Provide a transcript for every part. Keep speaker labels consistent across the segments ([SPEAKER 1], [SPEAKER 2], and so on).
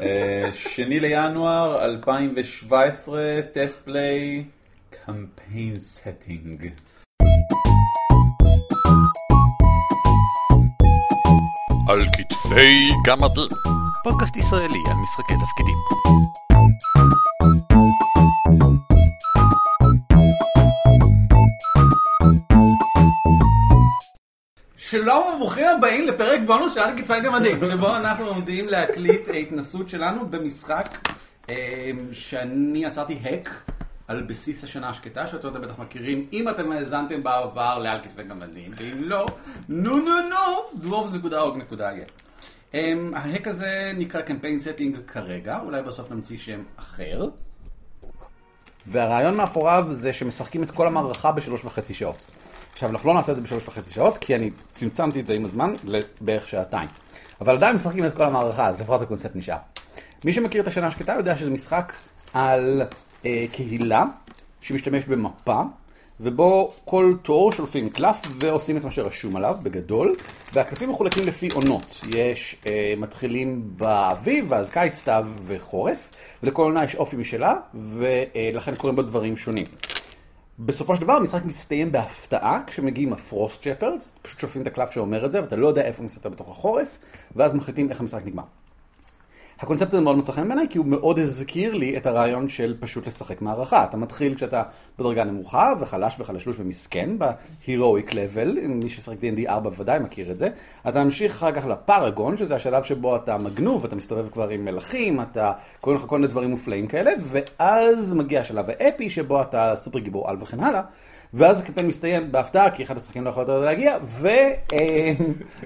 [SPEAKER 1] אה, שני לינואר 2017, טסט פליי, קמפיין סטינג.
[SPEAKER 2] על כתפי גמדים.
[SPEAKER 3] פודקאסט ישראלי על משחקי תפקידים.
[SPEAKER 4] שלום וברוכים הבאים לפרק בונוס של על כתפיים גמדים, שבו אנחנו עומדים להקליט התנסות שלנו במשחק אה, שאני יצרתי האק על בסיס השנה השקטה, שאותו אתם בטח מכירים, אם אתם האזנתם בעבר לעל כתפי גמדים, ואם לא, נו נו נו, dwarves.org.il. ההק הזה נקרא קמפיין סטינג כרגע, אולי בסוף נמציא שם אחר.
[SPEAKER 5] והרעיון מאחוריו זה שמשחקים את כל המערכה בשלוש וחצי שעות. עכשיו, אנחנו לא נעשה את זה בשלוש וחצי שעות, כי אני צמצמתי את זה עם הזמן לבערך שעתיים. אבל עדיין משחקים את כל המערכה, אז לפחות הקונספט נשאר. מי שמכיר את השנה השקטה יודע שזה משחק על אה, קהילה שמשתמש במפה, ובו כל תור שולפים קלף ועושים את מה שרשום עליו, בגדול, והקלפים מחולקים לפי עונות. יש, אה, מתחילים באביב, ואז קיץ, סתיו וחורף, ולכל עונה יש אופי משלה, ולכן קוראים בה דברים שונים. בסופו של דבר המשחק מסתיים בהפתעה כשמגיעים הפרוסט שפרדס, פשוט שולפים את הקלף שאומר את זה, ואתה לא יודע איפה הוא מסתתר בתוך החורף, ואז מחליטים איך המשחק נגמר. הקונספט הזה מאוד מצא חן בעיניי, כי הוא מאוד הזכיר לי את הרעיון של פשוט לשחק מערכה. אתה מתחיל כשאתה בדרגה נמוכה, וחלש וחלשלוש ומסכן, ב-heroic level, מי ששחק D&D 4 ודאי מכיר את זה. אתה ממשיך אחר כך לפארגון, שזה השלב שבו אתה מגנוב, אתה מסתובב כבר עם מלכים, אתה קוראים לך כל מיני דברים מופלאים כאלה, ואז מגיע השלב האפי, שבו אתה סופר גיבור על וכן הלאה. ואז הקמפיין מסתיים בהפתעה, כי אחד השחקנים לא יכול יותר להגיע, ו... אה,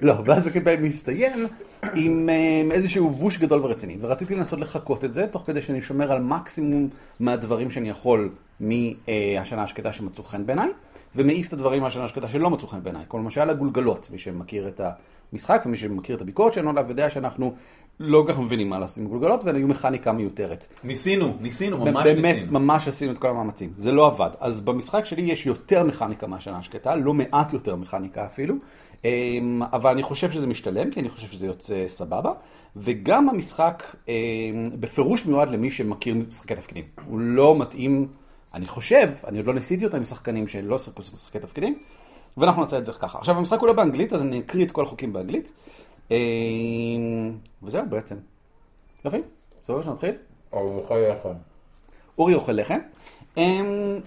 [SPEAKER 5] לא, ואז הקמפיין מסתיים עם אה, איזשהו ווש גדול ורציני. ורציתי לנסות לחקות את זה, תוך כדי שאני שומר על מקסימום מהדברים שאני יכול מהשנה השקטה שמצאו חן בעיניי, ומעיף את הדברים מהשנה השקטה שלא מצאו חן בעיניי. כל מה שהיה לגולגלות, מי שמכיר את המשחק ומי שמכיר את הביקורת שלנו עליו, יודע שאנחנו לא כל כך מבינים מה לעשות עם גולגלות, והן היו מכניקה מיותרת.
[SPEAKER 6] ניסינו, ניסינו, ממש
[SPEAKER 5] באמת,
[SPEAKER 6] ניסינו.
[SPEAKER 5] ממש עשינו את כל המאמצים. זה לא עבד. אז במשחק שלי יש יותר מכניקה מהשנה השקטה, לא מעט יותר מכניקה אפילו, אמ, אבל אני חושב שזה משתלם, כי אני חושב שזה יוצא סבבה. וגם המשחק אמ, בפירוש מיועד למי שמכיר משחקי תפקידים. הוא לא מתאים, אני חושב, אני עוד לא ניסיתי אותם עם שחקנים שלא שיחקו משחקי תפקידים, ואנחנו נעשה את זה ככה. עכשיו, המשחק הוא לא באנגלית, אז אני אקריא את כל החוקים באנגלית. אמ, וזהו בעצם. יופי, סבבה שנתחיל? אורי אוכל לחם. אמ,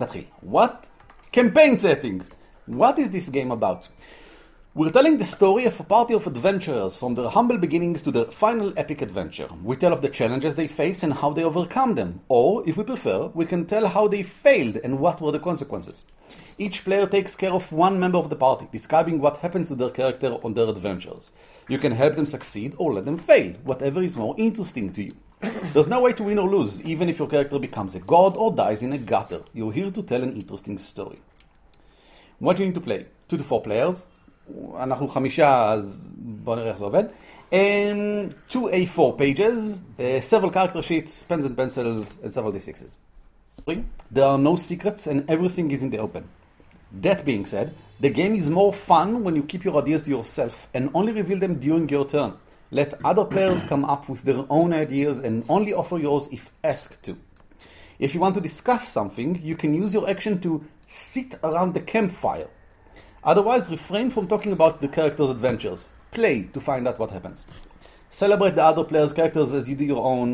[SPEAKER 5] נתחיל. What? Campaign setting. What is this game about? We're telling the story of a party of adventurers from their humble beginnings to their final epic adventure. We tell of the challenges they face and how they overcome them, or, if we prefer, we can tell how they failed and what were the consequences. Each player takes care of one member of the party, describing what happens to their character on their adventures. You can help them succeed or let them fail, whatever is more interesting to you. There's no way to win or lose, even if your character becomes a god or dies in a gutter. You're here to tell an interesting story. What you need to play? 2 to 4 players. אנחנו חמישה, אז בואו נראה איך זה עובד. Um, 2A4 pages, uh, several character sheets, pens and pencils, and several D6s. Three, There are no secrets and everything is in the open. That being said, the game is more fun when you keep your ideas to yourself and only reveal them during your turn. Let other players come up with their own ideas and only offer yours if asked to. If you want to discuss something, you can use your action to sit around the campfire. Otherwise, refrain from talking about the character's adventures. Play to find out what happens. Celebrate the other players' characters as you do your own,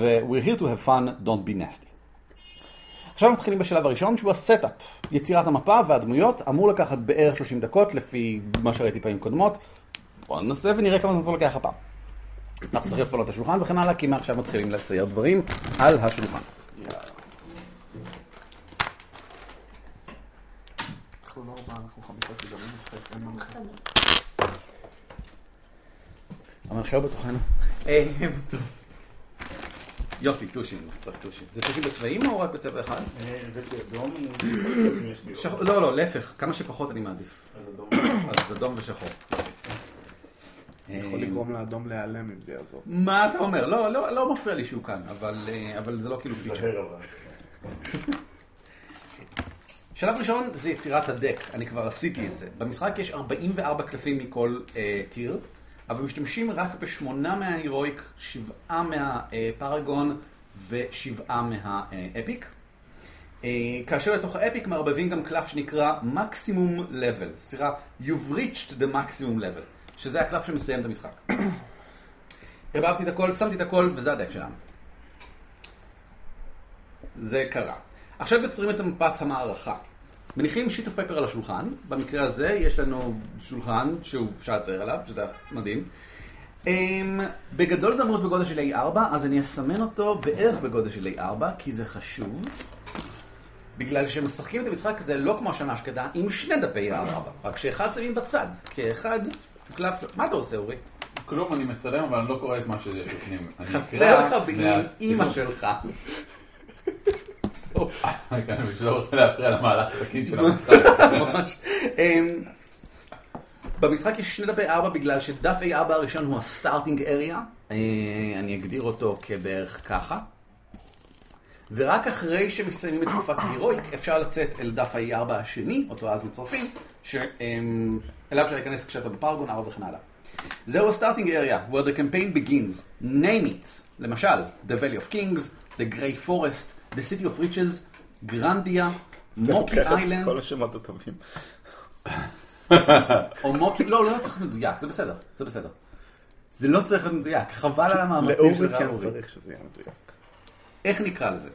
[SPEAKER 5] ו- we're here to have fun, don't be nasty. עכשיו מתחילים בשלב הראשון שהוא הסטאפ, יצירת המפה והדמויות, אמור לקחת בערך 30 דקות לפי מה שראיתי פעמים קודמות. בואו ננסה ונראה כמה זמן זה לוקח הפעם. אנחנו צריכים לפעול את השולחן וכן הלאה, כי מעכשיו מתחילים לצייר דברים על השולחן. המנחה בתוכנו.
[SPEAKER 4] אה, טוב. יופי, טושים, קצת טושים. זה טושים בצבעים או רק בצבע אחד? שח- לא, לא, להפך, כמה שפחות אני מעדיף. אז אדום ושחור.
[SPEAKER 7] יכול לגרום לאדום להיעלם אם זה יעזור.
[SPEAKER 4] מה אתה אומר? לא, לא, לא מפריע לי שהוא כאן, אבל, אה, אבל זה לא כאילו פיצ'ר. שלב ראשון זה יצירת הדק, אני כבר עשיתי את זה. במשחק יש 44 קלפים מכל אה, טיר,
[SPEAKER 5] אבל משתמשים רק בשמונה מההירואיק, שבעה מהפרגון ושבעה מהאפיק. אה, כאשר לתוך האפיק מערבבים גם קלף שנקרא מקסימום לבל, סליחה, You've reached the maximum level, שזה הקלף שמסיים את המשחק. הרבבתי את הכל, שמתי את הכל, וזה הדק שלנו. זה קרה. עכשיו יוצרים את מפת המערכה. מניחים שיט אוף פייפר על השולחן, במקרה הזה יש לנו שולחן שהוא אפשר לצייר עליו, שזה מדהים. Um, בגדול זה אמור להיות בגודל של A4, אז אני אסמן אותו בערך בגודל של A4, כי זה חשוב. בגלל שמשחקים את המשחק הזה לא כמו השנה השקטה, עם שני דפי A4, רק שאחד שמים בצד, כי אחד הוא קלף... מה אתה עושה, אורי?
[SPEAKER 1] כלום, אני מצלם, אבל אני לא קורא את מה שיש בפנים. אני
[SPEAKER 5] חסר
[SPEAKER 1] אקרא
[SPEAKER 5] לך בעניין
[SPEAKER 1] מהסיפור.
[SPEAKER 5] אימא שלך.
[SPEAKER 1] רגע, אני פשוט לא רוצה להפריע למהלך התקין של המשחק.
[SPEAKER 5] ממש. אמ, במשחק יש שני דפי 4 בגלל שדף A4 הראשון הוא הסטארטינג אריה, אה, אני אגדיר אותו כבערך ככה. ורק אחרי שמסיימים את תקופת הירואיק אפשר לצאת אל דף ה-4 השני, אותו אז מצרפים, ש- אמ, אליו אפשר להיכנס כשאתה בפרגון 4 וכן הלאה. זהו הסטארטינג אריה, where the campaign begins, name it, למשל, the valley of kings, the grey forest, the city of riches, גרנדיה, מוקי איילנד,
[SPEAKER 4] כל השמות הטובים.
[SPEAKER 5] או מוקי, לא, לא צריך להיות מדויק, זה בסדר, זה בסדר. זה לא צריך להיות מדויק, חבל על המאמצים
[SPEAKER 4] לאורי
[SPEAKER 5] של
[SPEAKER 4] כן
[SPEAKER 5] אורי.
[SPEAKER 4] צריך שזה יהיה מדויק.
[SPEAKER 5] איך נקרא לזה?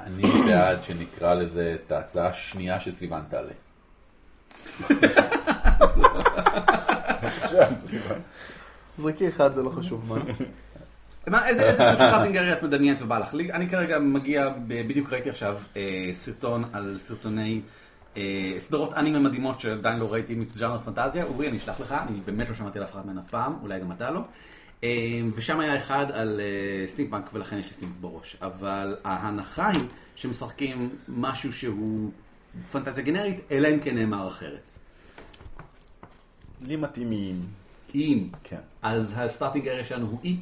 [SPEAKER 1] אני בעד שנקרא לזה את ההצעה השנייה שסיוון תעלה.
[SPEAKER 8] זריקי אחד זה לא חשוב מה.
[SPEAKER 5] מה, איזה איזה סוג סטארטינגרי את מדמיינת ובא לך? לי- אני כרגע מגיע, ב- בדיוק ראיתי עכשיו אה, סרטון על סרטוני, אה, סדרות אנימה מדהימות שעדיין לא ראיתי מג'אנר פנטזיה. אורי, אני אשלח לך, אני באמת לא שמעתי על אף אחד מהן אף פעם, אולי גם אתה לא. אה, ושם היה אחד על אה, סטימפאנק, ולכן יש לי סטימפאנק בראש. אבל ההנחה היא שמשחקים משהו שהוא פנטזיה גנרית, אלא אם כן נאמר אחרת.
[SPEAKER 4] לי מתאים עם...
[SPEAKER 5] אם.
[SPEAKER 4] כן.
[SPEAKER 5] אז הסטארטינג אריה שלנו הוא אי,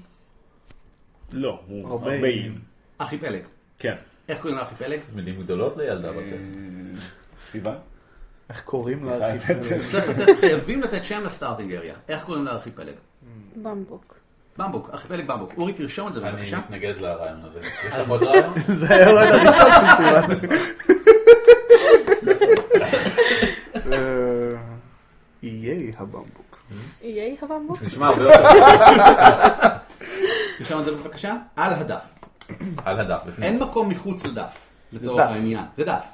[SPEAKER 4] לא, הוא
[SPEAKER 8] הרבה
[SPEAKER 4] הרבה
[SPEAKER 8] עם.
[SPEAKER 4] עם.
[SPEAKER 5] אחי פלג.
[SPEAKER 4] כן.
[SPEAKER 5] איך קוראים לאחי פלג?
[SPEAKER 1] מילים גדולות
[SPEAKER 4] אה,
[SPEAKER 1] לילדה בטל.
[SPEAKER 4] סיבה?
[SPEAKER 8] איך קוראים לארכיפלג?
[SPEAKER 5] צריך לתת, חייבים לתת שם לסטארטינג אריה. איך קוראים לאחי פלג?
[SPEAKER 9] במבוק.
[SPEAKER 5] במבוק, אחי פלג במבוק. אורי, תרשום את זה
[SPEAKER 1] אני
[SPEAKER 5] בבקשה.
[SPEAKER 1] מתנגד לרעיון הזה. יש לך עוד רעיון?
[SPEAKER 8] זה היה הרעיון הראשון של סיוון. אה, איי הבמבוק.
[SPEAKER 9] איי הבמבוק?
[SPEAKER 1] נשמע הרבה יותר
[SPEAKER 5] תרשום את זה בבקשה. על הדף.
[SPEAKER 1] על הדף. לפני.
[SPEAKER 5] אין מקום מחוץ לדף, לצורך העניין. זה דף.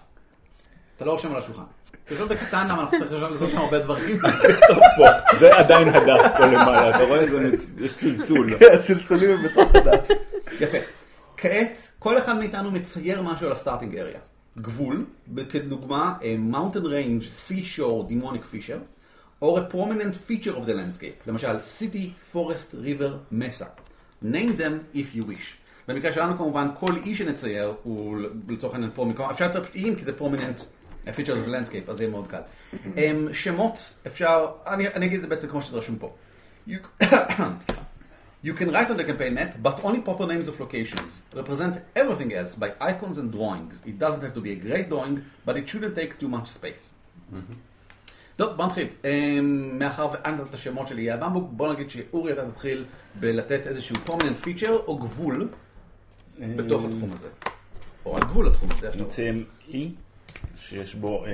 [SPEAKER 5] אתה לא רושם על השולחן. תרשום בקטן למה אנחנו צריכים לרשום לעשות שם הרבה דברים.
[SPEAKER 4] פה. זה עדיין הדף פה למעלה, אתה רואה? זה מצ- יש סלסול.
[SPEAKER 8] הסלסולים הם בתוך הדף.
[SPEAKER 5] יפה. כעת, כל אחד מאיתנו מצייר משהו על הסטארטינג אריה. גבול, כדוגמה, אה, mountain range, sea shore, demonic fisher, or a prominent feature of the landscape, למשל, city, forest, river, mesa. name them if you wish. במקרה שלנו כמובן, כל אי שנצייר הוא לצורך העניין פה מקום, אפשר לצייר פשוט איים כי זה prominent feature of the landscape, אז זה יהיה מאוד קל. אמ, שמות, אפשר, אני, אני אגיד את זה בעצם כמו שזה רשום פה. You- סליחה. You can write on the campaign map, but only proper names of locations. Represent everything else by icons and drawings. It doesn't have to be a great drawing, but it shouldn't take too much space. טוב, בוא נתחיל. אמ, מאחר ואנת את השמות שלי יהיה הבמבוק, בוא נגיד שאורי אתה תתחיל בלתת איזשהו prominent feature או גבול בתוך
[SPEAKER 4] אה, אמ,
[SPEAKER 5] התחום הזה. או על גבול התחום הזה, איך שאתה רוצה.
[SPEAKER 4] מציין אי שיש בו אה,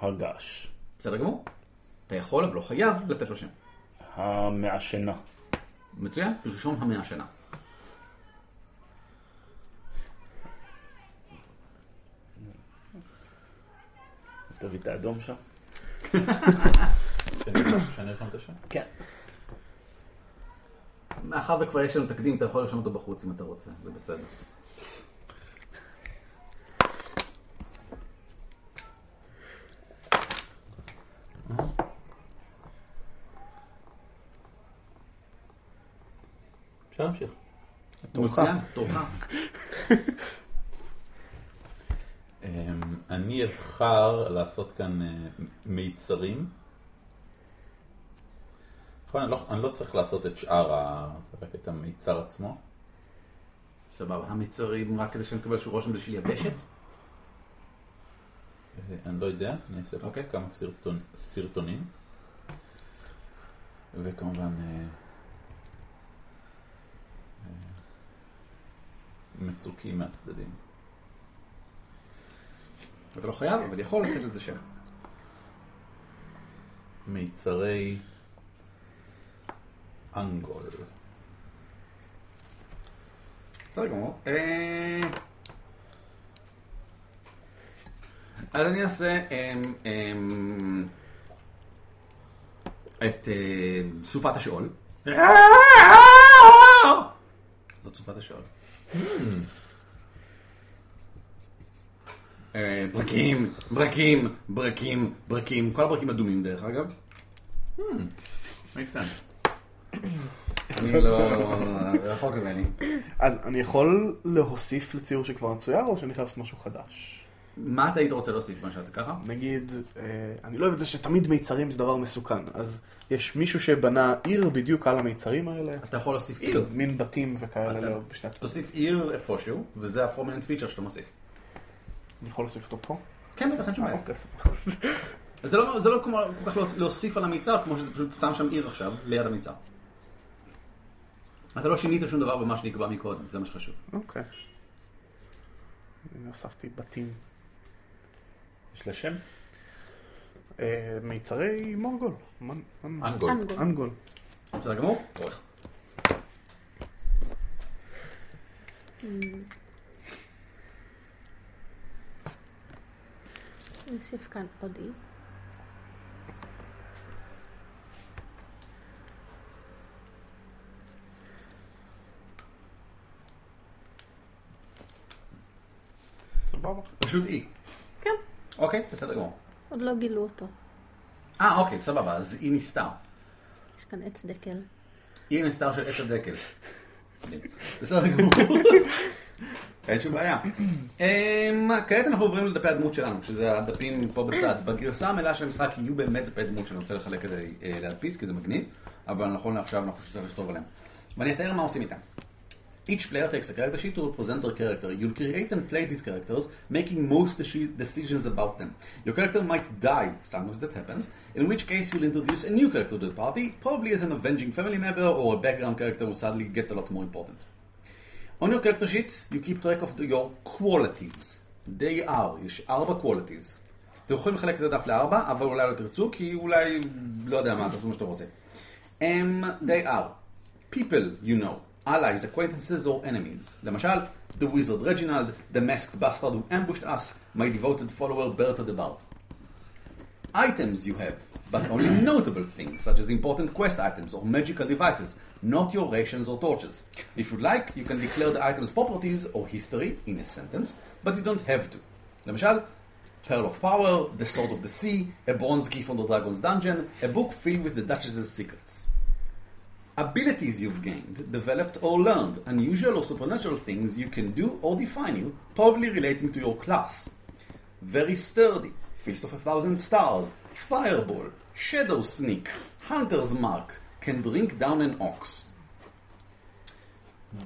[SPEAKER 4] הרגש.
[SPEAKER 5] בסדר גמור? אתה יכול, אבל לא חייב, לתת לו שם.
[SPEAKER 4] המעשנה.
[SPEAKER 5] מצוין, תרשום המאה שנה.
[SPEAKER 4] תביא את האדום שם.
[SPEAKER 1] שאני ארשום את השם?
[SPEAKER 5] מאחר וכבר יש לנו תקדים, אתה יכול לרשום אותו בחוץ אם אתה רוצה, זה בסדר.
[SPEAKER 1] אפשר להמשיך.
[SPEAKER 8] תורך.
[SPEAKER 5] מצוין, תורך.
[SPEAKER 1] אמ, אני אבחר לעשות כאן אה, מיצרים. נכון, אני לא- אני לא צריך לעשות את שאר ה... רק את המיצר עצמו.
[SPEAKER 5] סבבה, המצרים רק כדי שנקבל איזשהו רושם זה של יבשת?
[SPEAKER 1] אה, אני לא יודע, אני אעשה פה
[SPEAKER 5] אוקיי.
[SPEAKER 1] כמה סרטון- סרטונים. וכמובן... אה, אה, מצוקים מהצדדים.
[SPEAKER 5] אתה לא חייב, אבל יכול לתת לזה שם.
[SPEAKER 1] מיצרי אנגול.
[SPEAKER 5] בסדר גמור. אה, אז אני אעשה אמ, אמ, את אמ, סופת השאול. זאת סופת השאול. אה, ברקים, ברקים, ברקים, ברקים, כל הברקים אדומים דרך אגב.
[SPEAKER 1] make sense.
[SPEAKER 5] אני לא... רחוק ממני.
[SPEAKER 8] אז אני יכול להוסיף לציור שכבר מצויר, או שאני חייב לעשות משהו חדש?
[SPEAKER 5] מה אתה היית רוצה להוסיף מה שאתה ככה?
[SPEAKER 8] נגיד, אה, אני לא אוהב את זה שתמיד מיצרים זה דבר מסוכן, אז יש מישהו שבנה עיר בדיוק על המיצרים האלה,
[SPEAKER 5] אתה יכול להוסיף עיר.
[SPEAKER 8] מין בתים וכאלה
[SPEAKER 5] אתה-
[SPEAKER 8] לא, בשני הצדדים.
[SPEAKER 5] תוסיף עיר איפשהו, וזה הפרומננט פיצ'ר שאתה מוסיף.
[SPEAKER 8] אני יכול להוסיף אותו פה?
[SPEAKER 5] כן, בטח, אין שום בעיה.
[SPEAKER 8] אוקיי, סבבה.
[SPEAKER 5] זה לא, זה לא כמו, כל כך להוסיף על המיצר, כמו שזה פשוט שם שם עיר עכשיו, ליד המיצר. אתה לא שינית שום דבר במה שנקבע מקודם, זה מה שחשוב.
[SPEAKER 8] אוקיי. הנה, הוספתי בתים.
[SPEAKER 4] יש לה שם?
[SPEAKER 8] אה, מיצרי מורגול. מנ- מנ-
[SPEAKER 1] אנגול.
[SPEAKER 9] אנגול.
[SPEAKER 8] אנגול.
[SPEAKER 5] בסדר גמור? אורך.
[SPEAKER 9] נוסיף כאן עוד אי.
[SPEAKER 8] סבבה.
[SPEAKER 5] פשוט אי.
[SPEAKER 9] כן.
[SPEAKER 5] אוקיי, בסדר גמור.
[SPEAKER 9] עוד לא גילו אותו.
[SPEAKER 5] אה, אוקיי, סבבה, אז אי נסתר.
[SPEAKER 9] יש כאן עץ דקל.
[SPEAKER 5] אי נסתר של עשר דקל. בסדר גמור. אין שום בעיה. אמ, כעת אנחנו עוברים לדפי הדמות שלנו, שזה הדפים פה בצד. בגרסה המלאה של המשחק יהיו באמת דפי דמות שאני רוצה לחלק כדי אה, להדפיס, כי זה מגניב, אבל נכון לעכשיו אנחנו שצריך לכתוב עליהם. ואני אתאר מה עושים איתם. Each player takes a character sheet to represent their character. You'll create and play these characters, making most deci- decisions about them. Your character might die, sometimes that happens, in which case you'll introduce a new character to the party, probably as an avenging family member or a background character who suddenly gets a lot more important. On your character sheet, you keep track of the- your qualities. They are, יש ארבע qualities. אתם יכולים לחלק את הדף לארבע, אבל אולי לא תרצו, כי אולי, לא יודע מה, תעשו מה שאתם רוצים. הם, they are, people you know, allies, acquaintances or enemies. למשל, the wizard Reginald, the masked bastard who ambushed us, my devoted follower Bertha the Bard. items you have, but only notable things, such as important quest items or magical devices, not your rations or torches. If you'd like, you can declare the item's properties or history in a sentence, but you don't have to. למשל, Pearl of Power, The Sword of the Sea, a bronze key from the Dragon's Dungeon, a book filled with the Duchess's secrets. Abilities you've gained, developed, or learned, unusual or supernatural things you can do or define you, probably relating to your class. Very sturdy, Feast of a Thousand Stars, Fireball, Shadow Sneak, Hunter's Mark, can drink down an ox.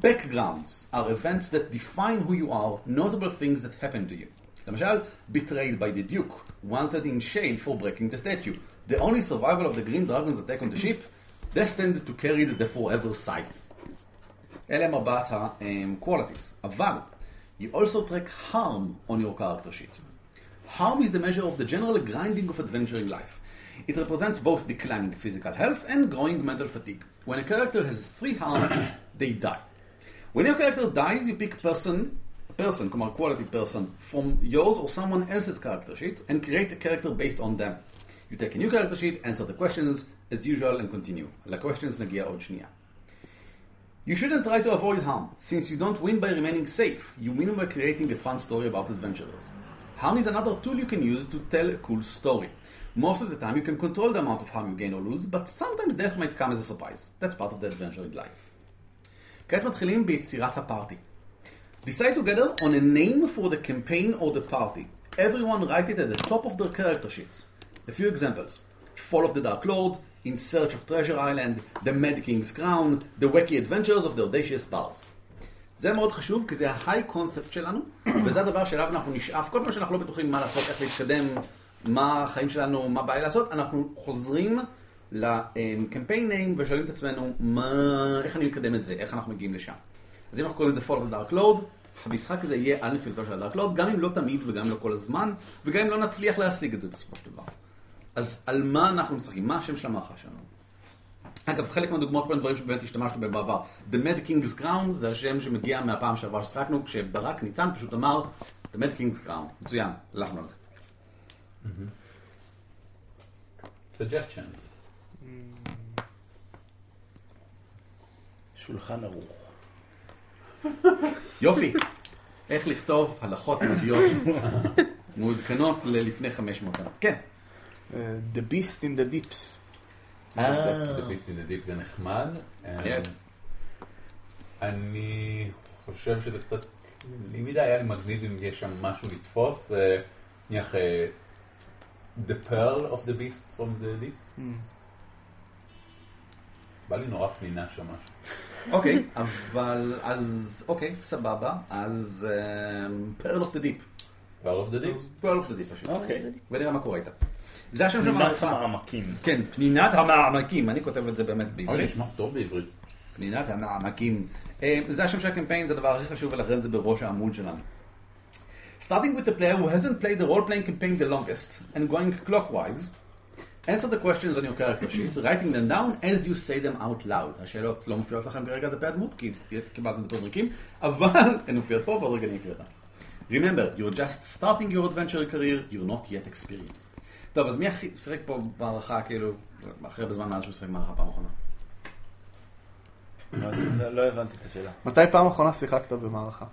[SPEAKER 5] Backgrounds are events that define who you are, notable things that happen to you. למשל, betrayed by the Duke, wanted in shame for breaking the statue, the only survival of the Green Dragon's attack on the ship, destined to carry the forever scythe. אלה הם ארבעת ה-qualities. אבל, you also track harm on your character sheet. Harm is the measure of the general grinding of adventuring life. It represents both declining physical health and growing mental fatigue. When a character has three harm, they die. When your character dies, you pick person, person, כלומר quality person, from yours or someone else's character sheet and create a character based on them. You take a new character sheet, answer the questions as usual and continue. questions נגיע עוד שנייה. You shouldn't try to avoid harm, since you don't win by remaining safe, you win by creating a fun story about adventurers. Harm is another tool you can use to tell a cool story. Most of the time, you can control the amount of harm you gain or lose, but sometimes death might come as a surprise. That's part of the adventuring life. כעת מתחילים ביצירת הפארטי. Decide together on a name for the campaign or the party. Everyone write it at the top of their character sheets. A few examples. Fall of the Dark Lord, In Search of Treasure Island, The Mad King's Crown, The Wacky Adventures of the Audacious Bards. זה מאוד חשוב, כי זה ההיי קונספט שלנו, וזה הדבר שאליו אנחנו נשאף. כל פעם שאנחנו לא בטוחים מה לעשות, איך להתקדם, מה החיים שלנו, מה בא לי לעשות, אנחנו חוזרים לקמפיין name ושואלים את עצמנו מה, איך אני מקדם את זה, איך אנחנו מגיעים לשם. אז אם אנחנו קוראים לזה Fall of the Dark Lord, המשחק הזה יהיה על נפילתו של הדארק לורד, גם אם לא תמיד וגם לא כל הזמן, וגם אם לא נצליח להשיג את זה בסופו של דבר. אז על מה אנחנו משחקים? מה השם של המערכה שלנו? אגב, חלק מהדוגמאות פה הם דברים שבאמת השתמשנו בהם בעבר. The Mad King's Crown זה השם שמגיע מהפעם שעברה ששחקנו, כשברק ניצן פשוט אמר, The Mad King's Crown. מצוין, הלכנו על זה.
[SPEAKER 1] suggestions.
[SPEAKER 4] שולחן ערוך.
[SPEAKER 5] יופי, איך לכתוב הלכות מדיות מעודכנות ללפני 500 שנה. כן.
[SPEAKER 8] אה, The Beast in the Deeps.
[SPEAKER 5] אה.
[SPEAKER 1] The Beast in the Deep זה נחמד. אמ,
[SPEAKER 5] מעניין.
[SPEAKER 1] אני חושב שזה קצת... לי מדי היה לי מגניב אם יש שם משהו לתפוס. אה, נניח אה, The Pearl of the Beast from the Deep. בא לי נורא פנינה שם משהו.
[SPEAKER 5] אוקיי, אבל אז, אוקיי, סבבה. אז אמ, Pearl of the Deep.
[SPEAKER 1] Pearl of the Deep.
[SPEAKER 5] Pearl of the Deep פשוט.
[SPEAKER 4] אוקיי.
[SPEAKER 5] ונראה מה קורה איתה. זה השם של
[SPEAKER 4] פינת
[SPEAKER 5] המערכה.
[SPEAKER 4] המעמקים.
[SPEAKER 5] כן, פנינת המעמקים, אני כותב את זה באמת
[SPEAKER 1] אבל
[SPEAKER 5] בעברית.
[SPEAKER 1] נשמע טוב בעברית.
[SPEAKER 5] פנינת המעמקים. אה, זה השם של הקמפיין, זה הדבר הכי חשוב, ולכן זה בראש העמוד שלנו. Starting with the player who hasn't played the role-playing campaign the longest, and going clockwise, answer the questions on your character sheet, writing them down as you say them out loud. השאלות לא מופיעות לכם כרגע על דפי הדמות, כי קיבלתם את הפרקים, אבל הן מופיעות פה, ועוד רגע אני אקריא אותן. Remember, you're just starting your adventure career, you're not yet experienced. טוב, אז מי הכי שיחק פה מערכה, כאילו, אחרי בזמן מאז שהוא שיחק מערכה פעם אחרונה?
[SPEAKER 4] לא- לא הבנתי את השאלה.
[SPEAKER 8] מתי פעם אחרונה שיחקת במערכה?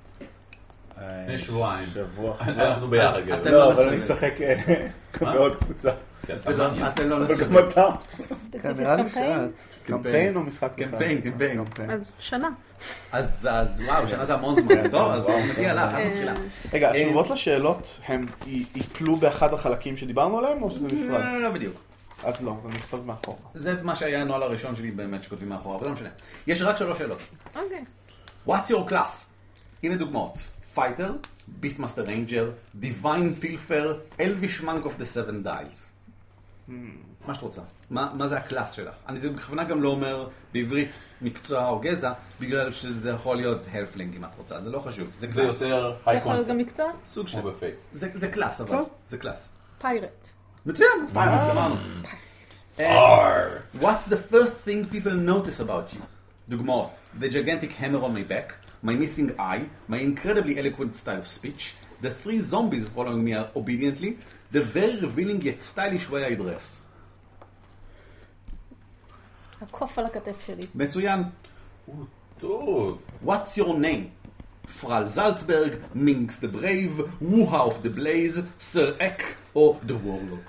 [SPEAKER 1] לפני שבועיים.
[SPEAKER 4] אה,
[SPEAKER 1] אה,
[SPEAKER 4] שבוע.
[SPEAKER 1] אנחנו ביחד. כן. גבר.
[SPEAKER 5] אתם-
[SPEAKER 4] לא, אבל אני אשחק אה, בעוד קבוצה.
[SPEAKER 1] כי אתה
[SPEAKER 5] זה לא,
[SPEAKER 1] מעניין.
[SPEAKER 5] אתם לא
[SPEAKER 4] אבל
[SPEAKER 5] נחשבים.
[SPEAKER 4] גם אתה.
[SPEAKER 9] ספציפית
[SPEAKER 8] כן, נראה לי
[SPEAKER 9] קמפיין?
[SPEAKER 8] שאת. קמפיין או משחק בכלל?
[SPEAKER 5] קמפיין, קמפיין.
[SPEAKER 8] אז קמפיין.
[SPEAKER 9] אז שנה.
[SPEAKER 5] אה, אז אז וואו, כן. שנה זה המון זמן. טוב, אז מגיע לך,
[SPEAKER 9] אה,
[SPEAKER 5] את מתחילה.
[SPEAKER 8] רגע, התשובות לשאלות הם י- ייפלו באחד החלקים שדיברנו עליהם, או שזה נפרד?
[SPEAKER 5] לא, לא בדיוק.
[SPEAKER 8] אז לא, זה נכתב מאחור.
[SPEAKER 5] זה מה שהיה הנוהל הראשון שלי באמת שכותבים מאחורה, אבל לא משנה. יש רק שלוש שאלות.
[SPEAKER 9] אוקיי.
[SPEAKER 5] What's your class? הנה דוגמאות. Fighter, Beastmaster Ranger, Divine Pilfer, Elvish Monk of the Seven Dials. Hmm. מה שאת רוצה. מה, מה זה הקלאס שלך? אני זה בכוונה גם לא אומר בעברית מקצוע או גזע, בגלל שזה יכול להיות הלפלינג אם את רוצה, זה לא חשוב. זה
[SPEAKER 1] זה
[SPEAKER 5] קלאס.
[SPEAKER 1] יותר
[SPEAKER 9] אתה
[SPEAKER 1] היי
[SPEAKER 9] יכול להיות
[SPEAKER 1] קונספט.
[SPEAKER 9] גם מקצוע?
[SPEAKER 5] סוג של...
[SPEAKER 1] כמו בפייק.
[SPEAKER 5] זה, זה קלאס אבל, זה קלאס.
[SPEAKER 9] פיירט.
[SPEAKER 5] מצוין, פעם, גמרנו.
[SPEAKER 1] אר.
[SPEAKER 5] Uh, What's the first thing people notice about you? דוגמאות, the gigantic hammer on my back, my missing eye, my incredibly eloquent style of speech, the three zombies following me obediently, the very revealing yet stylish way I dress.
[SPEAKER 9] הקוף על הכתף שלי.
[SPEAKER 5] מצוין.
[SPEAKER 1] טוב.
[SPEAKER 5] What's your name? פרל זלצברג, מינקס דה ברייב, ווהה אוף דה בלייז, סר אק או דה וורלוק.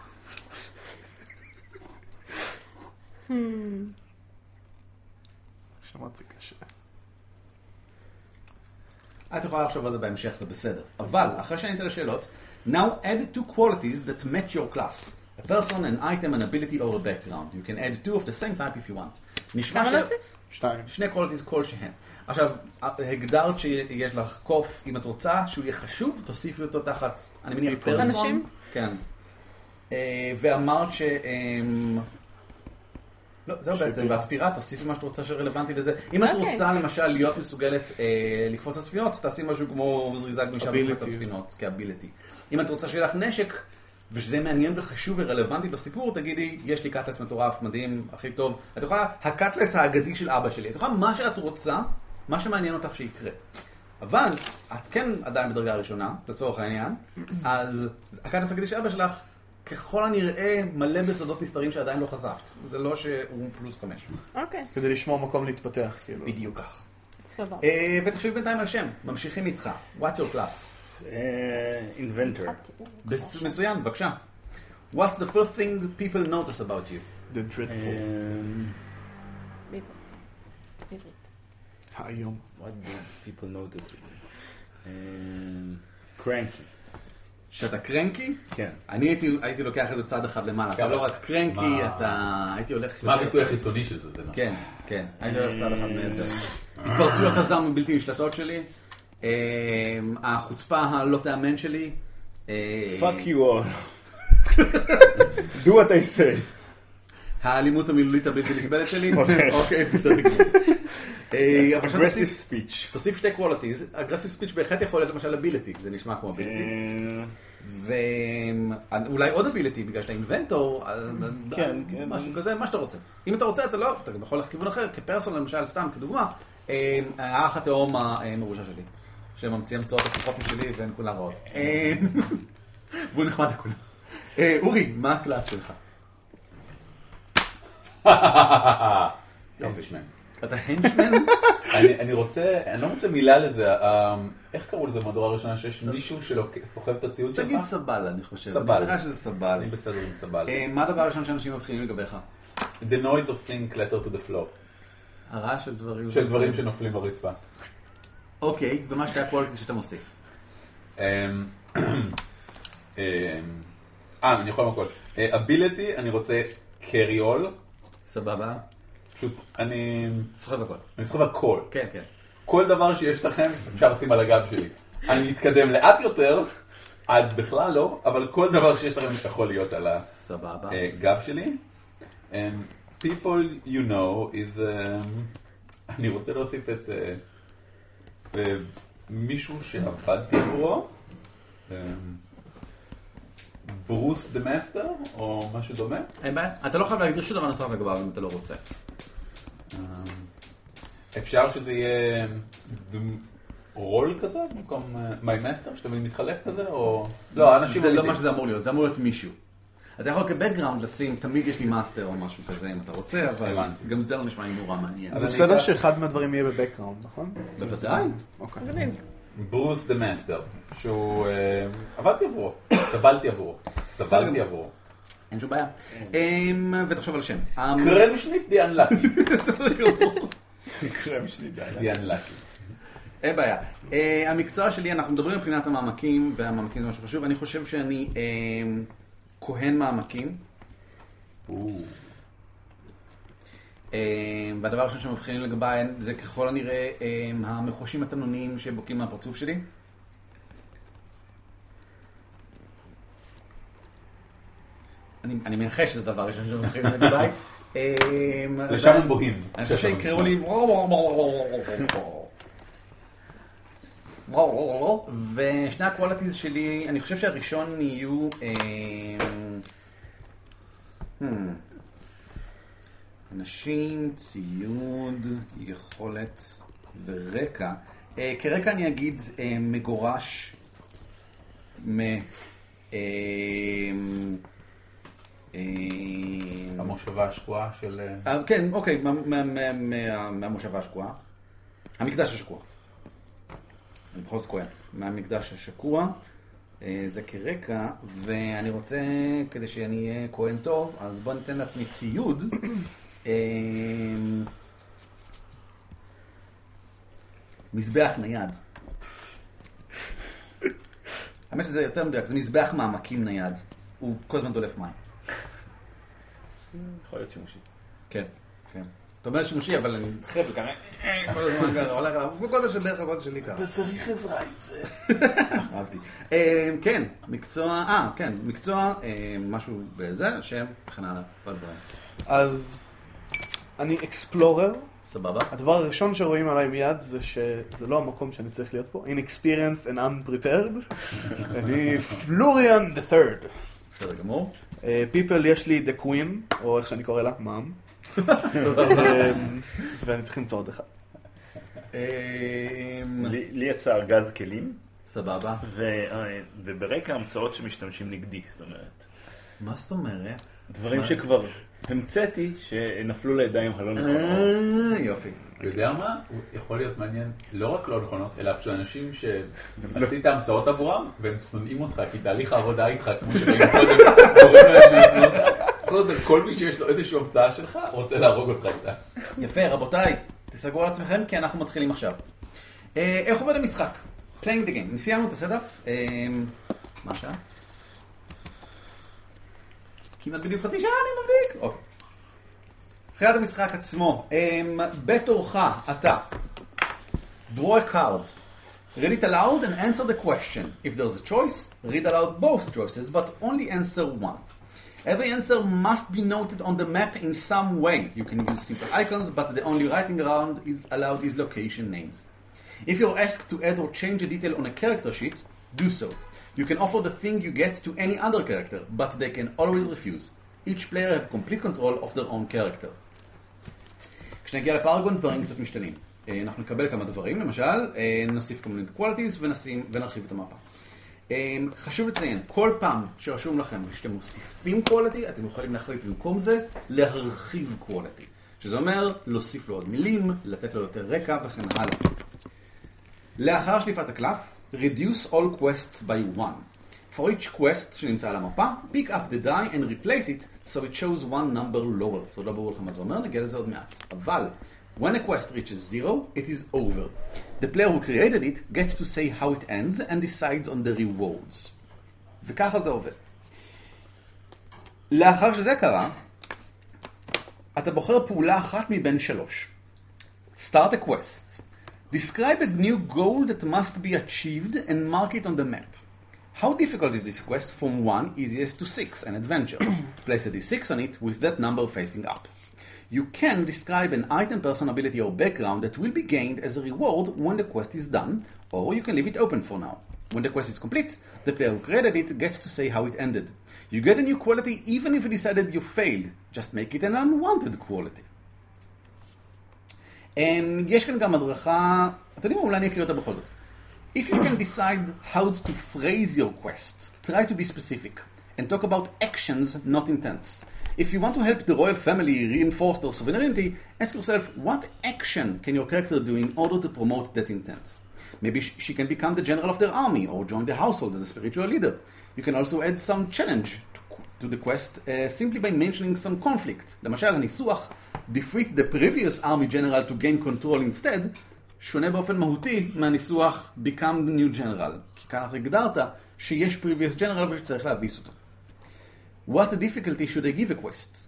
[SPEAKER 8] שמעתי קשה.
[SPEAKER 5] את יכולה לחשוב על זה בהמשך, זה בסדר. אבל, אחרי שענית לשאלות, Now add two qualities that match your class. A person, an item, an ability or a background. You can add two of the same type if you want. נשמע
[SPEAKER 9] כמה
[SPEAKER 5] ש...
[SPEAKER 9] להוסיף?
[SPEAKER 8] שתיים.
[SPEAKER 5] שני qualities כלשהן. עכשיו, הגדרת שיש לך קוף, אם את רוצה, שהוא יהיה חשוב, תוסיפי אותו תחת, אני מניח, person.
[SPEAKER 9] אנשים?
[SPEAKER 5] כן. אה, ואמרת ש... אמ, לא, זהו בעצם, ואת פיראט, תוסיפי מה שאת רוצה שרלוונטי לזה. אם את
[SPEAKER 9] אוקיי.
[SPEAKER 5] רוצה למשל להיות מסוגלת אה, לקפוץ לספינות, תעשי משהו כמו זריזה גמישה ולקפוץ
[SPEAKER 8] Abilities.
[SPEAKER 5] לספינות, כאביליטי. אם את רוצה שיהיה לך נשק, ושזה מעניין וחשוב ורלוונטי בסיפור, תגידי, יש לי קאטלס מטורף, מדהים, הכי טוב. את יכולה, הקאטלס האגדי של אבא שלי. את יכולה מה שאת רוצה, מה שמעניין אותך שיקרה. אבל את כן עדיין בדרגה הראשונה, לצורך העניין, אז הקאטס הקדיש של אבא שלך, ככל הנראה מלא בסודות נסתרים שעדיין לא חשפת. זה לא שהוא פלוס חמש.
[SPEAKER 9] אוקיי.
[SPEAKER 8] כדי לשמור מקום להתפתח, כאילו.
[SPEAKER 5] בדיוק כך.
[SPEAKER 9] סבבה.
[SPEAKER 5] אה, ותחשבי בינתיים על שם, ממשיכים איתך. What's your class?
[SPEAKER 4] אה, אינבנטור.
[SPEAKER 9] אה,
[SPEAKER 5] בס- מצוין, בבקשה. What's the first thing people notice about you?
[SPEAKER 8] The
[SPEAKER 4] אה,
[SPEAKER 8] Dreadful.
[SPEAKER 9] בעברית. בעברית.
[SPEAKER 8] האיום.
[SPEAKER 4] What do people notice? אה, קרנקי.
[SPEAKER 5] שאתה קרנקי?
[SPEAKER 4] כן.
[SPEAKER 5] אני הייתי, הייתי לוקח את זה צעד אחד למעלה. אתה
[SPEAKER 1] כן.
[SPEAKER 5] לא רק קרנקי,
[SPEAKER 1] מה-
[SPEAKER 5] אתה... הייתי הולך...
[SPEAKER 1] מה הביטוי החיצוני של זה? זה נכון.
[SPEAKER 5] כן, כן. הייתי הולך צעד אחד מעבר. התפרצויות הזעם הבלתי נשלטות שלי, אה, החוצפה הלא תיאמן שלי. אה,
[SPEAKER 4] אה, Fuck you all. Do what I say.
[SPEAKER 5] האלימות המילולית הבלתי נסבלת שלי. אוקיי, בסדר גמור. אה, אבל עכשיו
[SPEAKER 4] אגרסיב
[SPEAKER 5] תוסיף-
[SPEAKER 4] ספיץ'.
[SPEAKER 5] תוסיף שתי קוולטיז, אגרסיב ספיץ' בהחלט יכול להיות למשל אביליטי, זה נשמע כמו אביליטי.
[SPEAKER 4] אה,
[SPEAKER 5] ואולי עוד אביליטי, בגלל שאתה אינבנטור, אז-
[SPEAKER 8] כן, כן.
[SPEAKER 5] משהו כזה, מה שאתה רוצה. אם אתה רוצה, אתה לא, אתה גם יכול ללכת לכיוון אחר, כפרסון למשל, סתם, כדוגמה, אה, האח התאום המרושע שלי, שממציא המצאות הפוכות משלי והן כולן רעות. אה, והוא נחמד לכולם. אה, אורי, מה הקלאס שלך?
[SPEAKER 1] יופי שמעים.
[SPEAKER 5] אתה הנשמן?
[SPEAKER 1] אני אני רוצה, אני לא מוצא מילה לזה, אה, איך קראו לזה במהדורה הראשונה שיש מישהו שסוחב את הציוד שלך?
[SPEAKER 5] תגיד סבל, אני חושב.
[SPEAKER 1] סבל.
[SPEAKER 5] נראה שזה סבל.
[SPEAKER 1] אני בסדר עם סבל.
[SPEAKER 5] אה, מה הדבר הראשון שאנשים מבחינים לגביך?
[SPEAKER 1] The noise of thing clatter to the floor.
[SPEAKER 5] הרעש של דברים.
[SPEAKER 1] של דברים שנופלים ברצפה.
[SPEAKER 5] אוקיי, ומה שתי הקואליטי שאתה מוסיף.
[SPEAKER 1] אמ, אמ, אה, אני יכול עם הכל. אביליטי, אני רוצה carry all.
[SPEAKER 5] סבבה?
[SPEAKER 1] פשוט, אני...
[SPEAKER 5] סוחב הכל.
[SPEAKER 1] אני זוכר הכל.
[SPEAKER 5] כן, כן.
[SPEAKER 1] כל דבר שיש לכם, אפשר לשים על הגב שלי. אני אתקדם לאט יותר, עד בכלל לא, אבל כל דבר שיש לכם יכול להיות על
[SPEAKER 5] סבבה.
[SPEAKER 1] הגב אה, שלי. אמ, people you know is... אמ, אני רוצה להוסיף את אה, אה, מישהו שעבדתי עבורו, אמ, ברוס דה מאסטר, או משהו דומה.
[SPEAKER 5] אין בעיה. אתה לא חייב להגדיר שום דבר נוסף לגביו אם אתה לא רוצה.
[SPEAKER 1] Um, אפשר שזה יהיה דמ- רול כזה במקום מי מאסטר שתמיד מתחלף כזה או לא אנשים
[SPEAKER 5] זה לא
[SPEAKER 1] אמיתיים.
[SPEAKER 5] מה שזה אמור להיות, זה אמור להיות מישהו. אתה יכול כבקגראונד לשים, תמיד יש לי מאסטר או משהו כזה אם אתה רוצה, אבל
[SPEAKER 1] הבנתי.
[SPEAKER 5] גם זה לא נשמע לי נורא מעניין.
[SPEAKER 8] זה
[SPEAKER 1] אני
[SPEAKER 8] בסדר
[SPEAKER 1] אקח-
[SPEAKER 8] שאחד מהדברים יהיה בבקראונד, נכון?
[SPEAKER 5] בוודאי.
[SPEAKER 8] אוקיי.
[SPEAKER 1] ברוס דה מאסטר שהוא אה, עבדתי עבורו סבלתי עבורו סבלתי עבורו
[SPEAKER 5] אין שום בעיה. אמ, ותחשוב על שם. אמ, לא
[SPEAKER 1] קרם שנית די אנלאקי
[SPEAKER 5] בסדר גמור.
[SPEAKER 1] די אנלאקי
[SPEAKER 5] אין בעיה. אה, המקצוע שלי, אנחנו מדברים מבחינת המעמקים, והמעמקים זה משהו חשוב. אני חושב שאני אה, כהן מעמקים, אה, והדבר הראשון שמבחינים לגביי זה ככל הנראה אה, המחושים התנוניים שבוקעים מהפרצוף שלי. אני, אני מנחש שזה הדבר הראשון שמבחינים לגביי. אה,
[SPEAKER 1] לשם
[SPEAKER 5] אבל-
[SPEAKER 1] הם בוהים
[SPEAKER 5] אני חושב שיקראו לי ושני הקוולטיז שלי, אני חושב שהראשון יהיו... אמ, hmm, אנשים, ציוד, יכולת ורקע. אה, כרקע אני אגיד אה, מגורש מ... אה, אמ, אמ,
[SPEAKER 1] המושבה השקועה של אה,
[SPEAKER 5] אה, כן, אוקיי, מה- מה- מה- מה- מהמושבה השקועה. המקדש השקוע. אני בכל זאת כהן. מהמקדש השקוע. אה, זה כרקע, ואני רוצה, כדי שאני אהיה כהן טוב, אז בוא ניתן לעצמי ציוד. אה, מזבח נייד. האמת שזה יותר מדויק, זה מזבח מעמקים נייד. הוא כל הזמן דולף מים.
[SPEAKER 4] יכול להיות שימושי.
[SPEAKER 5] כן, כן. אתה אומר שימושי, אבל אני חבל ככה, כל הזמן ככה, הולך עליו, בגודל של בערך הגודל שלי ככה. אתה צריך עזרה עם זה. אהבתי. אמ, כן, מקצוע, אה, כן, מקצוע, אמ, משהו בזה, שם, וכן הלאה, כל הדברים.
[SPEAKER 8] אז אני אקספלורר.
[SPEAKER 5] סבבה?
[SPEAKER 8] הדבר הראשון שרואים עליי מיד זה שזה לא המקום שאני צריך להיות פה. Inexperienced and unprepared. אני פלוריאן the third.
[SPEAKER 5] בסדר גמור.
[SPEAKER 8] אה, people יש לי the queen, או איך שאני קורא לה, מאם. ואני צריך למצוא עוד אחד.
[SPEAKER 5] אמ,
[SPEAKER 4] לי לי יצא ארגז כלים,
[SPEAKER 5] סבבה.
[SPEAKER 4] ו- אה, וברקע המצאות שמשתמשים נגדי, זאת אומרת.
[SPEAKER 5] מה זאת אומרת?
[SPEAKER 4] דברים שכבר המצאתי, שנפלו לידיים הלא נכונות.
[SPEAKER 5] אה, יופי.
[SPEAKER 1] אתה יודע מה? הוא יכול להיות מעניין לא רק לא נכונות, אלא פשוט אנשים שעשית המצאות עבורם, והם שונאים אותך, כי תהליך העבודה איתך, כמו שראינו קודם, קוראים להם לבנות. בכל זאת, כל מי שיש לו איזושהי המצאה שלך, רוצה להרוג אותך איתה.
[SPEAKER 5] יפה, רבותיי, תסגרו על עצמכם כי אנחנו מתחילים עכשיו. אה, איך עובד המשחק? פליינג דה גיים. סיימנו את הסדאפ. אה, מה השעה? כמעט בדיוק חצי שעה, אני מבדיק. אוקיי. תחילת המשחק עצמו, אמ, בתורך, אתה, draw a card. read it aloud and answer the question. If there's a choice, read aloud both choices, but only answer one. Every answer must be noted on the map in some way. You can use simple icons, but the only writing around is allowed is location names. If you're asked to add or change a detail on a character sheet, do so. You can offer the thing you get to any other character, but they can always refuse. Each player have complete control of their own character. כשנגיע לפארגון דברים קצת משתנים. אה, אנחנו נקבל כמה דברים, למשל, אה, נוסיף כל מיני qualities ונשים, ונרחיב את המפה. אה, חשוב לציין, כל פעם שרשום לכם שאתם מוסיפים quality, אתם יכולים להחליט במקום זה להרחיב quality. שזה אומר להוסיף לו עוד מילים, לתת לו יותר רקע וכן הלאה. לאחר שליפת הקלף, reduce all quests by one. For each quest שנמצא על המפה, pick up the die and replace it so it shows one number lower. זה עוד לא ברור לך מה זה אומר, נגיע לזה עוד מעט. אבל, when a quest reaches zero, it is over. The player who created it gets to say how it ends and decides on the rewards. וככה זה עובד. לאחר שזה קרה, אתה בוחר פעולה אחת מבין שלוש. Start a quest. Describe a new goal that must be achieved and mark it on the map. How difficult is this quest from 1 easiest to 6, an adventure? Place a d6 on it with that number facing up. You can describe an item, person, ability, or background that will be gained as a reward when the quest is done, or you can leave it open for now. When the quest is complete, the player who created it gets to say how it ended. You get a new quality even if you decided you failed, just make it an unwanted quality. Um, יש כאן גם הדרכה, אתה יודע מה, אולי אני אקריא אותה בכל זאת. If you can decide how to phrase your quest, try to be specific and talk about actions, not intents. If you want to help the royal family reinforce their sovereignty, ask yourself what action can your character do in order to promote that intent. Maybe sh- she can become the general of their army or join the household as a spiritual leader. You can also add some challenge to, qu- to the quest uh, simply by mentioning some conflict. למשל, הניסוח defeat the previous army general to gain control instead שונה באופן מהותי מהניסוח become the new general. כי כאן אנחנו הגדרת שיש previous general ושצריך להביס אותו. What difficulty should I give a quest?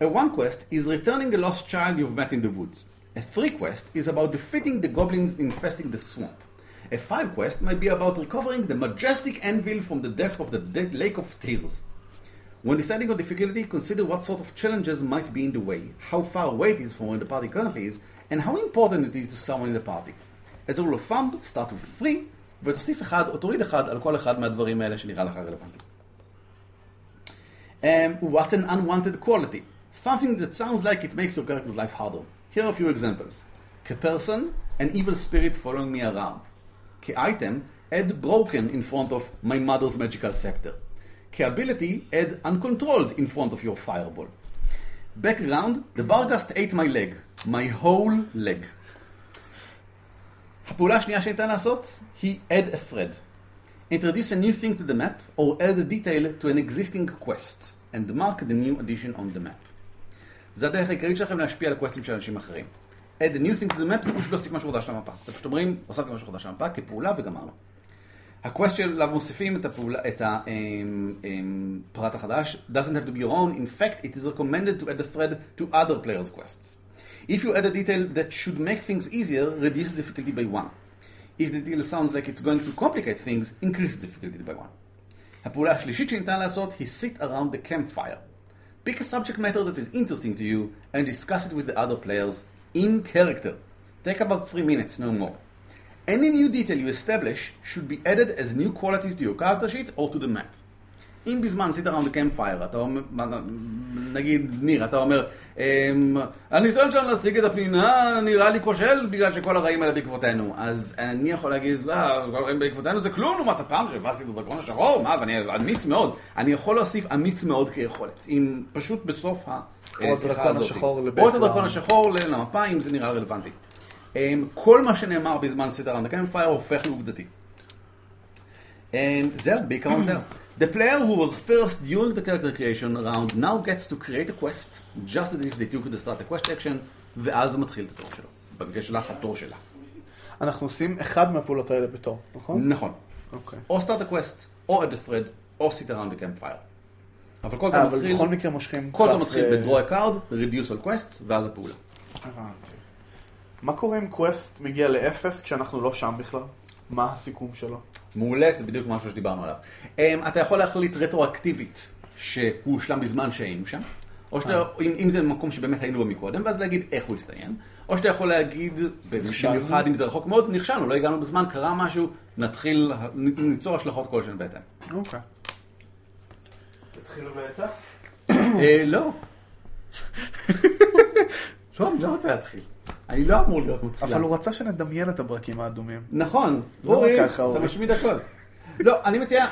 [SPEAKER 5] A one quest is returning a lost child you've met in the woods. A three quest is about defeating the goblins infesting the swamp. A five quest might be about recovering the majestic anvil from the depth of the dead lake of tears. When deciding on difficulty, consider what sort of challenges might be in the way, how far away it is from where the party currently is, and how important it is to someone in the party. As a rule of thumb, start with three, ותוסיף אחד או תוריד אחד על כל אחד מהדברים האלה שנראה לך רלוונטי. Um, what's an unwanted quality? Something that sounds like it makes your character's life harder. Here are a few examples. K-person, an evil spirit following me around. K-item, add broken in front of my mother's magical scepter. K-ability, add uncontrolled in front of your fireball. Background, the bargast ate my leg. My whole leg. הפעולה השנייה שניתן לעשות היא add a thread. Introduce a new thing to the map or add a detail to an existing quest and mark the new addition on the map. זה הדרך העיקרית שלכם להשפיע על קווסטים של אנשים אחרים. add a new thing to the map זה פשוט להוסיף משהו חדש למפה. זה פשוט אומרים, הוספתי משהו חדש למפה כפעולה וגמרנו. הקווסט שאליו מוסיפים את הפעולה, את הפרט החדש, doesn't have to be your own, in fact it is recommended to add a thread to other players' quests. If you add a detail that should make things easier, reduce the difficulty by one. If the detail sounds like it's going to complicate things, increase the difficulty by one. הפעולה השלישית שניתן לעשות היא sit around the campfire. Pick a subject matter that is interesting to you and discuss it with the other players in character. Take about 3 minutes, no more. Any new detail you establish should be added as new qualities to your character sheet or to the map. אם בזמן sit around the campfire, אתה אומר, נגיד ניר, אתה אומר, אמ, הניסיון שלנו להשיג את הפנינה נראה לי כושל בגלל שכל הרעים האלה בעקבותינו. אז אני יכול להגיד, אה, כל הרעים בעקבותינו זה כלום לעומת הפעם שהבסתי את הדרקון השחור, מה, ואני אמיץ מאוד. אני יכול להוסיף אמיץ מאוד כיכולת, אם פשוט בסוף ה...
[SPEAKER 8] או
[SPEAKER 5] שיחה
[SPEAKER 8] הדרקון
[SPEAKER 5] הזאת.
[SPEAKER 8] השחור
[SPEAKER 5] או את הדרקון
[SPEAKER 8] לבקראונד.
[SPEAKER 5] השחור למפה, אם זה נראה רלוונטי. אמ, כל מה שנאמר בזמן sit around the campfire הופך לעובדתי. And זהו, בעיקרון זהו. The player who was first during the character creation round now gets to create a quest, just as if they took the start a quest action, ואז הוא מתחיל את התור שלו. במקרה שלך, התור שלה.
[SPEAKER 8] אנחנו עושים אחד מהפעולות האלה בתור, נכון?
[SPEAKER 5] נכון.
[SPEAKER 8] אוקיי.
[SPEAKER 5] או start a quest, או add a thread, או sit around the campfire. אבל כל
[SPEAKER 8] אה,
[SPEAKER 5] דבר
[SPEAKER 8] אבל
[SPEAKER 5] מתחיל,
[SPEAKER 8] בכל מקרה מושכים...
[SPEAKER 5] כל דבר
[SPEAKER 8] קלף,
[SPEAKER 5] מתחיל
[SPEAKER 8] אה,
[SPEAKER 5] ב-draw a card, reduce all quests, ואז הפעולה.
[SPEAKER 8] הבנתי. מה קורה אם קווסט מגיע לאפס כשאנחנו לא שם בכלל? מה הסיכום שלו?
[SPEAKER 5] אמ, מעולה, זה בדיוק משהו שדיברנו עליו. Um, אתה יכול להחליט רטרואקטיבית שהוא הושלם בזמן שהיינו שם, או שאתה, אם, אם זה מקום שבאמת היינו בו מקודם, ואז להגיד איך הוא הסתיים, או שאתה יכול להגיד, במיוחד אם זה רחוק מאוד, נכשלנו, לא הגענו בזמן, קרה משהו, נתחיל, נ- ניצור השלכות כלשהן בהתאם.
[SPEAKER 8] אוקיי. תתחילו בעטה?
[SPEAKER 5] אה, לא. לא, אני לא רוצה להתחיל. אני לא אמור להיות מתחילה.
[SPEAKER 8] אבל הוא רצה שנדמיין את הברקים האדומים.
[SPEAKER 5] נכון,
[SPEAKER 8] לא
[SPEAKER 5] אורי,
[SPEAKER 8] ככה,
[SPEAKER 5] אתה
[SPEAKER 8] אורי.
[SPEAKER 5] משמיד הכל. לא, אני מציע,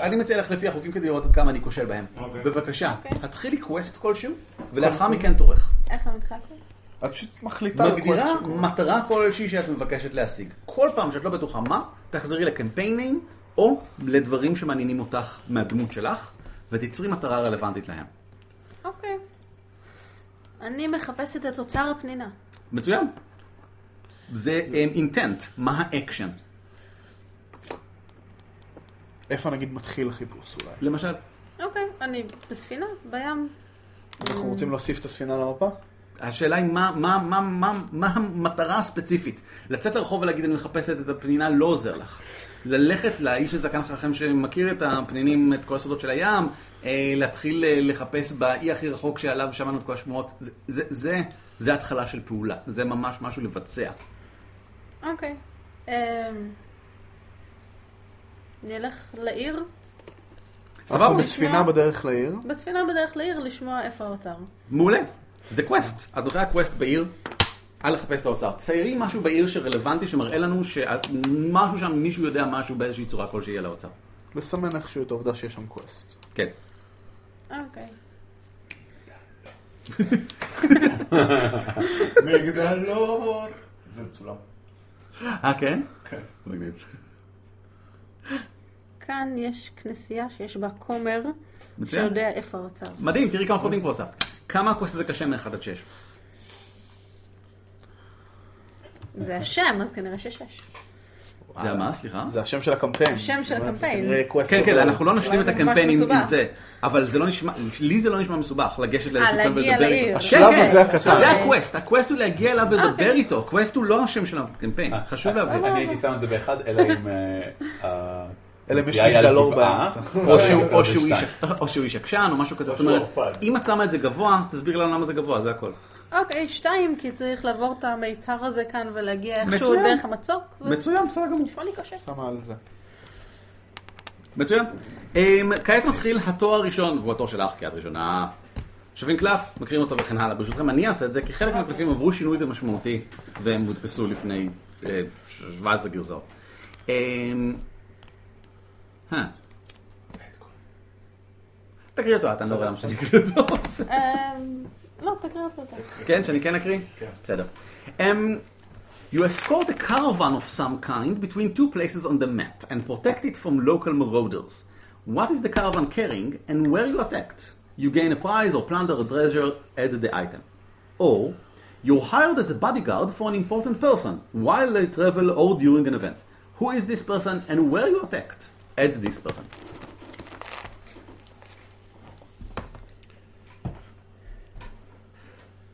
[SPEAKER 5] אני מציע לך לפי החוקים כדי לראות עד כמה אני כושל בהם. בבקשה,
[SPEAKER 9] אוקיי.
[SPEAKER 5] התחילי קווסט כלשהו, ולאחר מכן תורך.
[SPEAKER 9] איך לא נדחקנו?
[SPEAKER 8] את פשוט מחליטה על
[SPEAKER 5] מגדירה
[SPEAKER 8] כל-
[SPEAKER 5] מטרה כלשהי שאת מבקשת להשיג. כל פעם שאת לא בטוחה מה, תחזרי לקמפיינים, או לדברים שמעניינים אותך מהדמות שלך, ותצרי מטרה רלוונטית להם.
[SPEAKER 9] אוקיי. אני מחפשת את אוצר הפנינה.
[SPEAKER 5] מצוין. זה אינטנט, מה האקשן.
[SPEAKER 8] איפה נגיד מתחיל החיפוש אולי?
[SPEAKER 5] למשל,
[SPEAKER 9] אוקיי, אני בספינה, בים. אה.
[SPEAKER 8] אנחנו רוצים להוסיף את הספינה למפה?
[SPEAKER 5] השאלה היא מה, מה, מה, מה, מה המטרה הספציפית. לצאת לרחוב ולהגיד אני מחפשת את הפנינה לא עוזר לך. ללכת לאיש הזקן חכם שמכיר את הפנינים, את כל הסודות של הים, אה, להתחיל אה, לחפש באי הכי רחוק שעליו שמענו את כל השמועות, זה, זה, זה, זה התחלה של פעולה, זה ממש משהו לבצע.
[SPEAKER 9] אוקיי. אמ, נלך לעיר,
[SPEAKER 8] אנחנו
[SPEAKER 5] סבבה?
[SPEAKER 8] בספינה בדרך לעיר.
[SPEAKER 9] בספינה בדרך לעיר, לשמוע איפה האוצר.
[SPEAKER 5] מעולה, זה קווסט. את נותנת קווסט בעיר, אל לחפש את האוצר. ציירי משהו בעיר שרלוונטי, שמראה לנו שמשהו שם, מישהו יודע משהו באיזושהי צורה כלשהי על האוצר.
[SPEAKER 8] לסמן איכשהו את העובדה שיש שם קווסט.
[SPEAKER 5] כן.
[SPEAKER 9] אוקיי.
[SPEAKER 4] מגדלור. זה מצולם.
[SPEAKER 5] אה, כן? מגניב.
[SPEAKER 9] כאן יש כנסייה שיש בה כומר
[SPEAKER 5] מצוין.
[SPEAKER 9] שיודע איפה האוצר.
[SPEAKER 5] מדהים, תראי כמה פרטים כבר הוספת. כמה הקווסט הזה קשה מ-1 עד 6?
[SPEAKER 9] זה השם, אז כנראה ששש.
[SPEAKER 5] זה המה, סליחה?
[SPEAKER 8] זה השם של הקמפיין.
[SPEAKER 9] השם של
[SPEAKER 8] זאת אומרת, זה
[SPEAKER 9] הקמפיין.
[SPEAKER 8] כנראה קווסט
[SPEAKER 5] כן, כן,
[SPEAKER 8] גדול.
[SPEAKER 5] אנחנו לא נשלים את
[SPEAKER 9] ממש
[SPEAKER 5] הקמפיין עם
[SPEAKER 9] מסובך.
[SPEAKER 5] עם זה. אבל זה לא נשמע, לי זה לא נשמע מסובך, לגשת לאיזשהו
[SPEAKER 9] להגיע
[SPEAKER 5] כתב ולדבר
[SPEAKER 9] לעיר.
[SPEAKER 5] איתו.
[SPEAKER 8] השלב
[SPEAKER 5] כן,
[SPEAKER 8] הזה
[SPEAKER 5] כן.
[SPEAKER 8] הקטן.
[SPEAKER 5] זה הקווסט, הקווסט הוא להגיע אליו ולדבר
[SPEAKER 9] אוקיי.
[SPEAKER 5] איתו. הקווסט הוא לא השם של הקמפיין, חשוב להבין.
[SPEAKER 1] אני הייתי שם את זה באחד, אלא אם... אה, ה-
[SPEAKER 8] אלא אם יש
[SPEAKER 1] הנסיעה היא על
[SPEAKER 8] מגדלור
[SPEAKER 1] גבעה,
[SPEAKER 8] באמצע.
[SPEAKER 1] או
[SPEAKER 5] או
[SPEAKER 1] שהוא-
[SPEAKER 5] שהוא- או
[SPEAKER 1] זה
[SPEAKER 5] שהוא
[SPEAKER 1] שתיים.
[SPEAKER 5] איש- או שהוא איש עקשן או משהו כזה, זאת
[SPEAKER 4] שהוא
[SPEAKER 5] אומרת,
[SPEAKER 4] ערפד.
[SPEAKER 5] אם את שמה את זה גבוה, תסביר לנו למה זה גבוה, זה הכל.
[SPEAKER 9] אוקיי, שתיים, כי צריך לעבור את המיצר הזה כאן ולהגיע איכשהו
[SPEAKER 5] מצוין.
[SPEAKER 9] דרך המצוק. ו-
[SPEAKER 5] מצוין, בסדר גמור.
[SPEAKER 9] נשמע לי קשה.
[SPEAKER 8] שמה על זה.
[SPEAKER 5] מצוין. אמ, כעת מתחיל התואר הראשון, והוא התואר שלך כיד ראשונה. שווים קלף, מכירים אותו וכן הלאה. ברשותכם, אני אעשה את זה, כי חלק מהקלפים עברו שינוי ומשמעותי, והם הודפסו לפני אה, 17 גרסאות. אמ, אה. תקריא אותו, אתה אני לא רואה למה שאני אקריא אותו.
[SPEAKER 9] אמ, לא, תקריא אותו.
[SPEAKER 5] כן, שאני כן אקריא? כן. בסדר. Um, you escort a caravan of some kind between two places on the map and protect it from local marauders. What is the caravan carrying and where you attacked? You gain a prize or plunder a treasure, add the item. Or, you're hired as a bodyguard for an important person while they travel or during an event. Who is this person and where you attacked? Add this person.
[SPEAKER 8] אוקיי.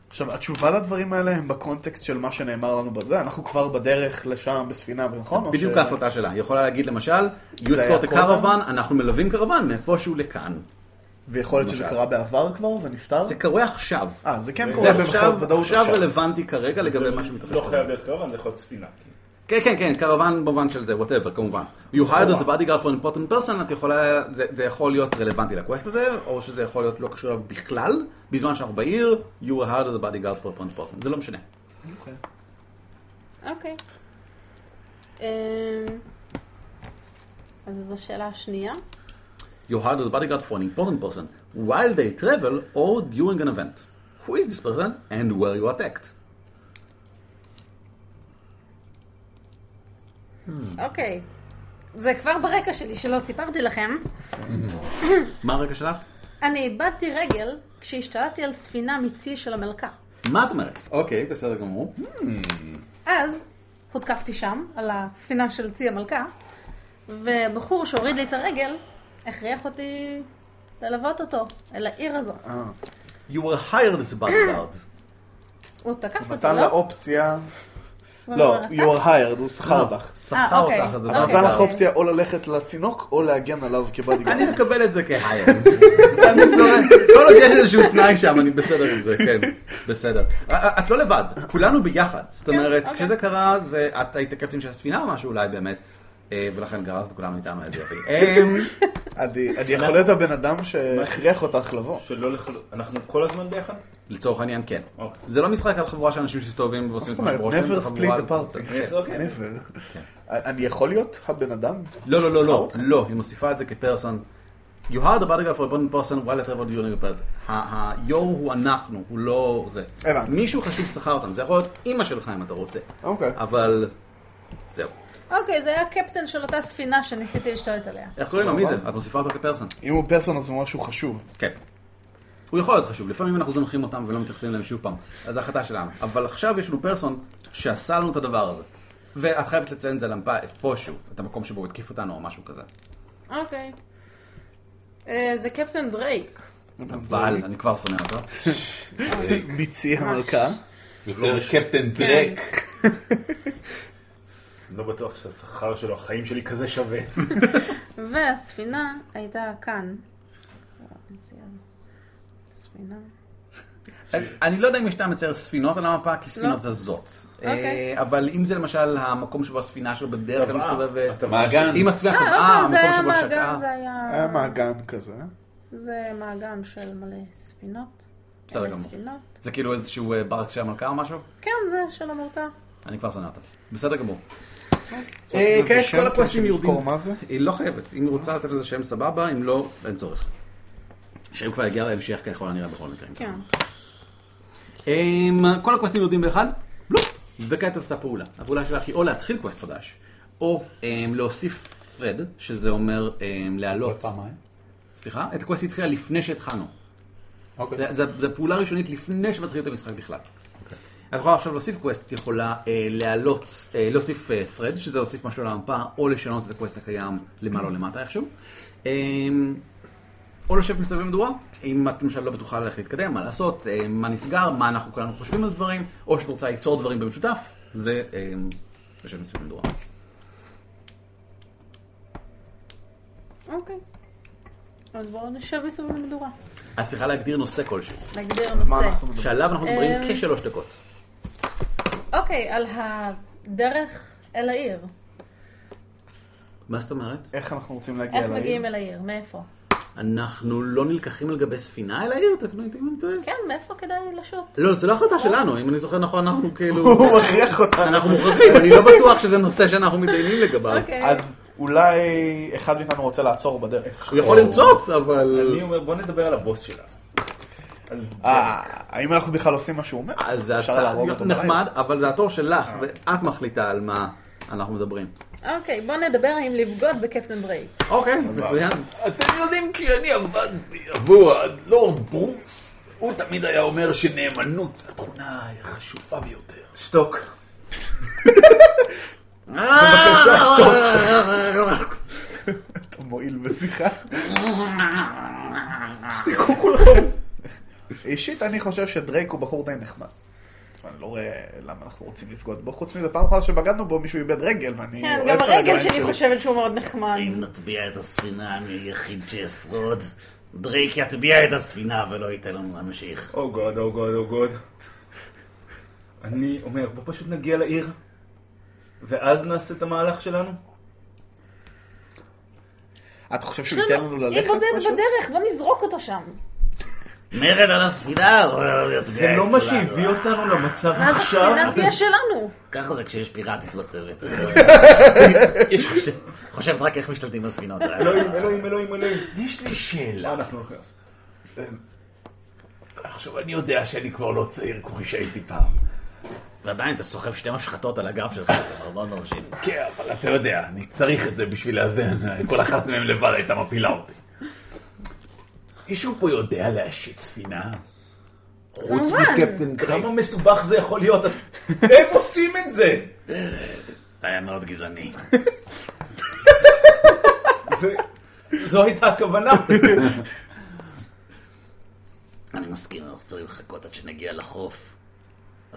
[SPEAKER 8] עכשיו, התשובה לדברים האלה הם בקונטקסט של מה שנאמר לנו בזה. אנחנו כבר בדרך לשם בספינה, נכון? או
[SPEAKER 5] בדיוק
[SPEAKER 8] ש-
[SPEAKER 5] ההחלטה שלה. היא יכולה להגיד למשל, you
[SPEAKER 8] זה היה
[SPEAKER 5] escort a
[SPEAKER 8] קודם?
[SPEAKER 5] caravan, אנחנו מלווים קרוון מאיפשהו לכאן.
[SPEAKER 8] ויכול להיות שזה
[SPEAKER 5] למשל.
[SPEAKER 8] קרה בעבר כבר ונפטר?
[SPEAKER 5] זה קורה עכשיו.
[SPEAKER 8] אה, זה כן קורה
[SPEAKER 5] זה עכשיו,
[SPEAKER 8] בוודאות
[SPEAKER 5] עכשיו
[SPEAKER 8] עכשיו.
[SPEAKER 5] רלוונטי כרגע לגבי מה שמתרחש.
[SPEAKER 4] לא חייב להיות קרוון, זה יכול להיות ספינה.
[SPEAKER 5] כן, כן, כן, קרוון במובן של זה, whatever, כמובן. You hired as a bodyguard for an important person, את יכולה, זה, זה יכול להיות רלוונטי לקווסט הזה, או שזה יכול להיות לא קשור אליו בכלל, בזמן שאנחנו בעיר, you were hired as a bodyguard for an important person, זה לא משנה.
[SPEAKER 9] אוקיי. אמ, אז זו השאלה השנייה.
[SPEAKER 5] You hired as a bodyguard for an important person, while they travel or during an event. Who is this person and where you attacked?
[SPEAKER 9] אוקיי. זה כבר ברקע שלי שלא סיפרתי לכם.
[SPEAKER 5] מה הרגע שלך?
[SPEAKER 9] אני איבדתי רגל כשהשתלטתי על ספינה מצי של המלכה.
[SPEAKER 5] מה את אומרת? אוקיי, בסדר גמור.
[SPEAKER 9] אז הותקפתי שם, על הספינה של צי המלכה, ובחור שהוריד לי את הרגל, הכריח אותי ללוות אותו אל העיר הזו.
[SPEAKER 8] אה,
[SPEAKER 5] You were hired as a bodyguard.
[SPEAKER 9] הוא תקף אותי,
[SPEAKER 8] נתן לה
[SPEAKER 9] לא?
[SPEAKER 8] אופציה לא, you are hired, הוא
[SPEAKER 5] לא.
[SPEAKER 8] שכר אותך.
[SPEAKER 9] אה,
[SPEAKER 5] שכר
[SPEAKER 9] אוקיי.
[SPEAKER 5] אותך, אז זה
[SPEAKER 9] אוקיי.
[SPEAKER 5] דבר.
[SPEAKER 8] נתן לך אופציה או ללכת לצינוק או להגן עליו כבדיגר.
[SPEAKER 5] אני מקבל את זה כהייר. אני זורק, כל עוד יש איזשהו תנאי שם, אני בסדר עם זה, כן, בסדר. אה, את לא לבד, כולנו ביחד.
[SPEAKER 8] כן,
[SPEAKER 5] זאת אומרת,
[SPEAKER 9] אוקיי.
[SPEAKER 5] כשזה קרה, זה- את היית קפטן של הספינה או משהו אולי באמת, אה, ולכן גררת את כולנו איתנו, איזה יופי. אמ,
[SPEAKER 8] אני אני יכול להיות הבן אדם שהכריח אותך לבוא.
[SPEAKER 4] שלא לחלוק, אנחנו כל הזמן ביחד?
[SPEAKER 5] לצורך העניין, כן.
[SPEAKER 4] אוקיי.
[SPEAKER 5] זה לא משחק על חבורה של אנשים שמסתובבים ועושים
[SPEAKER 8] זאת אומרת,
[SPEAKER 5] שבראש שלהם,
[SPEAKER 8] never
[SPEAKER 5] זה חבורה-
[SPEAKER 8] split the party.
[SPEAKER 4] אז אוקיי.
[SPEAKER 8] never. אני יכול להיות הבן אדם?
[SPEAKER 5] לא, לא, לא,
[SPEAKER 8] שכר
[SPEAKER 5] לא,
[SPEAKER 8] אותך?
[SPEAKER 5] לא, היא מוסיפה את זה כפרסון. You are the bodyguard for a bond person while at revel during a part. ה-your הוא אנחנו, הוא לא זה.
[SPEAKER 8] הבנתי.
[SPEAKER 5] מישהו חשוב שכר אותם, זה יכול להיות אימא שלך אם אתה רוצה.
[SPEAKER 8] אוקיי.
[SPEAKER 5] אבל זהו.
[SPEAKER 9] אוקיי, זה היה הקפטן של אותה ספינה שניסיתי להשתלט עליה.
[SPEAKER 5] איך קוראים לו? מי זה? את מוסיפה אותו כפרסון.
[SPEAKER 8] אם הוא פרסון אז הוא משהו חשוב.
[SPEAKER 5] כן. הוא יכול להיות חשוב, לפעמים אנחנו זונחים אותם ולא מתייחסים אליהם שוב פעם. אז זו החלטה שלנו. אבל עכשיו יש לנו פרסון שעשה לנו את הדבר הזה. ואת חייבת לציין את זה למפה איפשהו, את המקום שבו הוא התקיף אותנו או משהו כזה.
[SPEAKER 9] אוקיי. אה, זה קפטן דרייק.
[SPEAKER 5] אבל אני כבר שונא אותו.
[SPEAKER 8] ביצי המלכה.
[SPEAKER 1] יותר קפטן דרק.
[SPEAKER 4] לא בטוח שהשכר שלו, החיים שלי כזה שווה.
[SPEAKER 9] והספינה הייתה כאן. ספינה.
[SPEAKER 5] אני לא יודע אם יש טעם לצייר ספינות על המפה, כי ספינות
[SPEAKER 9] לא.
[SPEAKER 5] זזות.
[SPEAKER 9] אוקיי.
[SPEAKER 5] אה, אבל אם זה למשל המקום שבו הספינה שלו בדרך כלל מסתובבת...
[SPEAKER 4] אתה
[SPEAKER 1] מעגן.
[SPEAKER 5] אם הספינה
[SPEAKER 9] אה,
[SPEAKER 5] טבעה,
[SPEAKER 9] אוקיי, זה
[SPEAKER 5] המקום
[SPEAKER 9] היה
[SPEAKER 5] שבו שקעה...
[SPEAKER 9] מעגן, זה היה...
[SPEAKER 8] היה מעגן כזה.
[SPEAKER 9] זה מעגן של מלא ספינות.
[SPEAKER 5] בסדר
[SPEAKER 9] אלה
[SPEAKER 5] גמור.
[SPEAKER 9] ספינות.
[SPEAKER 5] זה כאילו איזשהו אה, ברק של המלכה או משהו?
[SPEAKER 9] כן, זה של המלכה.
[SPEAKER 5] אני כבר שונא אותה. בסדר גמור.
[SPEAKER 9] אוקיי.
[SPEAKER 8] זה
[SPEAKER 5] כן,
[SPEAKER 8] שם
[SPEAKER 5] כל הקווסטים
[SPEAKER 8] כדי שנזכור
[SPEAKER 5] יורדים.
[SPEAKER 8] מה זה?
[SPEAKER 5] היא לא חייבת, אם היא רוצה לתת לזה שם סבבה, אם לא, אין צורך. שם כבר יגיע להמשך ככל הנראה בכל מקרה.
[SPEAKER 9] כן.
[SPEAKER 5] אמ, כל הקווסטים יורדים באחד, בלופ, וכעת עושה פעולה. הפעולה שלך היא או להתחיל קווסט חדש, או אמ, להוסיף פרד, שזה אומר אמ, להעלות.
[SPEAKER 1] פעמיים.
[SPEAKER 5] סליחה? את הקווסט התחילה לפני שהתחלנו.
[SPEAKER 1] אוקיי.
[SPEAKER 5] זה- זה- זו פעולה ראשונית לפני שמתחילים את המשחק בכלל. את יכולה עכשיו להוסיף קווסט, את יכולה אה, להעלות, אה, להוסיף אה, thread, שזה להוסיף משהו למפה, או לשנות את הקווסט הקיים למעלה או למטה איכשהו. אה, או לשבת מסביב מדורה, אם את למשל לא בטוחה איך להתקדם, מה לעשות, אה, מה נסגר, מה אנחנו כולנו חושבים על דברים, או שאת רוצה ליצור דברים במשותף, זה אה, לשבת מסביב מדורה.
[SPEAKER 9] אוקיי. אז בואו נשב מסביב למדורה.
[SPEAKER 5] את צריכה להגדיר נושא כלשהו,
[SPEAKER 9] נגדיר
[SPEAKER 8] מה
[SPEAKER 9] נושא.
[SPEAKER 8] אנחנו מדברים?
[SPEAKER 5] שעליו אנחנו מדברים
[SPEAKER 9] אה,
[SPEAKER 5] כשלוש דקות.
[SPEAKER 9] אוקיי, על הדרך אל העיר.
[SPEAKER 5] מה זאת אומרת?
[SPEAKER 8] איך אנחנו רוצים להגיע
[SPEAKER 9] איך
[SPEAKER 8] לעיר?
[SPEAKER 9] מגיעים אל העיר? מאיפה?
[SPEAKER 5] אנחנו לא נלקחים על גבי ספינה אל העיר? תקנו אותי אם אני טועה.
[SPEAKER 9] כן, מאיפה כדאי לשוט?
[SPEAKER 5] לא, זה לא החלטה שלנו, אם אני זוכר נכון, אנחנו כאילו...
[SPEAKER 8] הוא מכריח אותנו.
[SPEAKER 5] אנחנו מוכרחים, אני לא בטוח שזה נושא שאנחנו מתדיינים לגביו.
[SPEAKER 9] אוקיי.
[SPEAKER 8] אז אולי אחד מאיתנו רוצה לעצור בדרך.
[SPEAKER 5] הוא יכול למצוץ, אבל...
[SPEAKER 4] אני אומר, בוא נדבר על הבוס שלה. על-
[SPEAKER 8] אה, האם אנחנו בכלל עושים מה שהוא אומר?
[SPEAKER 5] אז זה
[SPEAKER 8] אפשר
[SPEAKER 5] הצעה
[SPEAKER 8] להרוג אותו
[SPEAKER 5] נחמד, אבל זה התור שלך, ואת מחליטה על מה אנחנו מדברים.
[SPEAKER 9] אוקיי, בואו נדבר האם לבגוד בקפטן דרייק.
[SPEAKER 5] אוקיי, מצוין.
[SPEAKER 1] אתם יודעים, כשאני עבדתי עבור הלורד ברוס, הוא תמיד היה אומר שנאמנות זו התכונה החשובה ביותר.
[SPEAKER 4] שתוק.
[SPEAKER 8] אתה מועיל בשיחה. אישית אני חושב שדרייק הוא בחור די נחמד. אני לא רואה למה אנחנו רוצים לבגוד בו, חוץ מזה פעם אחת שבגדנו בו מישהו איבד רגל ואני
[SPEAKER 9] כן,
[SPEAKER 8] אוהב
[SPEAKER 9] גם
[SPEAKER 8] את
[SPEAKER 9] הרגל
[SPEAKER 8] הרגליים
[SPEAKER 9] שלי חושבת שהוא מאוד נחמד.
[SPEAKER 10] אם נטביע את הספינה, אני היחיד שאשרוד. דרייק יטביע את הספינה ולא ייתן לנו
[SPEAKER 11] Oh
[SPEAKER 10] להמשיך.
[SPEAKER 4] או גוד, או גוד, או גוד. אני אומר, בוא פשוט נגיע לעיר, ואז נעשה את המהלך שלנו.
[SPEAKER 8] אתה חושב
[SPEAKER 9] לא,
[SPEAKER 8] שהוא ייתן לנו
[SPEAKER 9] אי
[SPEAKER 8] ללכת?
[SPEAKER 9] בודד
[SPEAKER 8] משהו?
[SPEAKER 9] בדרך, בוא נזרוק אותו שם.
[SPEAKER 10] מרד על הספינה! הוא יטביע
[SPEAKER 4] זה
[SPEAKER 10] את
[SPEAKER 4] לא מה
[SPEAKER 10] כולנו.
[SPEAKER 4] שהביא אותנו למצב
[SPEAKER 9] אז
[SPEAKER 4] עכשיו.
[SPEAKER 9] הספינה תהיה שלנו.
[SPEAKER 10] ככה זה כשיש פיראטית בצוות. חושבת רק איך משתלטים בספינות.
[SPEAKER 4] אלוהים, אלוהים, אלוהים, אלוהים.
[SPEAKER 1] יש לי
[SPEAKER 4] מה
[SPEAKER 1] שאלה.
[SPEAKER 4] אנחנו לא הולכים לעשות?
[SPEAKER 1] עכשיו, אני יודע שאני כבר לא צעיר כמו שהייתי פעם.
[SPEAKER 10] ועדיין אתה סוחב שתי משחטות על הגב שלך, זה מאוד מרשים.
[SPEAKER 1] כן, אבל אתה יודע, אני צריך את זה בשביל לאזן, כל אחת מהן לבד הייתה מפילה אותי. מישהו פה יודע להשיט ספינה? חוץ
[SPEAKER 9] כמובן.
[SPEAKER 1] מקפטן דרייק.
[SPEAKER 4] כמה מסובך זה יכול להיות? הם עושים את זה!
[SPEAKER 10] זה היה מאוד גזעני.
[SPEAKER 4] זה- זו הייתה הכוונה.
[SPEAKER 10] אני מסכים, אנחנו צריכים לחכות עד שנגיע לחוף.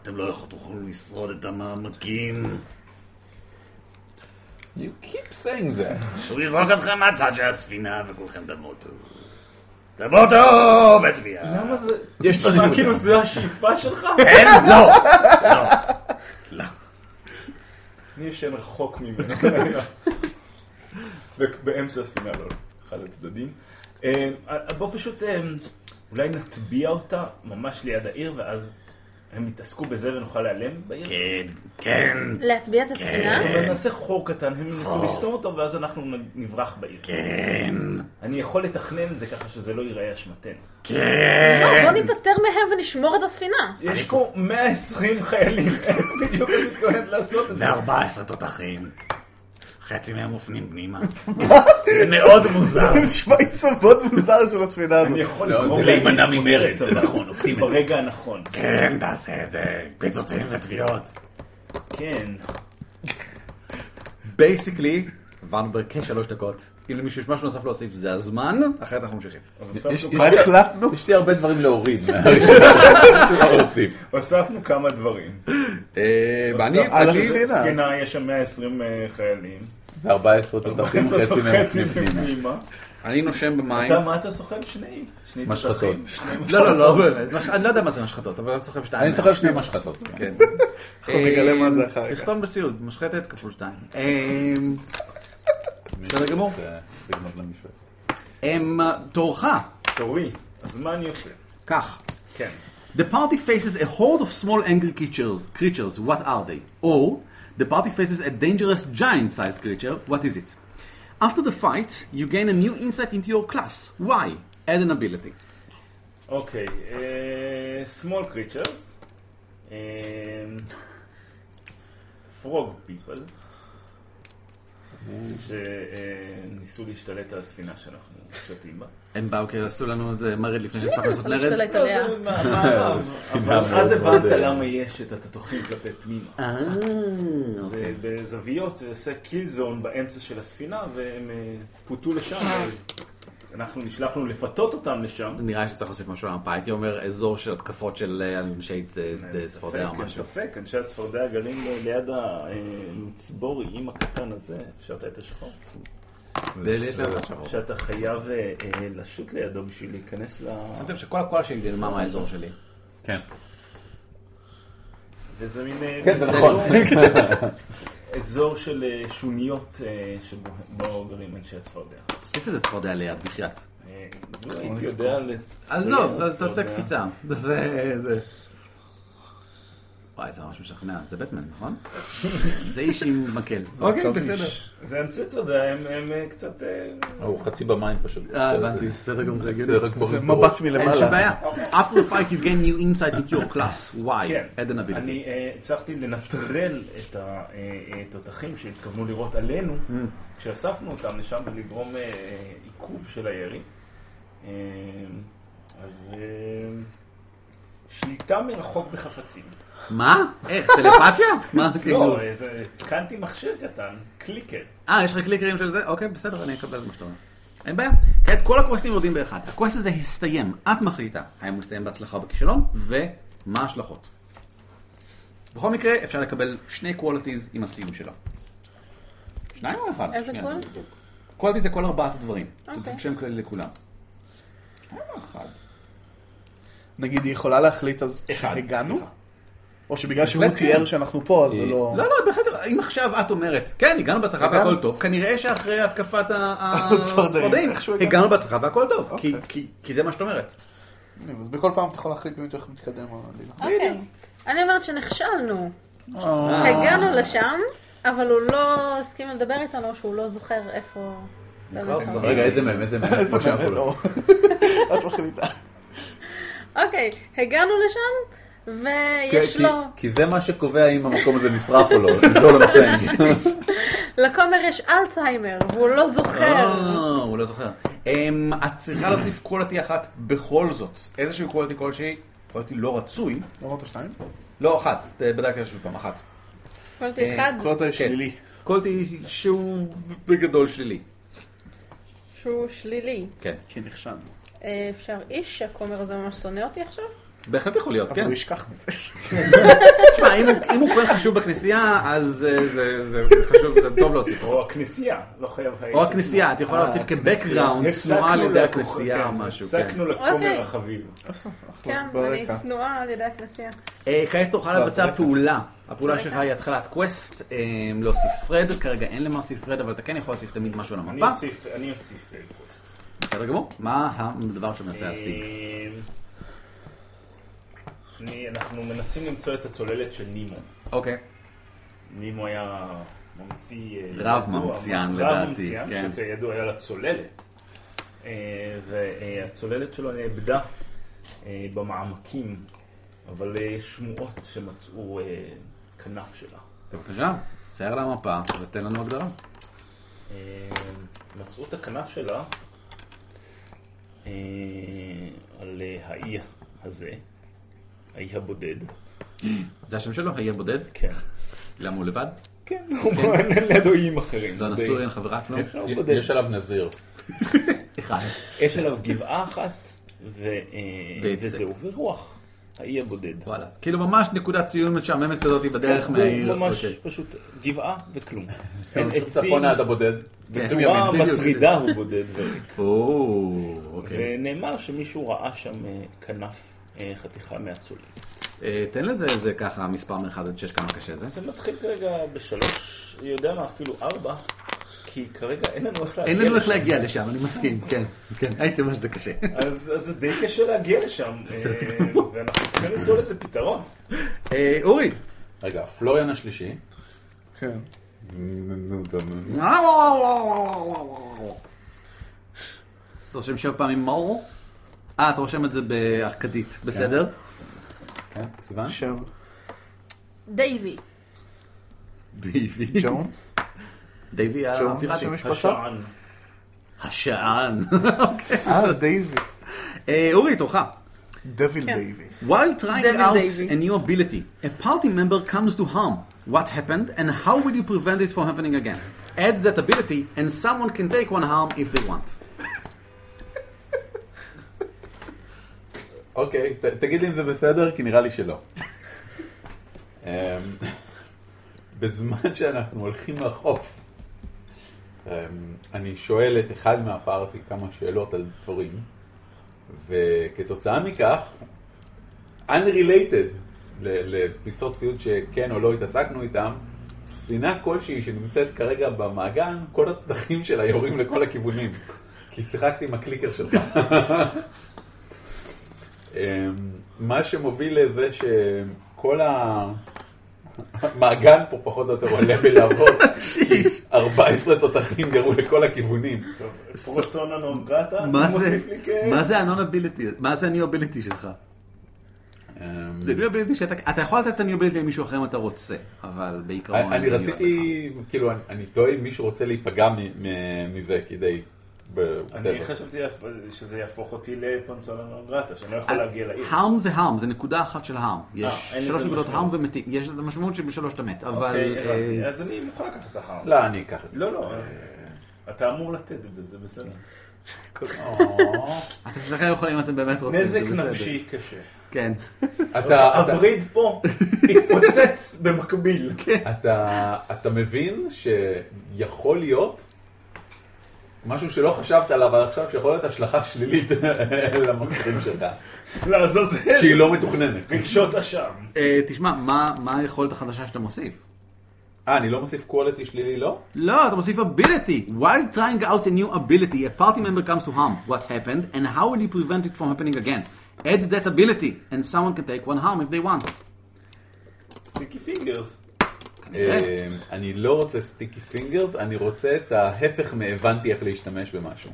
[SPEAKER 10] אתם לא יכול- תוכלו לשרוד את המעמקים.
[SPEAKER 11] You keep saying that.
[SPEAKER 10] הוא יזרוק אתכם מהצד של הספינה וכולכם תמותו. תמותו בתביעה.
[SPEAKER 4] למה זה...
[SPEAKER 11] יש לנו...
[SPEAKER 4] מה, כאילו זה השאיפה שלך?
[SPEAKER 10] אין? לא. לא.
[SPEAKER 4] אני ישן רחוק ממנו. ובאמצע הספינה, לא, אחד הצדדים. אה, בוא פשוט אה, אולי נטביע אותה ממש ליד העיר, ואז הם יתעסקו בזה ונוכל להיעלם בעיר.
[SPEAKER 10] כן, כן,
[SPEAKER 9] להטביע את הספינה?
[SPEAKER 4] אבל נעשה חור קטן, הם ינסו לסתום אותו, ואז אנחנו נ- נברח בעיר.
[SPEAKER 10] כן,
[SPEAKER 4] אני יכול לתכנן את זה ככה שזה לא ייראה אשמתנו.
[SPEAKER 10] כן.
[SPEAKER 9] לא, בוא ניפטר מהם ונשמור את הספינה.
[SPEAKER 4] יש פה 120 חיילים, איך בדיוק אני מתכוונת לעשות את זה?
[SPEAKER 10] ו-14 תותחים. חצי מהם מופנים פנימה. זה מאוד מוזר.
[SPEAKER 8] נשמע עיצוב מאוד מוזר של הספינה הזאת.
[SPEAKER 4] אני יכול
[SPEAKER 1] לא,
[SPEAKER 4] לקרוא
[SPEAKER 1] זה
[SPEAKER 4] להם
[SPEAKER 1] להימנע
[SPEAKER 4] להתפוצץ,
[SPEAKER 1] ממרד, זה
[SPEAKER 4] אבל
[SPEAKER 1] נכון, עושים את זה.
[SPEAKER 4] ברגע הנכון.
[SPEAKER 10] כן, תעשה את זה. פיצוצים ותביעות.
[SPEAKER 4] כן.
[SPEAKER 5] בייסיקלי, עברנו בכשלוש דקות. אם למישהו יש משהו נוסף להוסיף, זה הזמן, אחרת אנחנו ממשיכים.
[SPEAKER 1] יש- יש-
[SPEAKER 8] מה החלטנו?
[SPEAKER 1] יש לי הרבה דברים להוריד מהראשונה. להוסיף.
[SPEAKER 4] הוספנו כמה דברים.
[SPEAKER 5] אה, ואני,
[SPEAKER 8] על
[SPEAKER 5] אני-
[SPEAKER 8] הספינה.
[SPEAKER 4] ספינה, יש שם 120 אה, חיילים.
[SPEAKER 1] ו-14 תותחים חצי מהם
[SPEAKER 4] חצי
[SPEAKER 1] מופנים פנימה.
[SPEAKER 4] פנימה.
[SPEAKER 5] אני נושם במים.
[SPEAKER 4] אתה, מה אתה סוחב? שני. שני
[SPEAKER 1] משחטות.
[SPEAKER 4] תותחים. שני מש-
[SPEAKER 5] לא, לא, לא, באמת. מש- אני לא יודע מה זה משחטות, אבל אני סוחב שתיים.
[SPEAKER 1] אני סוחב שני משחצות.
[SPEAKER 5] כן.
[SPEAKER 8] אנחנו נגלה מה זה אחר כך.
[SPEAKER 5] תחתום בסיוד, משחטת כפול שתיים. אמ, בסדר גמור.
[SPEAKER 1] זה- זה גנוב למשפט.
[SPEAKER 5] אמ, תורך,
[SPEAKER 4] תורי. אז מה אני עושה?
[SPEAKER 5] כך.
[SPEAKER 4] כן.
[SPEAKER 5] The party faces a horde of small angry creatures. Creatures, what are they? Or the party faces a dangerous giant-sized creature. What is it? After the fight, you gain a new insight into your class. Why? Add an ability.
[SPEAKER 4] אוקיי. אה, small creatures. אה, frog people. שניסו אה, להשתלט על הספינה שאנחנו שותים בה.
[SPEAKER 5] הם באו כי עשו לנו את אה, מרד לפני
[SPEAKER 9] למה
[SPEAKER 5] שהספקנו
[SPEAKER 9] הם
[SPEAKER 5] לעשות
[SPEAKER 9] צריכים
[SPEAKER 5] מרד.
[SPEAKER 9] להשתלט עליה?
[SPEAKER 4] לא, זה מה- מה- אבל אז הבנת למה יש את התותחים כלפי פנימה.
[SPEAKER 5] אה,
[SPEAKER 4] זה בזוויות, זה עושה קיל זון באמצע של הספינה, והם אה, פוטו לשם. אנחנו נשלחנו לפתות אותם לשם.
[SPEAKER 5] נראה שצריך להוסיף משהו למפה. הייתי אומר אזור של התקפות של אה, אנשי
[SPEAKER 4] אין
[SPEAKER 5] צפרדע או
[SPEAKER 4] ספק, אין
[SPEAKER 5] משהו.
[SPEAKER 4] כן, ספק, אנשי הצפרדע גרים ל- ליד המצבור עם הקטן הזה, אפשרת את השחור.
[SPEAKER 5] זה יש לי אותך שבור.
[SPEAKER 4] שאתה חייב אה, אה, לשוט לידו בשביל להיכנס ל...
[SPEAKER 5] שמתם שכל הקול שלי נעלמה מהאזור שלי.
[SPEAKER 1] כן.
[SPEAKER 4] וזה מין... אה,
[SPEAKER 1] כן, זה נכון.
[SPEAKER 4] אזור של אה, שוניות אה, שבו גרים אנשי הצפרדע.
[SPEAKER 5] תוסיף איזה צפרדע ליד, בחייאת.
[SPEAKER 4] אה, לא הייתי יודע... ל-
[SPEAKER 5] אז
[SPEAKER 4] זה
[SPEAKER 5] לא,
[SPEAKER 4] יהיה
[SPEAKER 5] אז אתה עושה
[SPEAKER 4] צפרדע.
[SPEAKER 5] קפיצה. זה... זה- וואי, זה ממש משכנע. זה בטמן, נכון? זה איש עם מקל. אוקיי, בסדר.
[SPEAKER 4] זה אנשי צפרדע, הם- הם אה, קצת... אה,
[SPEAKER 1] הוא חצי במים פשוט.
[SPEAKER 5] אה, הבנתי. בסדר גמור, זה הגיוני.
[SPEAKER 1] זה רק מוריד
[SPEAKER 8] זה
[SPEAKER 1] את הראש.
[SPEAKER 8] מבט
[SPEAKER 5] אין שום
[SPEAKER 8] מלמעלה.
[SPEAKER 5] בעיה. After the fight you gain new insight into your class. Why?
[SPEAKER 4] כן.
[SPEAKER 5] add an ability.
[SPEAKER 4] אני אה, הצלחתי לנטרל את התותחים שהתכוונו לירות עלינו,
[SPEAKER 5] Mm.
[SPEAKER 4] כשאספנו אותם לשם ולגרום אה, אה, עיכוב של הירי. אה, אז אה, שליטה מרחוק בחפצים.
[SPEAKER 5] מה? איך? טלפתיה? מה? כאילו-
[SPEAKER 4] לא, אה, זה- התקנתי מכשיר קטן, קליקר.
[SPEAKER 5] אה, יש לך קליקרים של זה? אוקיי, בסדר, אני אקבל מה שאתה אומר. אין בעיה. כעת כל הקווסטים יורדים באחד. הקווסט הזה הסתיים, את מחליטה האם הוא הסתיים בהצלחה או בכישלון, ומה ההשלכות. בכל מקרה, אפשר לקבל שני קוולטיז עם הסיום שלו. שניים או אחד?
[SPEAKER 9] איזה
[SPEAKER 5] שנייה,
[SPEAKER 9] קול?
[SPEAKER 5] אני אבדוק. קוולטיז זה כל ארבעת הדברים. זה
[SPEAKER 9] אוקיי.
[SPEAKER 5] פשוט שם כללי לכולם. שניים או אחד?
[SPEAKER 8] נגיד, היא יכולה להחליט אז שהגענו?
[SPEAKER 5] סליחה.
[SPEAKER 8] או שבגלל שהוא
[SPEAKER 5] בהחלט
[SPEAKER 8] תיאר שאנחנו פה, אז זה לא...
[SPEAKER 5] לא, לא, בסדר, אם עכשיו את אומרת, כן, הגענו בהצלחה והכל טוב, כנראה שאחרי התקפת ה- ה-
[SPEAKER 8] הצפרדעים,
[SPEAKER 5] הצפרדעים,
[SPEAKER 8] איכשהו הגענו.
[SPEAKER 5] הגענו בהצלחה והכל טוב, כי-
[SPEAKER 8] אוקיי.
[SPEAKER 5] כי- כי זה מה שאת אומרת.
[SPEAKER 8] אז בכל פעם אתה יכול להחליט באמת איך מתקדם לא- או עלילה.
[SPEAKER 9] אוקיי. אני אומרת שנכשלנו. הגענו לשם, אבל הוא לא הסכים לדבר איתנו, שהוא לא זוכר איפה... באיזה מקום.
[SPEAKER 1] רגע, איזה מהם, איזה מהם, כמו
[SPEAKER 8] איזה
[SPEAKER 1] שאנחנו
[SPEAKER 8] מרד,
[SPEAKER 1] לא.
[SPEAKER 8] או. את מחליטה.
[SPEAKER 9] אוקיי, הגענו לשם, ויש
[SPEAKER 1] כי-
[SPEAKER 9] לו...
[SPEAKER 1] כי זה מה שקובע אם המקום הזה נשרף או לא. זה כל המצעים.
[SPEAKER 9] לכומר יש אלצהיימר, והוא לא זוכר.
[SPEAKER 5] אה, הוא לא זוכר. אמ, את צריכה להוסיף קולטי אחת בכל זאת. איזשהו קולטי כלשהי, קולטי לא רצוי.
[SPEAKER 8] לא אמרת שתיים?
[SPEAKER 5] לא, אחת. אה, בדקתי שוב פעם, אחת.
[SPEAKER 9] קולטי אחד,
[SPEAKER 8] קולות שלילי.
[SPEAKER 5] קולטי שהוא בגדול שלילי.
[SPEAKER 9] שהוא שלילי.
[SPEAKER 5] כן.
[SPEAKER 8] כי נכשלנו.
[SPEAKER 9] אה, אפשר איש, הכומר הזה ממש שונא אותי עכשיו?
[SPEAKER 5] בהחלט יכול להיות,
[SPEAKER 8] אבל
[SPEAKER 5] כן.
[SPEAKER 8] הוא ישכח מזה.
[SPEAKER 5] תשמע, אם הוא- אם הוא כהן חשוב בכנסייה, אז אה, זה- זה זה חשוב, זה טוב להוסיף אותו.
[SPEAKER 4] או אה, הכנסייה, לא חייב...
[SPEAKER 5] או הכנסייה, אתה יכול להוסיף כבקגראונד, צנועה על ידי
[SPEAKER 4] הצקנו
[SPEAKER 5] הכנסייה או
[SPEAKER 4] לכוכב, כן,
[SPEAKER 5] משהו, כן.
[SPEAKER 4] הצקנו לכומר
[SPEAKER 9] אוקיי.
[SPEAKER 4] החביב.
[SPEAKER 9] כן, אני
[SPEAKER 8] ברקע.
[SPEAKER 9] שנואה על ידי הכנסייה.
[SPEAKER 5] אה, כעת תוכל
[SPEAKER 4] לא,
[SPEAKER 5] לבצע
[SPEAKER 8] בהפסקה.
[SPEAKER 5] פעולה. הפעולה שלך היא התחלת קווסט, אה, להוסיף פרד, כרגע אין למה להוסיף פרד, אבל אתה כן יכול להוסיף תמיד משהו
[SPEAKER 4] אני
[SPEAKER 5] למפה.
[SPEAKER 4] אוסיף, אני אוסיף אה, פוסט.
[SPEAKER 5] בסדר גמור. מה הדבר שמנסה להשיג?
[SPEAKER 4] אה, אני- אנחנו מנסים למצוא את הצוללת של נימו.
[SPEAKER 5] אוקיי.
[SPEAKER 4] נימו היה ממציא... אה,
[SPEAKER 5] רב
[SPEAKER 4] ידוע,
[SPEAKER 5] ממציאן,
[SPEAKER 4] רב
[SPEAKER 5] לדעתי,
[SPEAKER 4] ממציאן,
[SPEAKER 5] כן.
[SPEAKER 4] שכידוע היה לה צוללת. אה, והצוללת שלו נאבדה אה, במעמקים, אבל אה, יש שמועות שמצאו אה, כנף שלה.
[SPEAKER 5] בבקשה, צייר לה מפה ותן לנו הגדרה.
[SPEAKER 4] אה, מצאו את הכנף שלה אה, על אה, האי הזה, האי הבודד.
[SPEAKER 5] זה השם שלו, האי הבודד?
[SPEAKER 4] כן.
[SPEAKER 5] למה הוא לבד?
[SPEAKER 4] כן, הוא מעניין לידו איים אחרים.
[SPEAKER 5] לא נשוי, אין חברה אצלו?
[SPEAKER 4] בודד.
[SPEAKER 1] יש עליו נזיר.
[SPEAKER 5] אחד.
[SPEAKER 4] יש עליו גבעה אחת, ו- אה,
[SPEAKER 5] והפסק.
[SPEAKER 4] וזהו, ורוח. האי הבודד.
[SPEAKER 5] וואלה. כאילו ממש נקודת ציון משעממת כזאת בדרך
[SPEAKER 4] הוא
[SPEAKER 5] מהעיר.
[SPEAKER 4] ממש
[SPEAKER 5] אוקיי. כן,
[SPEAKER 4] פשוט גבעה וכלום. אין
[SPEAKER 1] פשוט
[SPEAKER 4] עצים,
[SPEAKER 1] צפונה עד הבודד.
[SPEAKER 4] בצורה
[SPEAKER 5] בדיוק,
[SPEAKER 4] מטרידה הוא בודד וריק.
[SPEAKER 5] או, אוקיי.
[SPEAKER 4] ונאמר שמישהו ראה שם אה, כנף, אה, חתיכה מהצוללת.
[SPEAKER 5] אה, תן לזה איזה ככה מספר מ-1 עד 6 כמה קשה זה.
[SPEAKER 4] זה מתחיל כרגע בשלוש, יודע מה, אפילו ארבע, כי כרגע אין לנו איך להגיע
[SPEAKER 5] אין לנו איך להגיע לשם, אני מסכים, כן. כן, הייתי אומר שזה קשה.
[SPEAKER 4] אז, אז זה די קשה להגיע לשם, אה, ואנחנו צריכים למצוא לזה פתרון.
[SPEAKER 5] אה, אורי.
[SPEAKER 1] רגע, פלוריאן השלישי.
[SPEAKER 8] כן.
[SPEAKER 5] אתה רושם שבע פעמים מאורו? אה, אתה רושם את זה באכדית, בסדר?
[SPEAKER 1] כן, סיוון?
[SPEAKER 8] שם
[SPEAKER 9] דייווי.
[SPEAKER 5] דיווי.
[SPEAKER 8] ג'ונס.
[SPEAKER 5] דיווי
[SPEAKER 8] ג'ונס זה
[SPEAKER 5] הפיראטי.
[SPEAKER 8] שם משפחה?
[SPEAKER 4] השען.
[SPEAKER 5] השען. אוקיי.
[SPEAKER 8] אה, דייווי.
[SPEAKER 5] אה, אורי, תורך.
[SPEAKER 8] דביל
[SPEAKER 9] כן.
[SPEAKER 8] דייווי.
[SPEAKER 5] While trying
[SPEAKER 9] Devil
[SPEAKER 5] out
[SPEAKER 9] Daisy.
[SPEAKER 5] a new ability, a party member comes to harm. What happened and how will you prevent it from happening again? Add that ability and someone can take one harm if they want.
[SPEAKER 1] אוקיי, ת- תגיד לי אם זה בסדר, כי נראה לי שלא. אמ, בזמן שאנחנו הולכים לחוף, אמ, אני שואל את אחד מהפארטי כמה שאלות על דברים, וכתוצאה מכך, unrelated ל- לפיסות ציוד שכן או לא התעסקנו איתם, ספינה כלשהי שנמצאת כרגע במעגן, כל הפתחים שלה יורים לכל הכיוונים. כי שיחקתי עם הקליקר שלך. אמ, מה שמוביל לזה שכל המעגן פה פחות או יותר עולה בלהבות, כי 14 תותחים ירו לכל הכיוונים.
[SPEAKER 4] פרוסונה נון גרטה,
[SPEAKER 5] מה
[SPEAKER 4] הוא
[SPEAKER 5] זה?
[SPEAKER 4] מוסיף לי כ-
[SPEAKER 5] מה זה ה-non ability? מה זה ה-new ability שלך?
[SPEAKER 1] אמ,
[SPEAKER 5] זה לא new ability שאתה... אתה יכול לתת את ה-new ability למישהו אחר אם אתה רוצה, אבל בעיקרון...
[SPEAKER 1] אני אני
[SPEAKER 5] זה new
[SPEAKER 1] רציתי, כאילו, אני- אני תוהה אם מישהו רוצה להיפגע מ- מ- מזה כדי... ב-
[SPEAKER 4] אני
[SPEAKER 1] whatever.
[SPEAKER 4] חשבתי שזה יהפוך אותי לפרוסונה נון גרטה, שאני לא יכול
[SPEAKER 5] אה,
[SPEAKER 4] להגיע לעיר.
[SPEAKER 5] harm זה harm, זה נקודה אחת של harm. יש
[SPEAKER 4] אה, אין
[SPEAKER 5] שלוש
[SPEAKER 4] לזה
[SPEAKER 5] נקודות harm
[SPEAKER 4] משמעות.
[SPEAKER 5] ומתים. יש לזה משמעות שבשלוש אתה מת, אבל...
[SPEAKER 4] אוקיי,
[SPEAKER 5] אה,
[SPEAKER 4] הבנתי. אז אני מוכן לקחת את ההר.
[SPEAKER 1] לא, אני אקח את זה.
[SPEAKER 4] לא, לא. אתה אמור לתת את זה, זה בסדר.
[SPEAKER 5] אתם שלכם יכולים אם אתם באמת רוצים. אוקיי, זה
[SPEAKER 4] נזק
[SPEAKER 5] בסדר.
[SPEAKER 4] נפשי קשה.
[SPEAKER 5] כן.
[SPEAKER 1] אתה- אתה-
[SPEAKER 4] הווריד פה התפוצץ במקביל.
[SPEAKER 5] כן.
[SPEAKER 1] אתה, אתה מבין שיכול להיות משהו שלא חשבת עליו עד עכשיו, שיכול להיות השלכה שלילית למחקרים שלך, שהיא
[SPEAKER 4] לעזאזל.
[SPEAKER 1] לא מתוכננת.
[SPEAKER 4] רגשות אשם.
[SPEAKER 5] אה, תשמע, מה- מה היכולת החדשה שאתה מוסיף?
[SPEAKER 1] אה, אני לא מוסיף quality שלילי, לא?
[SPEAKER 5] לא, אתה מוסיף ability. While trying out a new ability, a party member comes to harm. What happened and how will you prevent it from happening again? Add that ability and someone can take one harm if they want.
[SPEAKER 4] סטיקי פינגרס.
[SPEAKER 1] אה, אני לא רוצה סטיקי פינגרס, אני רוצה את ההפך מהבנתי איך להשתמש במשהו.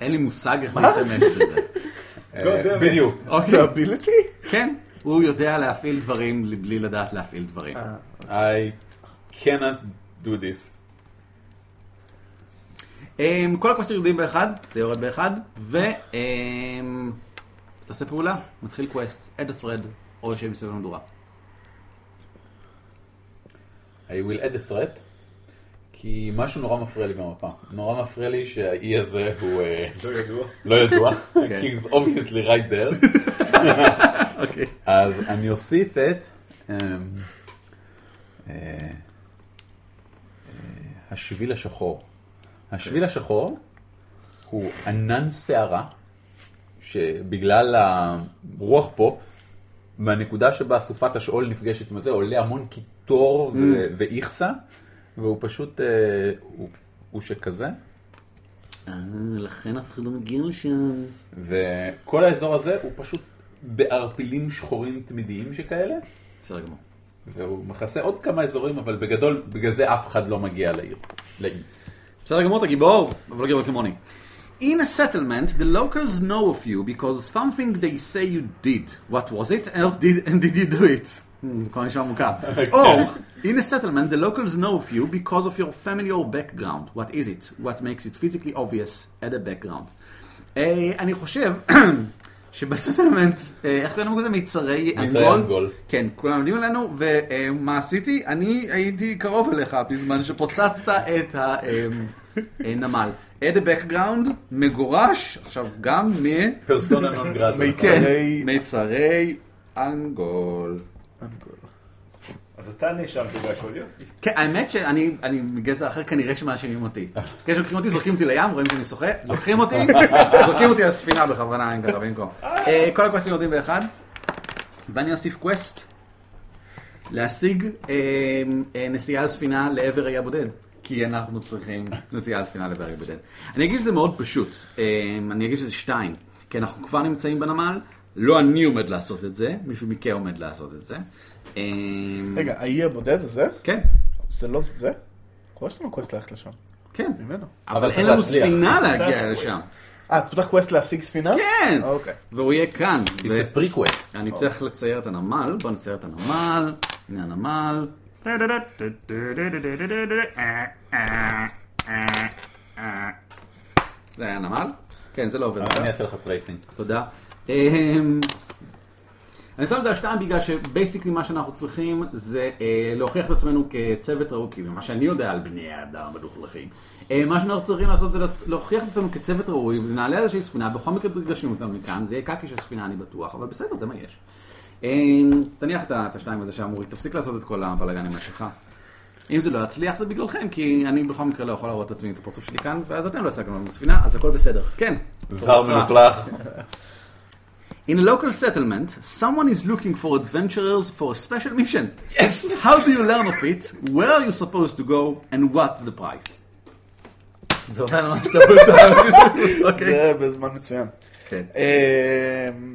[SPEAKER 5] אין לי מושג איך להשתמש בזה.
[SPEAKER 1] אה, בדיוק.
[SPEAKER 5] אוקיי.
[SPEAKER 8] זה אביליטי?
[SPEAKER 5] כן, הוא יודע להפעיל דברים בלי לדעת להפעיל דברים.
[SPEAKER 1] I cannot do this.
[SPEAKER 5] אמ, כל הקווסטים יורדים באחד, זה יורד באחד, ותעשה פעולה, מתחיל קווסט, add a thread, או יושב מסביב למדורה.
[SPEAKER 1] I will add a threat, כי משהו נורא מפריע לי במפה. נורא מפריע לי שהאי הזה הוא אה,
[SPEAKER 4] לא ידוע.
[SPEAKER 1] לא ידוע,
[SPEAKER 5] כן.
[SPEAKER 1] כי he's obviously right there.
[SPEAKER 5] אוקיי.
[SPEAKER 1] אז אני אוסיף את אמ, אה, אה, השביל השחור.
[SPEAKER 4] אוקיי.
[SPEAKER 1] השביל השחור הוא ענן שערה, שבגלל הרוח פה, מהנקודה שבה סופת השאול נפגשת עם הזה, עולה המון קיטור ו- ואיכסה, והוא פשוט, אה, הוא- הוא שכזה.
[SPEAKER 12] אה, לכן אף אחד לא מגיע לשם.
[SPEAKER 1] וכל האזור הזה הוא פשוט בערפילים שחורים תמידיים שכאלה,
[SPEAKER 5] בסדר גמור.
[SPEAKER 1] והוא מכסה עוד כמה אזורים, אבל בגדול, בגלל זה אף אחד לא מגיע לעיר. לאי.
[SPEAKER 5] בסדר גמור, אתה גיבור, אבל לא גיבור כמוני. In a settlement, the locals know of you because something they say you did. What was it? And did, and did you do it? Hmm, כבר נשמע מוכר. Or, in a settlement, the locals know of you because of your family or background. What is it? What makes it physically obvious at a background? אה, אני חושב שבסטלמנט, אה, איך קוראים לזה? מיצרי
[SPEAKER 1] מיצרי אנגול.
[SPEAKER 5] כן, כולם עומדים עלינו, ומה עשיתי? אני הייתי קרוב אליך בזמן שפוצצת את הנמל. at the background, מגורש, עכשיו גם מ...
[SPEAKER 1] פרסונה נון גרדה.
[SPEAKER 5] כן,
[SPEAKER 8] מיצרי-
[SPEAKER 5] מיצרי אנגול.
[SPEAKER 4] אז אתה נאשמת בהכל יופי.
[SPEAKER 5] כן, האמת שאני אני מגזע אחר כנראה שמאשימים אותי. כן, שלוקחים אותי, זורקים אותי לים, רואים שאני שוחה, לוקחים אותי, זורקים אותי לספינה בכוונה, אם ככה במקום. אה, כל הקווסטים יורדים באחד, ואני אוסיף קווסט להשיג אה, אה, נסיעה על ספינה לעבר האי הבודד. כי אנחנו צריכים נסיעה על ספינה לעבר האי הבודד. אני אגיד שזה מאוד פשוט, אה, אני אגיד שזה שתיים, כי אנחנו כבר נמצאים בנמל, לא אני עומד לעשות את זה, מישהו מכם עומד לעשות את זה. אה,
[SPEAKER 8] רגע, האי הבודד הזה?
[SPEAKER 5] כן,
[SPEAKER 8] זה לא זה? קורה שאתה קווסט ללכת לשם.
[SPEAKER 5] כן.
[SPEAKER 8] ממנו.
[SPEAKER 5] אבל
[SPEAKER 1] צריך
[SPEAKER 5] אין לנו
[SPEAKER 1] להצליח.
[SPEAKER 5] ספינה
[SPEAKER 4] צריך
[SPEAKER 5] להגיע
[SPEAKER 4] קווסט.
[SPEAKER 5] לשם.
[SPEAKER 8] אה, אתה פותח קווסט להשיג ספינה?
[SPEAKER 5] כן!
[SPEAKER 8] אוקיי.
[SPEAKER 5] והוא יהיה כאן. ו-
[SPEAKER 1] It's a prequest.
[SPEAKER 5] אני צריך לצייר את הנמל, בוא נצייר את הנמל, הנה הנמל. זה היה הנמל? כן, זה לא עובר.
[SPEAKER 1] אני אעשה לך טרייסינג.
[SPEAKER 5] תודה. אמ, אני שם את זה על שתיים בגלל שבייסיקלי מה שאנחנו צריכים זה אה, להוכיח את עצמנו כצוות ראוי, ממה שאני יודע על בני אדם מלוכלכים. אה, מה שאנחנו צריכים לעשות זה להוכיח את עצמנו כצוות ראוי ונעלה איזושהי ספינה, בכל מקרה תרגשנו אותנו מכאן, זה יהיה קקי של ספינה אני בטוח, אבל בסדר, זה מה יש. אמ, תניח את ה- את השתיים הזה שאמורי, תפסיק לעשות את כל הבלאגנים שלך. אם זה לא יצליח זה בגללכם, כי אני בכל מקרה לא יכול להראות את עצמי את הפרצוף שלי כאן, ואז אתם לא עסקתם לנו בספינה, אז הכל בסדר. כן.
[SPEAKER 1] זר
[SPEAKER 5] תורך.
[SPEAKER 1] מלוכלך.
[SPEAKER 5] In a local settlement, someone is looking for adventurers for a special mission. Yes! How do you learn of it? Where are you supposed to go? And what's the price? זה אומר ממש טוב. אוקיי.
[SPEAKER 8] זה בזמן מצוין.
[SPEAKER 5] כן.
[SPEAKER 8] אמ,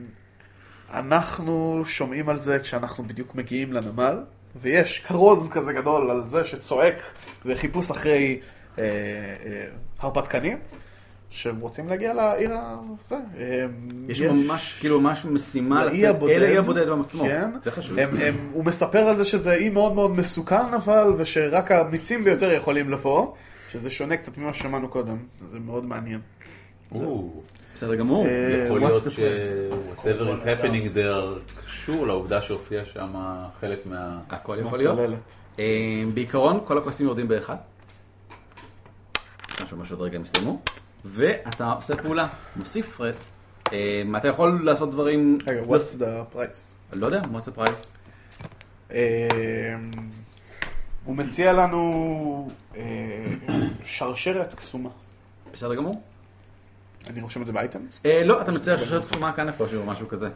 [SPEAKER 8] אנחנו שומעים על זה כשאנחנו בדיוק מגיעים לנמל, ויש כרוז כזה גדול על זה שצועק וחיפוש אחרי אה, אה, הרפתקנים, שהם רוצים להגיע לעיר ה... זה. אמ,
[SPEAKER 5] יש ממש, כאילו, ממש משימה
[SPEAKER 8] לאי
[SPEAKER 5] לצאת
[SPEAKER 8] הבודד,
[SPEAKER 5] אל האי הבודד בעצמו.
[SPEAKER 8] כן.
[SPEAKER 5] זה חשוב.
[SPEAKER 8] הם, הם, הוא מספר על זה שזה אי מאוד מאוד מסוכן אבל, ושרק האמיצים ביותר יכולים לבוא, שזה שונה קצת ממה ששמענו קודם, זה מאוד מעניין.
[SPEAKER 1] או,
[SPEAKER 5] בסדר גמור.
[SPEAKER 8] אה,
[SPEAKER 1] יכול
[SPEAKER 8] what's
[SPEAKER 1] להיות
[SPEAKER 8] the
[SPEAKER 1] ש...
[SPEAKER 8] price?
[SPEAKER 1] whatever is happening there קשור לעובדה שהופיע שם חלק מה...
[SPEAKER 5] הכל יכול להיות.
[SPEAKER 8] הצוללת.
[SPEAKER 5] אה, בעיקרון, כל הקווסטים יורדים באחד. משהו ממש עוד רגע הם יסתיימו. ואתה עושה פעולה, מוסיף פרט. אה, אתה יכול לעשות דברים...
[SPEAKER 8] רגע, what's the price?
[SPEAKER 5] לא יודע, what's the price?
[SPEAKER 8] אמ, הוא מציע לנו אה, שרשרת קסומה.
[SPEAKER 5] בסדר גמור.
[SPEAKER 8] אני רושם את זה באייטם?
[SPEAKER 5] אה, לא, אתה מצייר שושלת תחומה כאן איפשהו או משהו כזה.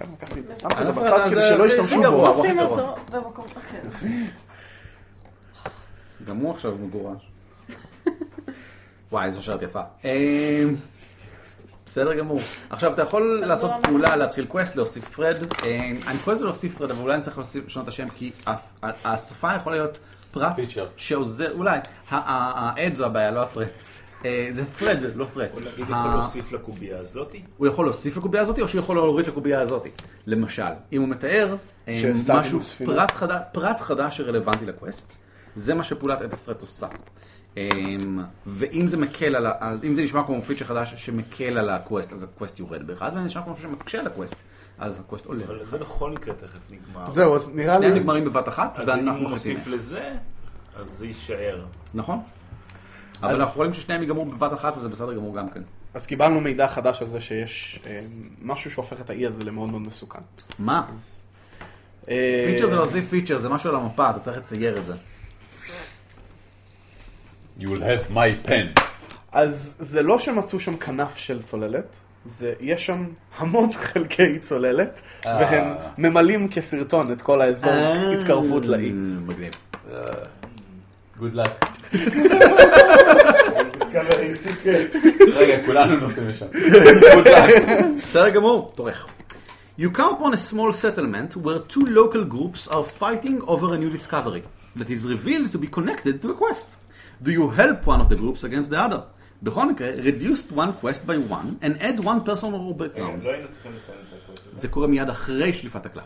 [SPEAKER 8] למה כן, לקחתי את זה? שמתי
[SPEAKER 5] אה,
[SPEAKER 8] את זה בצד
[SPEAKER 5] אה,
[SPEAKER 8] כדי
[SPEAKER 5] זה-
[SPEAKER 8] שלא
[SPEAKER 5] זה-
[SPEAKER 8] ישתמשו
[SPEAKER 5] זה גרוע.
[SPEAKER 8] בו.
[SPEAKER 9] שים
[SPEAKER 5] אחרון.
[SPEAKER 9] אותו במקום אחר.
[SPEAKER 5] גם הוא עכשיו מגורש. וואי, איזו שעת יפה. אה, בסדר גמור. עכשיו, אתה לא יכול לעשות
[SPEAKER 9] גמור.
[SPEAKER 5] פעולה, להתחיל קווסט, להוסיף פרד. אה, אני קורא לזה להוסיף פרד, אבל אולי אני צריך להוסיף- לשנות את השם, כי ה- ה- השפה יכולה להיות פרט
[SPEAKER 1] פיצ'ר.
[SPEAKER 5] שעוזר, אולי. ה- ה- העד זו הבעיה, לא הפרד. אה, זה פרד, לא פרץ.
[SPEAKER 4] או נגיד
[SPEAKER 5] ה-
[SPEAKER 4] יכול להוסיף לקובייה הזאתי.
[SPEAKER 5] הוא יכול להוסיף לקובייה הזאת, או שהוא יכול להוריד לקובייה הזאת. למשל, אם הוא מתאר אה,
[SPEAKER 8] שהשגנו
[SPEAKER 5] משהו,
[SPEAKER 8] ספינה.
[SPEAKER 5] פרט חדש, פרט חדש שרלוונטי לקווסט, זה מה שפעולת עת הפרט עושה. אה, ואם זה מקל על, ה- על, אם זה נשמע כמו פיצ'ר חדש שמקל על הקווסט, אז הקווסט יורד באחד, ואם זה נשמע כמו משהו שמקשה על הקווסט, אז הקווסט עולה.
[SPEAKER 4] אבל זה בכל מקרה תכף נגמר.
[SPEAKER 8] זהו, אז נראה לי...
[SPEAKER 5] הם נגמרים בבת אחת,
[SPEAKER 4] אז אם
[SPEAKER 5] ואנחנו
[SPEAKER 4] הוא
[SPEAKER 5] מחליטים.
[SPEAKER 4] מוסיף לזה, אז זה יישאר.
[SPEAKER 5] נכון? אבל אנחנו רואים ששניהם ייגמרו בבת אחת, וזה בסדר גמור גם כן.
[SPEAKER 8] אז קיבלנו מידע חדש על זה שיש אה, משהו שהופך את האי הזה למאוד מאוד מסוכן.
[SPEAKER 5] מה?
[SPEAKER 8] אה,
[SPEAKER 5] פיצ'ר זה לא- להוסיף פיצ'ר, זה משהו על המפה, אתה צריך לצייר את זה.
[SPEAKER 1] You will have my pen.
[SPEAKER 8] אז זה לא שמצאו שם כנף של צוללת, זה, יש שם המון חלקי צוללת, והם ממלאים כסרטון את כל האזור
[SPEAKER 5] אה.
[SPEAKER 8] אה, התקרבות לאי.
[SPEAKER 5] מגניב.
[SPEAKER 1] Good luck.
[SPEAKER 4] Discovery Secrets.
[SPEAKER 1] רגע, כולנו נוסעים לשם.
[SPEAKER 5] בסדר גמור, תורך. You come upon a small settlement where two local groups are fighting over a new discovery that is revealed to be connected to a quest. Do you help one of the groups against the other? בכל מקרה, reduce one quest by one and add one person or background.
[SPEAKER 4] לא היינו צריכים לסיים את הקורס הזה.
[SPEAKER 5] זה קורה מיד אחרי שליפת הקלף.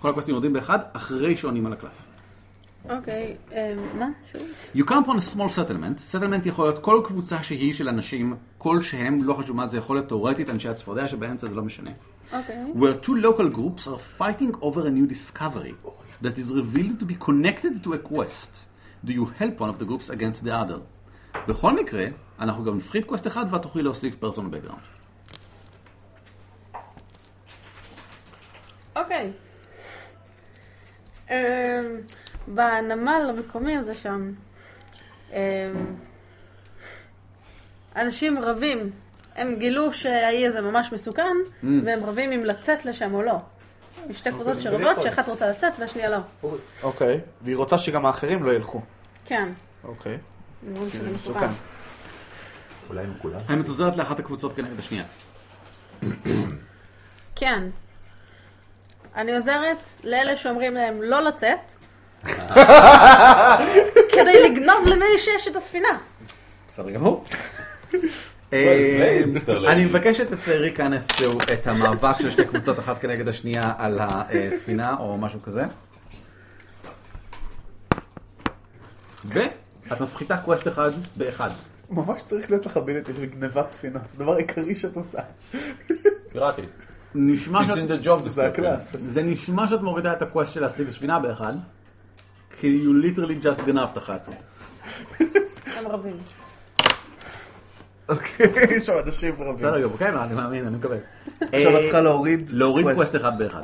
[SPEAKER 5] כל הקווסטים יורדים באחד, אחרי שעונים על הקלף.
[SPEAKER 9] אוקיי, אה, מה? שוב?
[SPEAKER 5] You come upon a small settlement, settlement יכול להיות כל קבוצה שהיא של אנשים, כלשהם, לא חשוב מה זה יכול להיות תאורטית, אנשי הצפרדע שבאמצע זה לא משנה.
[SPEAKER 9] אוקיי.
[SPEAKER 5] where two local groups are fighting over a new discovery that is revealed to be connected to a quest. Do you help one of the groups against the other? בכל מקרה, אנחנו גם נפחית קווסט אחד ואת תוכלי להוסיף פרסון בקגראונד.
[SPEAKER 9] אוקיי. אמ, בנמל המקומי הזה שם, אמ, אנשים רבים, הם גילו שהאי הזה ממש מסוכן, והם רבים אם לצאת לשם או לא. יש שתי קבוצות שרבות, שאחת רוצה לצאת והשנייה לא.
[SPEAKER 8] אוקיי, והיא רוצה שגם האחרים לא ילכו.
[SPEAKER 9] כן,
[SPEAKER 8] אוקיי.
[SPEAKER 9] הם אומרים שזה מסוכן.
[SPEAKER 8] מסוכן.
[SPEAKER 1] אולי עם כולם?
[SPEAKER 5] האמת עוזרת לאחת הקבוצות כנגד השנייה.
[SPEAKER 9] כן. אני עוזרת לאלה שאומרים להם לא לצאת, כדי לגנוב למי שיש את הספינה.
[SPEAKER 5] בסדר גמור.
[SPEAKER 1] played, סלאם.
[SPEAKER 5] אני מבקש שתציירי כאן איפשהו את המאבק של שתי קבוצות אחת כנגד השנייה על הספינה או משהו כזה. ואת מפחיתה קווסט אחד באחד.
[SPEAKER 8] ממש צריך להיות לך ביליטי בגנבת ספינה, זה דבר עיקרי שאת עושה.
[SPEAKER 1] פיראטי.
[SPEAKER 5] נשמע
[SPEAKER 1] It's
[SPEAKER 5] שאת,
[SPEAKER 1] in the job
[SPEAKER 8] זה הקלאס.
[SPEAKER 1] description.
[SPEAKER 5] זה נשמע שאת מורידה את הקווסט של להשיג ספינה באחד. כי you literally just גנבת אחת.
[SPEAKER 9] הם רבים.
[SPEAKER 8] אוקיי, יש שם אנשים רבים.
[SPEAKER 5] בסדר גמור, כן, אני מאמין, אני מקבל.
[SPEAKER 8] עכשיו את
[SPEAKER 5] אה,
[SPEAKER 8] צריכה להוריד...
[SPEAKER 5] להוריד קווסט אחד באחד.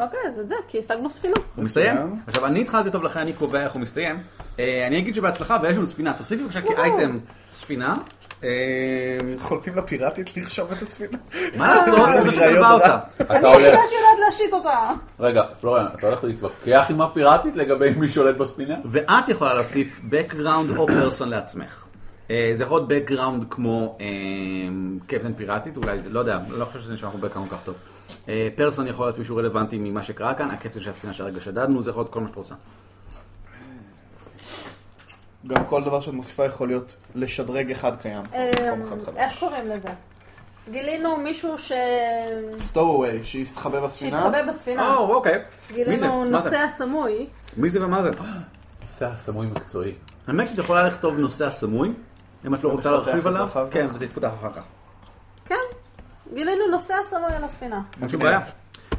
[SPEAKER 9] אוקיי, אז את זה, כי השגנו ספינה.
[SPEAKER 5] הוא מסתיים.
[SPEAKER 8] מצוין.
[SPEAKER 5] עכשיו, אני התחלתי טוב לכן, אני קובע איך הוא מסתיים. אה, אני אגיד שבהצלחה, ויש לנו ספינה. תוסיפי בבקשה כאייטם ספינה. אה,
[SPEAKER 8] חולקים לפיראטית לרשום את הספינה.
[SPEAKER 5] מה לעשות?
[SPEAKER 8] אה,
[SPEAKER 5] זה
[SPEAKER 8] רעיון
[SPEAKER 5] שכתבה אותה.
[SPEAKER 1] אתה
[SPEAKER 9] אני
[SPEAKER 1] הולך...
[SPEAKER 9] היחידה שיודעת להשית אותה.
[SPEAKER 1] רגע, פלוריאן, אתה הולך להתווכח עם הפיראטית לגבי מי שולט בספינה?
[SPEAKER 5] ואת יכולה להוסיף background או person לעצמך. אה, זה יכול להיות background כמו אה, קפטן פיראטית, אולי, זה- לא יודע, לא חושב שזה נשמע כמו background כל כך טוב. אה, person יכול להיות מישהו רלוונטי ממה שקרה כאן, הקפטן של הספינה שהרגע שדדנו, זה יכול להיות כל מה שאת רוצה.
[SPEAKER 8] גם כל דבר שאת מוסיפה יכול להיות לשדרג אחד קיים. במקום אחד
[SPEAKER 9] אמ,
[SPEAKER 8] חדש.
[SPEAKER 9] איך קוראים לזה? גילינו מישהו ש...
[SPEAKER 8] סטורווי, שהסתחבא בספינה.
[SPEAKER 9] שהתחבא
[SPEAKER 8] אה.
[SPEAKER 9] בספינה.
[SPEAKER 5] או, אוקיי. מי זה?
[SPEAKER 9] גילינו
[SPEAKER 5] מה זה?
[SPEAKER 9] נוסע סמוי.
[SPEAKER 5] מי זה ומה זה?
[SPEAKER 1] נושא סמוי מקצועי.
[SPEAKER 5] האמת שאת יכולה לכתוב נוסע סמוי, אם את לא רוצה
[SPEAKER 8] לפתח
[SPEAKER 5] להרחיב
[SPEAKER 8] את זה
[SPEAKER 5] עליו,
[SPEAKER 8] אחר כך. אוקיי.
[SPEAKER 5] כן, וזה יפותח אחר כך.
[SPEAKER 9] כן, גילינו נוסע סמוי על הספינה.
[SPEAKER 5] אין שום בעיה.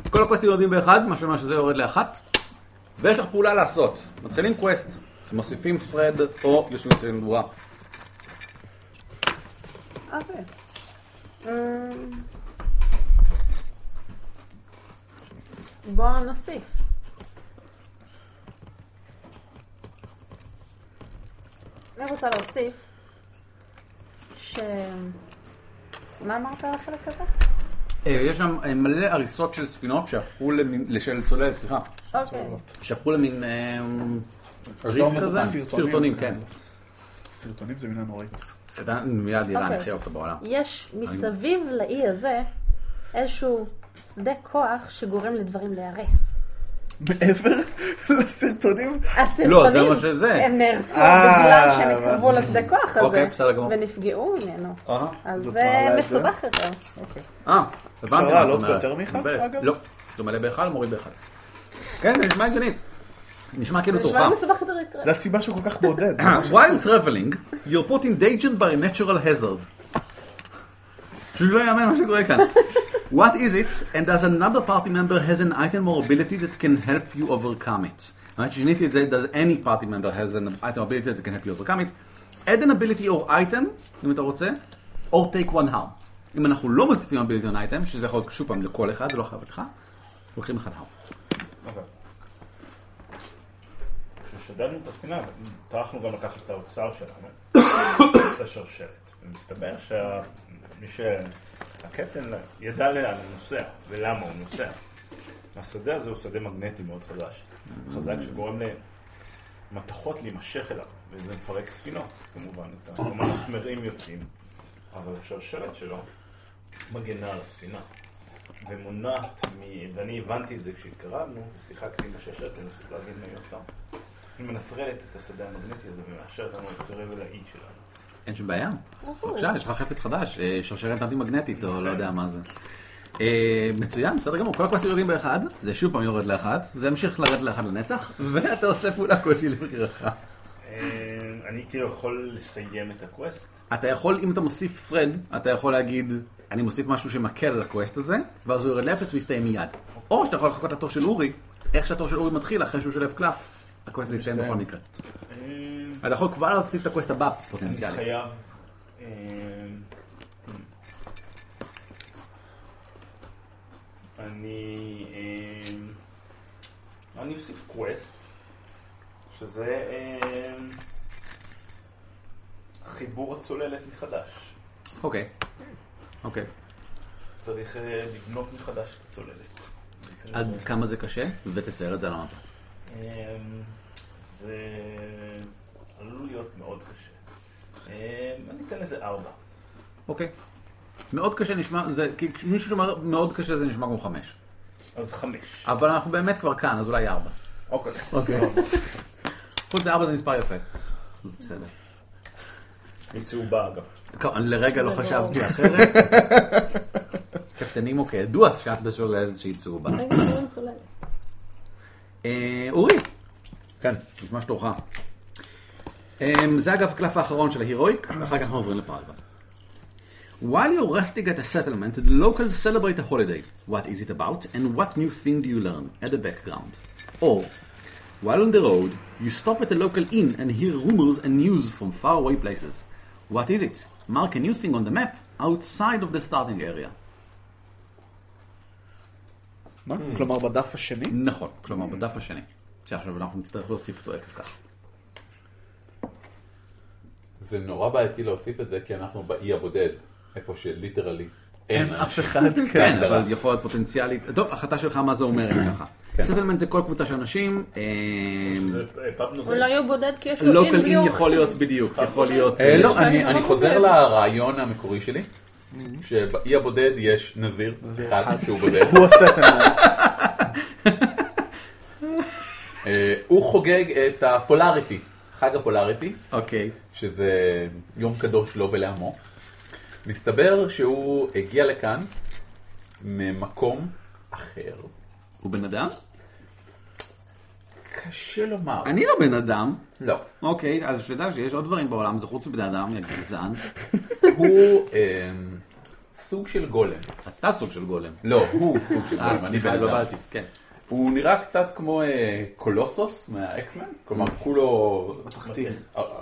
[SPEAKER 5] כל הקווסטים יורדים באחד, מה שאומר שזה יורד לאחת, ויש לך פעולה לעשות. מתחילים קווסט, מוסיפים פרד או יושבים סביב מדורה.
[SPEAKER 9] אוקיי. אמ, בוא נוסיף. אני רוצה להוסיף ש... מה אמרת על החלק הזה?
[SPEAKER 5] אה, יש שם אה, מלא הריסות של ספינות שהפכו למין, של צוללת, סליחה,
[SPEAKER 9] אוקיי.
[SPEAKER 5] שהפכו למין אה, ריס
[SPEAKER 1] אזור
[SPEAKER 5] כזה,
[SPEAKER 1] מתוקן.
[SPEAKER 5] סרטונים, כן.
[SPEAKER 8] סרטונים זה מילה נוראית.
[SPEAKER 5] סרטן מיד יראה, אני
[SPEAKER 9] אוקיי.
[SPEAKER 5] אחיה אותו בעולם.
[SPEAKER 9] יש מסביב לאי הזה איזשהו שדה כוח שגורם לדברים להיהרס.
[SPEAKER 8] מעבר לסרטונים?
[SPEAKER 5] לא, זה
[SPEAKER 9] הסרטונים,
[SPEAKER 5] מה שזה.
[SPEAKER 9] הם נהרסו
[SPEAKER 8] אה.
[SPEAKER 9] בגלל שהם התקרבו לשדה כוח הזה,
[SPEAKER 5] אוקיי, בסדר גמור. אה,
[SPEAKER 9] ונפגעו ממנו.
[SPEAKER 5] אהה.
[SPEAKER 9] אז
[SPEAKER 8] זאת
[SPEAKER 9] זה
[SPEAKER 8] מעלה את זה?
[SPEAKER 9] מסובך יותר.
[SPEAKER 5] אה, הבנתי
[SPEAKER 8] אפשר
[SPEAKER 5] מה את
[SPEAKER 8] לעלות
[SPEAKER 5] אומרת.
[SPEAKER 8] ביותר מאחד,
[SPEAKER 5] מקובלת.
[SPEAKER 8] אגב?
[SPEAKER 5] לא, זה מלא באחד, מוריד באחד. כן, זה נשמע הגיוני. נשמע כאילו
[SPEAKER 9] זה נשמע
[SPEAKER 5] תורך.
[SPEAKER 9] מסובך יותר לקרוא.
[SPEAKER 8] זה הסיבה שהוא כל כך מעודד.
[SPEAKER 5] While traveling, you're put in danger by a natural hazard. פשוט לא יאמן מה שקורה כאן. What is it, and does another party member has an item or ability that can help you overcome it? האמת שיניתי את זה, does any party member has an item or ability that can help you overcome it? add an ability or item, אם אתה רוצה, או take one harm. אם אנחנו לא מוסיפים הביליון אייטם, שזה יכול להיות שוב פעם לכל אחד, זה לא חייב לך, לוקחים אחד harm.
[SPEAKER 4] כששדדנו את הספינה, טרחנו גם לקחת את האוצר שלנו, את השרשרת. ומסתבר שמי ש... הקפטן ידע לאן הוא נוסע ולמה הוא נוסע. השדה הזה הוא שדה מגנטי מאוד חדש. חזק שגורם למתכות להימשך אליו, וזה מפרק ספינות, כמובן. את כלומר, המסמרים יוצאים, אבל השרשרת שלו מגנה על הספינה. ומונעת מ... ואני הבנתי את זה כשהתקרבנו, ושיחקתי עם השרשרת לנסות להבין מה היא עושה. היא מנטרלת את השדה המגנטי הזה ומאפשרת לנו להתקרב אל האי שלנו.
[SPEAKER 5] אין שום בעיה. בבקשה, יש לך חפץ חדש, אה, שרשרת אנטי-מגנטית, או לא יודע מה זה. אה, מצוין, בסדר גמור, כל הכוס יורדים באחד, זה שוב פעם יורד לאחד, זה ימשיך לרדת לאחד לנצח, ואתה עושה פעולה כלשהי לבחירתך.
[SPEAKER 4] אה, אני כאילו יכול לסיים את הקווסט,
[SPEAKER 5] אתה יכול, אם אתה מוסיף פרד, אתה יכול להגיד, אני מוסיף משהו שמקל על הקווסט הזה, ואז הוא יורד לאפס ויסתיים מיד. או שאתה יכול לחכות לתור של אורי, איך שהתור של אורי מתחיל, אחרי שהוא שולף קלף, הקווסט הזה יסתיים בכל מקרה.
[SPEAKER 4] אה,
[SPEAKER 5] אתה יכול כבר להוסיף את הקווסט הבא
[SPEAKER 4] אני
[SPEAKER 5] פוטנציאלית.
[SPEAKER 4] חייב... אה, אני... אה, אני אוסיף קווסט, שזה אה, חיבור הצוללת מחדש.
[SPEAKER 5] אוקיי. אוקיי.
[SPEAKER 4] צריך אה, לבנות מחדש את הצוללת.
[SPEAKER 5] עד כמה זה קשה, ותצייר את זה על המפה.
[SPEAKER 4] אה, זה עלול להיות מאוד קשה. אה, אני אתן לזה ארבע.
[SPEAKER 5] אוקיי. מאוד קשה נשמע, זה, כי מישהו שאומר מאוד קשה זה נשמע כמו חמש.
[SPEAKER 4] אז חמש.
[SPEAKER 5] אבל אנחנו באמת כבר כאן, אז אולי ארבע.
[SPEAKER 4] אוקיי.
[SPEAKER 5] חוץ לארבע זה מספר יפה. אז בסדר.
[SPEAKER 4] מצהובה אגב.
[SPEAKER 5] כ- לרגע לא חשבתי אחרת. קפטנימו כידוע שאת בשביל איזושהי צהובה.
[SPEAKER 13] רגע,
[SPEAKER 9] לא
[SPEAKER 13] קוראים צוללת.
[SPEAKER 5] אה, אורי,
[SPEAKER 14] כן.
[SPEAKER 5] נשמע שלוחה. Um, זה אגב הקלף האחרון של ההירואיק, ואחר כך אנחנו עוברים לפרגה. While you're resting at a settlement, the locals celebrate a holiday. What is it about, and what new thing do you learn at the background? Or, while on the road, you stop at a local inn and hear rumors and news from faraway places. What is it? Mark a new thing on the map outside of the starting area.
[SPEAKER 8] מה? כלומר, בדף השני?
[SPEAKER 5] נכון, כלומר בדף השני. שעכשיו אנחנו נצטרך להוסיף אותו עקב כך.
[SPEAKER 1] זה נורא בעייתי להוסיף את זה, כי אנחנו באי הבודד, איפה שליטרלי אין
[SPEAKER 5] אין אף
[SPEAKER 1] אנשים.
[SPEAKER 5] אחד, כן, אבל יכול להיות פוטנציאלית. טוב, החלטה שלך מה זה אומר אם ככה. סטלמנט זה כל קבוצה של אנשים, אה,
[SPEAKER 4] זה אה, פאב נובל.
[SPEAKER 13] אולי הוא בודד כי יש לו אין
[SPEAKER 9] כן,
[SPEAKER 5] לוקל
[SPEAKER 13] בלי
[SPEAKER 5] אין
[SPEAKER 13] אוכל.
[SPEAKER 5] לא יכול להיות בדיוק, יכול להיות...
[SPEAKER 1] אה,
[SPEAKER 5] אה,
[SPEAKER 1] לא, אני-
[SPEAKER 13] אני
[SPEAKER 1] אני
[SPEAKER 13] לא
[SPEAKER 1] חוזר
[SPEAKER 13] חושב.
[SPEAKER 1] לרעיון המקורי שלי, שבאי הבודד יש נזיר, אחד שהוא בודד.
[SPEAKER 8] הוא הסטלמנט.
[SPEAKER 1] אה, הוא חוגג את הפולאריטי, חג הפולאריטי,
[SPEAKER 5] אוקיי,
[SPEAKER 1] שזה יום קדוש לו ולעמו. מסתבר שהוא הגיע לכאן ממקום אחר.
[SPEAKER 5] הוא בן אדם?
[SPEAKER 1] קשה לומר.
[SPEAKER 5] אני לא בן אדם.
[SPEAKER 1] לא.
[SPEAKER 5] אוקיי, אז שתדע שיש עוד דברים בעולם, זה חוץ מבני אדם, יא גזען.
[SPEAKER 1] הוא אמ, סוג של גולם.
[SPEAKER 5] אתה סוג של גולם.
[SPEAKER 1] לא, הוא סוג של
[SPEAKER 5] אה,
[SPEAKER 1] גולם, אני
[SPEAKER 5] סליחה,
[SPEAKER 1] בן אדם.
[SPEAKER 5] התבלבלתי, כן.
[SPEAKER 1] הוא נראה קצת כמו אה, קולוסוס מהאקסמן, כלומר כולו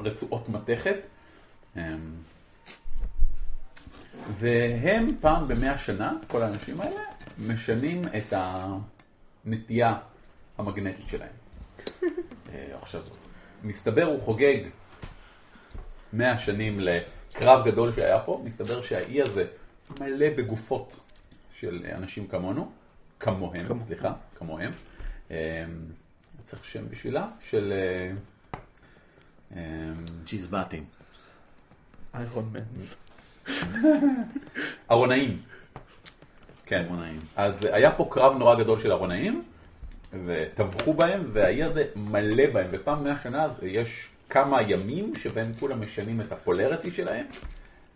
[SPEAKER 1] רצועות מתכת. אמ, והם פעם במאה שנה, כל האנשים האלה, משנים את הנטייה המגנטית שלהם. אה, עכשיו, מסתבר הוא חוגג 100 שנים לקרב גדול שהיה פה, מסתבר שהאי הזה מלא בגופות של אנשים כמונו, כמוהם, סליחה, כמוהם. אה, צריך שם בשבילה, של... אה, אה,
[SPEAKER 5] צ'יזבטים.
[SPEAKER 8] איירון מנס.
[SPEAKER 1] ארונאים. כן,
[SPEAKER 5] ארונאים.
[SPEAKER 1] אז היה פה קרב נורא גדול של ארונאים, וטבחו בהם, והאי הזה מלא בהם, ופעם מאה שנה אז יש כמה ימים שבהם כולם משנים את הפולריטי שלהם,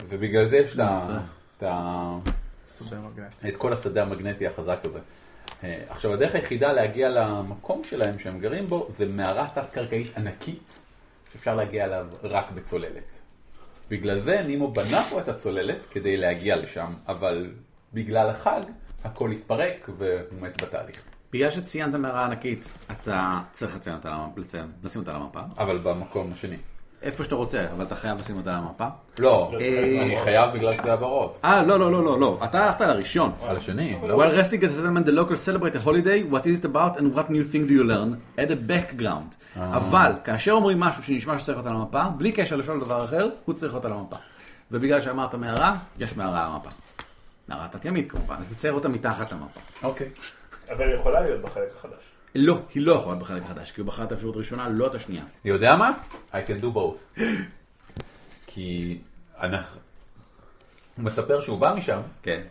[SPEAKER 1] ובגלל זה יש את ה- את ה... את כל השדה המגנטי החזק הזה. אה, עכשיו, הדרך היחידה להגיע למקום שלהם שהם גרים בו, זה מערה תת-קרקעית ענקית, שאפשר להגיע אליו רק בצוללת. בגלל זה נימו בנה פה את הצוללת כדי להגיע לשם, אבל בגלל החג, הכל התפרק והוא מת בתהליך.
[SPEAKER 5] בגלל שציינת מערה ענקית, אתה צריך לציין אותה, לציין- לשים אותה על המפה.
[SPEAKER 1] אבל במקום השני.
[SPEAKER 5] איפה שאתה רוצה, אבל אתה חייב לשים אותה על המפה.
[SPEAKER 1] לא,
[SPEAKER 5] אה,
[SPEAKER 1] אני חייב בגלל שזה הברות.
[SPEAKER 5] אה, לא, לא, לא, לא, לא. אתה הלכת לראשון.
[SPEAKER 1] על השני.
[SPEAKER 5] While
[SPEAKER 8] לא.
[SPEAKER 5] resting at the settlement, the locals celebrate a holiday, what is it about and what new thing do you learn at a background.
[SPEAKER 1] אה.
[SPEAKER 5] אבל, כאשר אומרים משהו שנשמע שצריך אותה למפה, בלי קשר לשאול דבר אחר, הוא צריך אותה למפה. ובגלל שאמרת מערה, יש מערה על המפה. מערה תת-ימית כמובן, אז תצייר אותה מתחת למפה.
[SPEAKER 1] אוקיי.
[SPEAKER 4] אבל היא יכולה להיות בחלק החדש.
[SPEAKER 5] לא, היא לא יכולה בחלק החדש, כי הוא בחר את האפשרות הראשונה, לא את השנייה.
[SPEAKER 1] אני יודע מה? I can do both. כי אנחנו... הוא מספר שהוא בא משם,
[SPEAKER 5] כן.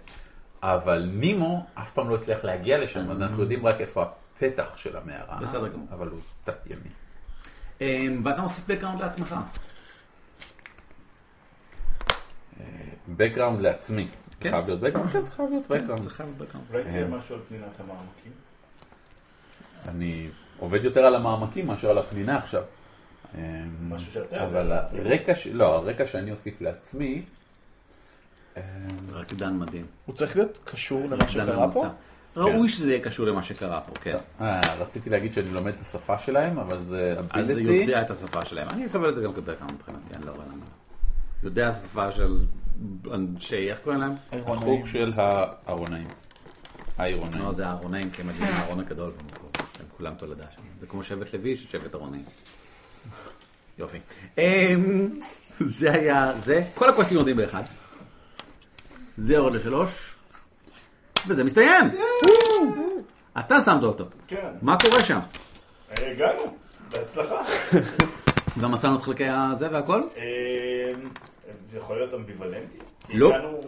[SPEAKER 1] אבל נימו אף פעם לא הצליח להגיע לשם, אז אנחנו יודעים רק איפה הפתח של המערה.
[SPEAKER 5] בסדר גמור.
[SPEAKER 1] אבל הוא תת ימי.
[SPEAKER 5] אמ, ואתה מוסיף background לעצמך.
[SPEAKER 1] בקראונד לעצמי. זה חייב להיות בקראונד? כן, זה חייב
[SPEAKER 8] אה,
[SPEAKER 1] להיות
[SPEAKER 5] זה
[SPEAKER 1] בקראונד.
[SPEAKER 5] חייב להיות background.
[SPEAKER 4] אולי תהיה
[SPEAKER 1] אה.
[SPEAKER 4] משהו על פנינת המעמקים?
[SPEAKER 1] אני עובד יותר על המעמקים מאשר על הפנינה עכשיו. אה,
[SPEAKER 4] משהו שאתה...
[SPEAKER 1] אבל הרקע, ש- לא, הרקע שאני אוסיף לעצמי,
[SPEAKER 5] רקדן מדהים.
[SPEAKER 8] הוא צריך להיות קשור למה
[SPEAKER 5] רקדן
[SPEAKER 8] שקרה פה?
[SPEAKER 5] ממוצע. ראוי שזה יהיה קשור למה שקרה פה, כן.
[SPEAKER 1] אה, רציתי להגיד שאני לומד את השפה שלהם, אבל זה
[SPEAKER 5] אז זה
[SPEAKER 1] ability.
[SPEAKER 5] יודע את השפה שלהם. אני אקבל את זה גם כבקאונט מבחינתי, אני לא רואה למה. יודע השפה של אנשי, איך קוראים להם?
[SPEAKER 4] אה.
[SPEAKER 1] החוג של הארונאים. האירונאים.
[SPEAKER 5] לא, זה הארונאים, כי הם מגיעים מהארון הגדול במקור. הם כולם תולדה שם. זה כמו שבט לוי ששבט ארונאים. יופי. אמ, זה היה זה. כל הכוסים יורדים באחד. זה יורד לשלוש. וזה מסתיים! אתה שמת אותו.
[SPEAKER 4] כן.
[SPEAKER 5] מה קורה שם?
[SPEAKER 4] אה, הגענו, בהצלחה.
[SPEAKER 5] גם מצאנו את חלקי הזה והכל?
[SPEAKER 4] אה, זה יכול להיות אמביוולנטי?
[SPEAKER 5] לא.
[SPEAKER 4] הגענו-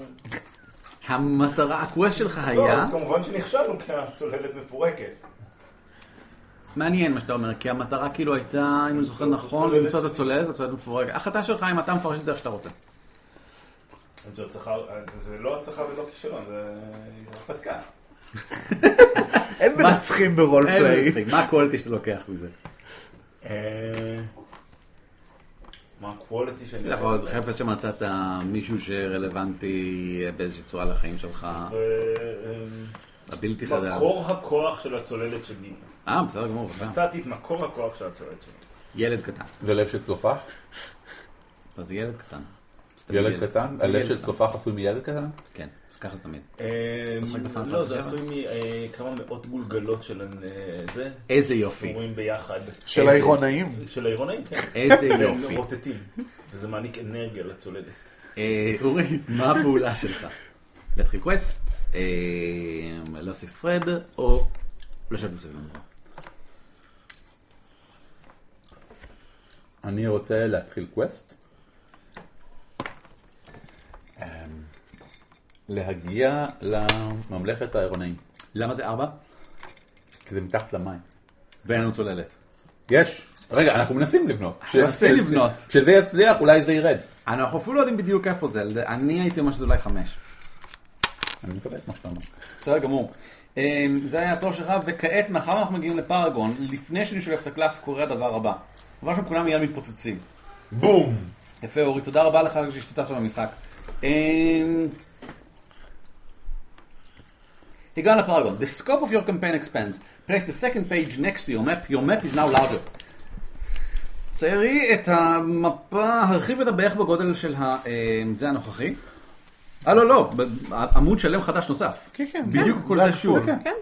[SPEAKER 5] המטרה, הקווסט שלך
[SPEAKER 4] לא,
[SPEAKER 5] היה...
[SPEAKER 4] אז כמובן שנכשלנו כי הצוללת מפורקת.
[SPEAKER 5] מעניין מה שאתה אומר, כי המטרה כאילו הייתה, אם אני זוכר נכון,
[SPEAKER 4] הצוללת.
[SPEAKER 5] למצוא את הצוללת והצוללת מפורקת. ההחלטה שלך אם אתה מפרש את זה איך שאתה רוצה.
[SPEAKER 4] אז זאת הצלחה- אז זה לא הצלחה ולא כישלון, זה הרפתקה.
[SPEAKER 8] אין מנצחים ברול
[SPEAKER 5] אין
[SPEAKER 8] פליי.
[SPEAKER 5] מצחיק, מה הקולטי שאתה לוקח מזה?
[SPEAKER 4] אה, מה הקוולטי שאני...
[SPEAKER 5] לפחות חפץ שמצאת מישהו שרלוונטי באיזושהי צורה לחיים שלך,
[SPEAKER 4] אה, אה,
[SPEAKER 5] הבלתי חדש.
[SPEAKER 4] מקור הכוח של הצוללת שלי.
[SPEAKER 5] אה, בסדר גמור, בבקשה.
[SPEAKER 4] מצאתי את מקור הכוח של הצוללת שלי.
[SPEAKER 5] ילד קטן.
[SPEAKER 1] זה לב של צופח?
[SPEAKER 5] לא, זה ילד קטן. זה תמיד
[SPEAKER 1] ילד קטן?
[SPEAKER 5] זה
[SPEAKER 1] הלב
[SPEAKER 5] ילד
[SPEAKER 1] של
[SPEAKER 5] קטן.
[SPEAKER 1] צופח עשוי מילד קטן?
[SPEAKER 5] כן, ככה זה תמיד.
[SPEAKER 4] אה,
[SPEAKER 5] משחק בפעם
[SPEAKER 4] לא, זה
[SPEAKER 5] אחת,
[SPEAKER 4] עשוי מכמה מאות גולגלות של אה, זה,
[SPEAKER 5] איזה יופי,
[SPEAKER 4] אומרים ביחד. אה,
[SPEAKER 8] של האירונאים.
[SPEAKER 4] של העירונאים, כן.
[SPEAKER 5] איזה
[SPEAKER 4] הם
[SPEAKER 5] יופי.
[SPEAKER 4] רוטטים, וזה מעניק אנרגיה לצוללת.
[SPEAKER 5] אה, אורי, מה הפעולה שלך? להתחיל קווסט, אה, להוסיף פרד, או לשבת מסביב למורה.
[SPEAKER 1] אני רוצה להתחיל קווסט. אמ, להגיע לממלכת האירונאים,
[SPEAKER 5] למה זה ארבע?
[SPEAKER 1] כי זה מתחת למים.
[SPEAKER 5] ואין לנו צוללת.
[SPEAKER 1] יש. רגע, אנחנו מנסים לבנות. ש-
[SPEAKER 5] מנסים
[SPEAKER 1] ש-
[SPEAKER 5] לבנות.
[SPEAKER 1] כשזה יצליח, אולי זה ירד.
[SPEAKER 5] אנחנו אפילו לא יודעים בדיוק איפה זה, אני הייתי אומר שזה אולי חמש.
[SPEAKER 1] אני מקבל את מה שאתה אומר.
[SPEAKER 5] בסדר גמור. אמ, זה היה התור שלך, וכעת, מאחר אנחנו מגיעים לפרגון, לפני שאני שולף את הקלף, קורה הדבר הבא. ממש הם כולם מיד מתפוצצים.
[SPEAKER 1] בום!
[SPEAKER 5] יפה, אורי, תודה רבה לך שהשתתפת במשחק. אמ, הגענו לפרגון. The scope of your campaign expands. Place the second page next to your map. Your map is now larger. ציירי את המפה, הרחיב את הבערך בגודל של ה... אמ, זה הנוכחי. אה, לא, לא, ב- עמוד שלם חדש נוסף.
[SPEAKER 8] כן, כן.
[SPEAKER 5] בדיוק
[SPEAKER 8] כן,
[SPEAKER 5] כל זה
[SPEAKER 8] הכפול,
[SPEAKER 5] שוב.
[SPEAKER 8] כן.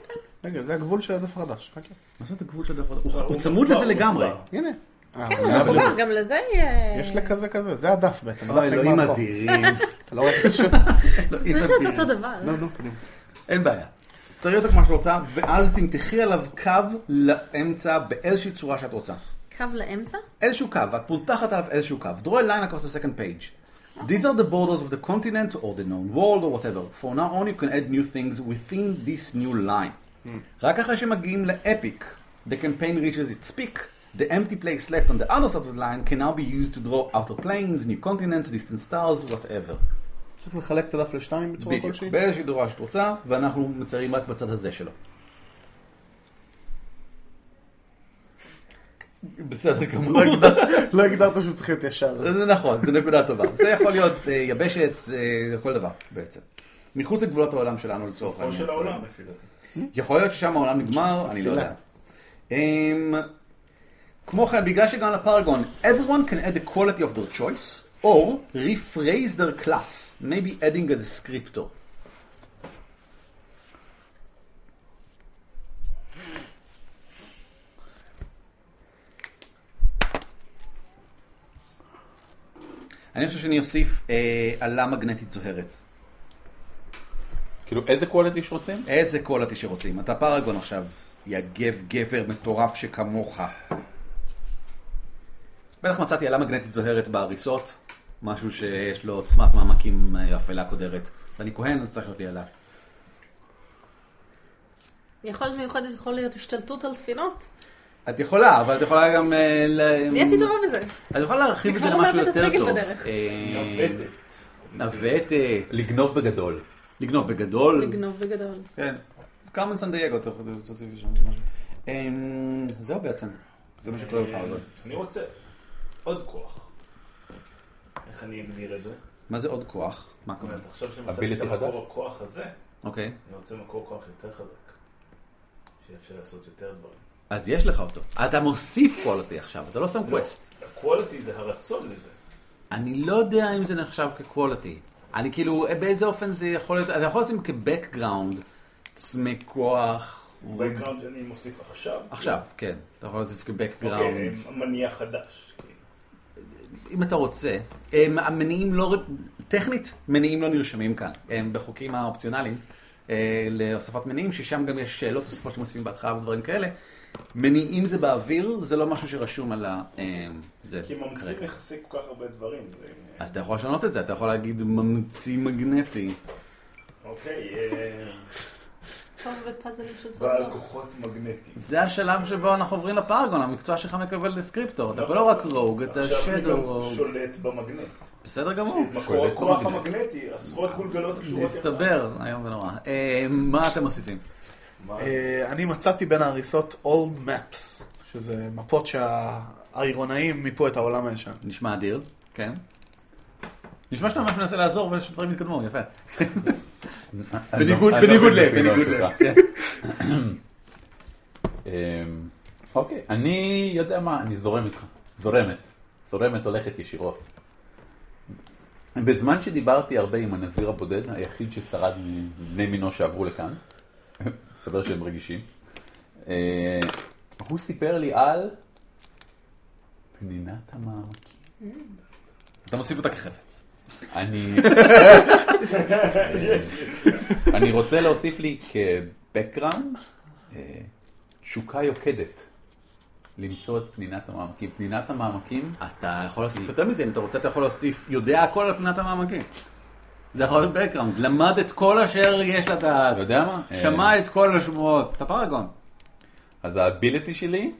[SPEAKER 8] רגע, זה הגבול של הדף החדש. חכה.
[SPEAKER 5] מה זאת הגבול של הדרך הזאת? הוא- הוא לא. צמוד לזה לגמרי.
[SPEAKER 8] הנה. אה,
[SPEAKER 13] כן,
[SPEAKER 8] אבל
[SPEAKER 13] הוא
[SPEAKER 8] אבל
[SPEAKER 13] מחובר, גם לזה יהיה...
[SPEAKER 8] יש לכזה כזה, זה הדף בעצם.
[SPEAKER 5] אוי,
[SPEAKER 8] הדף נגמר
[SPEAKER 5] אלוהים
[SPEAKER 8] פה.
[SPEAKER 5] אדירים.
[SPEAKER 8] אתה לא רואה פשוט.
[SPEAKER 5] אלוהים
[SPEAKER 9] צריך להיות
[SPEAKER 5] אדירים.
[SPEAKER 9] אותו דבר.
[SPEAKER 8] לא, לא, קדימה.
[SPEAKER 5] אין בעיה. צריך אותו כמו שאת רוצה, ואז תמתחי עליו קו לאמצע באיזושהי צורה שאת רוצה.
[SPEAKER 9] קו לאמצע?
[SPEAKER 5] איזשהו קו, את פותחת עליו איזשהו קו. Draw a line across the second page. These are the borders of the continent or the known world or whatever. For now on you can add new things within this new line. רק אחרי שמגיעים לאפיק, the campaign reaches its peak, the empty place left on the other side of the line can now be used to draw outer planes, new continents, distant stars, whatever.
[SPEAKER 8] צריך לחלק את הדף לשתיים בצורה
[SPEAKER 5] בדיוק,
[SPEAKER 8] כלשהי.
[SPEAKER 5] באיזושהי דורה שאת רוצה, ואנחנו מציירים רק בצד הזה שלו. בסדר גמור.
[SPEAKER 8] לא הגדר- לא הגדרת שהוא צריך להיות ישר.
[SPEAKER 5] זה נכון, זו נקודה טובה. זה יכול להיות אה, יבשת, אה, כל דבר בעצם. מחוץ לגבולות העולם שלנו לצורך
[SPEAKER 4] או של העולם, לפי דעתי.
[SPEAKER 5] יכול להיות ששם העולם נגמר, אני לא
[SPEAKER 8] תפילה.
[SPEAKER 5] יודע. אמ, כמו כן, בגלל שגם לפרגון, everyone can add the quality of their choice, or rephrase their class, maybe adding a descriptor. אני חושב שאני אוסיף אה, עלה מגנטית זוהרת.
[SPEAKER 1] כאילו, איזה quality שרוצים?
[SPEAKER 5] איזה quality שרוצים. אתה פרגון עכשיו, יא גב גבר מטורף שכמוך. בטח מצאתי עלה מגנטית זוהרת בהריסות, משהו שיש לו עוצמת מעמקים אה, אפלה קודרת. ואני כהן, אז צריך להיות לי עלה.
[SPEAKER 9] יכולת מיוחדת יכול להיות השתלטות על ספינות?
[SPEAKER 5] את יכולה, אבל את יכולה גם... אה, ל-
[SPEAKER 9] נהייתי טובה בזה.
[SPEAKER 5] את יכולה להרחיב
[SPEAKER 9] אני
[SPEAKER 5] את זה
[SPEAKER 9] כבר
[SPEAKER 5] למשהו
[SPEAKER 9] לא מאבדת
[SPEAKER 5] יותר
[SPEAKER 9] רגל
[SPEAKER 5] טוב.
[SPEAKER 9] בדרך.
[SPEAKER 5] אה, נווטת.
[SPEAKER 1] לגנוב בגדול.
[SPEAKER 5] לגנוב בגדול.
[SPEAKER 9] לגנוב בגדול.
[SPEAKER 5] כן. קרמן סן דייגו, אתה יכול תוסיף שם משהו. אמ, זהו בעצם. אמ, זה מה שקורה בפרגון.
[SPEAKER 4] אה, אני רוצה עוד כוח. איך אני אגדיר את זה?
[SPEAKER 5] מה זה עוד כוח? מה
[SPEAKER 4] זאת
[SPEAKER 5] קורה?
[SPEAKER 4] אומרת, עכשיו שמצאתי
[SPEAKER 1] ability
[SPEAKER 4] את המקור
[SPEAKER 1] חדש?
[SPEAKER 4] הכוח הזה,
[SPEAKER 5] אוקיי.
[SPEAKER 4] אני רוצה מקור כוח יותר חזק. שיאפשר לעשות יותר דברים.
[SPEAKER 5] אז יש לך אותו. אתה מוסיף quality עכשיו, אתה לא שם קווסט.
[SPEAKER 4] הקואליטי זה הרצון לזה.
[SPEAKER 5] אני לא יודע אם זה נחשב כקוולטי. אני כאילו, באיזה אופן זה יכול להיות, אתה יכול לשים כבקגראונד, צמא כוח.
[SPEAKER 4] background שאני מוסיף עכשיו.
[SPEAKER 5] עכשיו, כן. אתה יכול להוסיף
[SPEAKER 4] אוקיי,
[SPEAKER 5] כבקגראונד.
[SPEAKER 4] מניע חדש. כן.
[SPEAKER 5] אם אתה רוצה. הם, המניעים לא, טכנית, מניעים לא נרשמים כאן. הם בחוקים האופציונליים אה, להוספת מניעים, ששם גם יש שאלות נוספות שמוסיפים בהתחלה ודברים כאלה. מניעים זה באוויר, זה לא משהו שרשום על ה... אה, זה
[SPEAKER 4] כי ממציאים
[SPEAKER 5] כרגע.
[SPEAKER 4] יחסית כל כך הרבה דברים. זה-
[SPEAKER 5] אז אתה יכול לשנות את זה, אתה יכול להגיד ממציא מגנטי.
[SPEAKER 4] אוקיי, אה,
[SPEAKER 9] טוב בפאזלים של
[SPEAKER 4] בעל
[SPEAKER 9] צורך.
[SPEAKER 4] כוחות מגנטיים.
[SPEAKER 5] זה השלב שבו אנחנו עוברים לפרגון, המקצוע שלך מקבל דסקריפטור. אתה לא רק רוג, אתה
[SPEAKER 4] עכשיו אני
[SPEAKER 5] שדו
[SPEAKER 4] גם
[SPEAKER 5] רוג.
[SPEAKER 4] שולט במגנט.
[SPEAKER 5] בסדר גמור.
[SPEAKER 4] מקור הכוח המגנטי, עשרות גולגלות קשורות
[SPEAKER 5] מסתבר, איום ונורא. אה, מה אתם מוסיפים?
[SPEAKER 8] אה, אני מצאתי בין ההריסות Old Maps, שזה מפות שהעירונאים מיפו את העולם הישן.
[SPEAKER 5] נשמע אדיר, כן. נשמע שאתה ממש מנסה לעזור ושדברים יתקדמו, יפה. בניגוד-
[SPEAKER 1] אז לא-
[SPEAKER 5] בניגוד
[SPEAKER 1] אז לא
[SPEAKER 5] לב,
[SPEAKER 1] מבין
[SPEAKER 5] בניגוד
[SPEAKER 1] בסגנון
[SPEAKER 5] לב.
[SPEAKER 1] שלך. כן. אמ, אוקיי, אני יודע מה, אני זורם איתך. זורמת. זורמת הולכת ישירות. בזמן שדיברתי הרבה עם הנזיר הבודד, היחיד ששרד מבני מינו שעברו לכאן, מסתבר שהם רגישים, אה, הוא סיפר לי על פנינת המעמקים.
[SPEAKER 5] אתה מוסיף אותה כחפץ.
[SPEAKER 1] אני... אני רוצה להוסיף לי כבקראונד אה, תשוקה יוקדת למצוא את פנינת המעמקים. פנינת המעמקים,
[SPEAKER 5] אתה יכול להוסיף יותר מזה, אם אתה רוצה אתה יכול להוסיף, יודע הכל על פנינת המעמקים. זה יכול להיות background, למד את כל אשר יש לדעת,
[SPEAKER 1] אתה יודע מה? אה,
[SPEAKER 5] שמע את כל השמועות, אתה פרגון.
[SPEAKER 1] אז האביליטי שלי,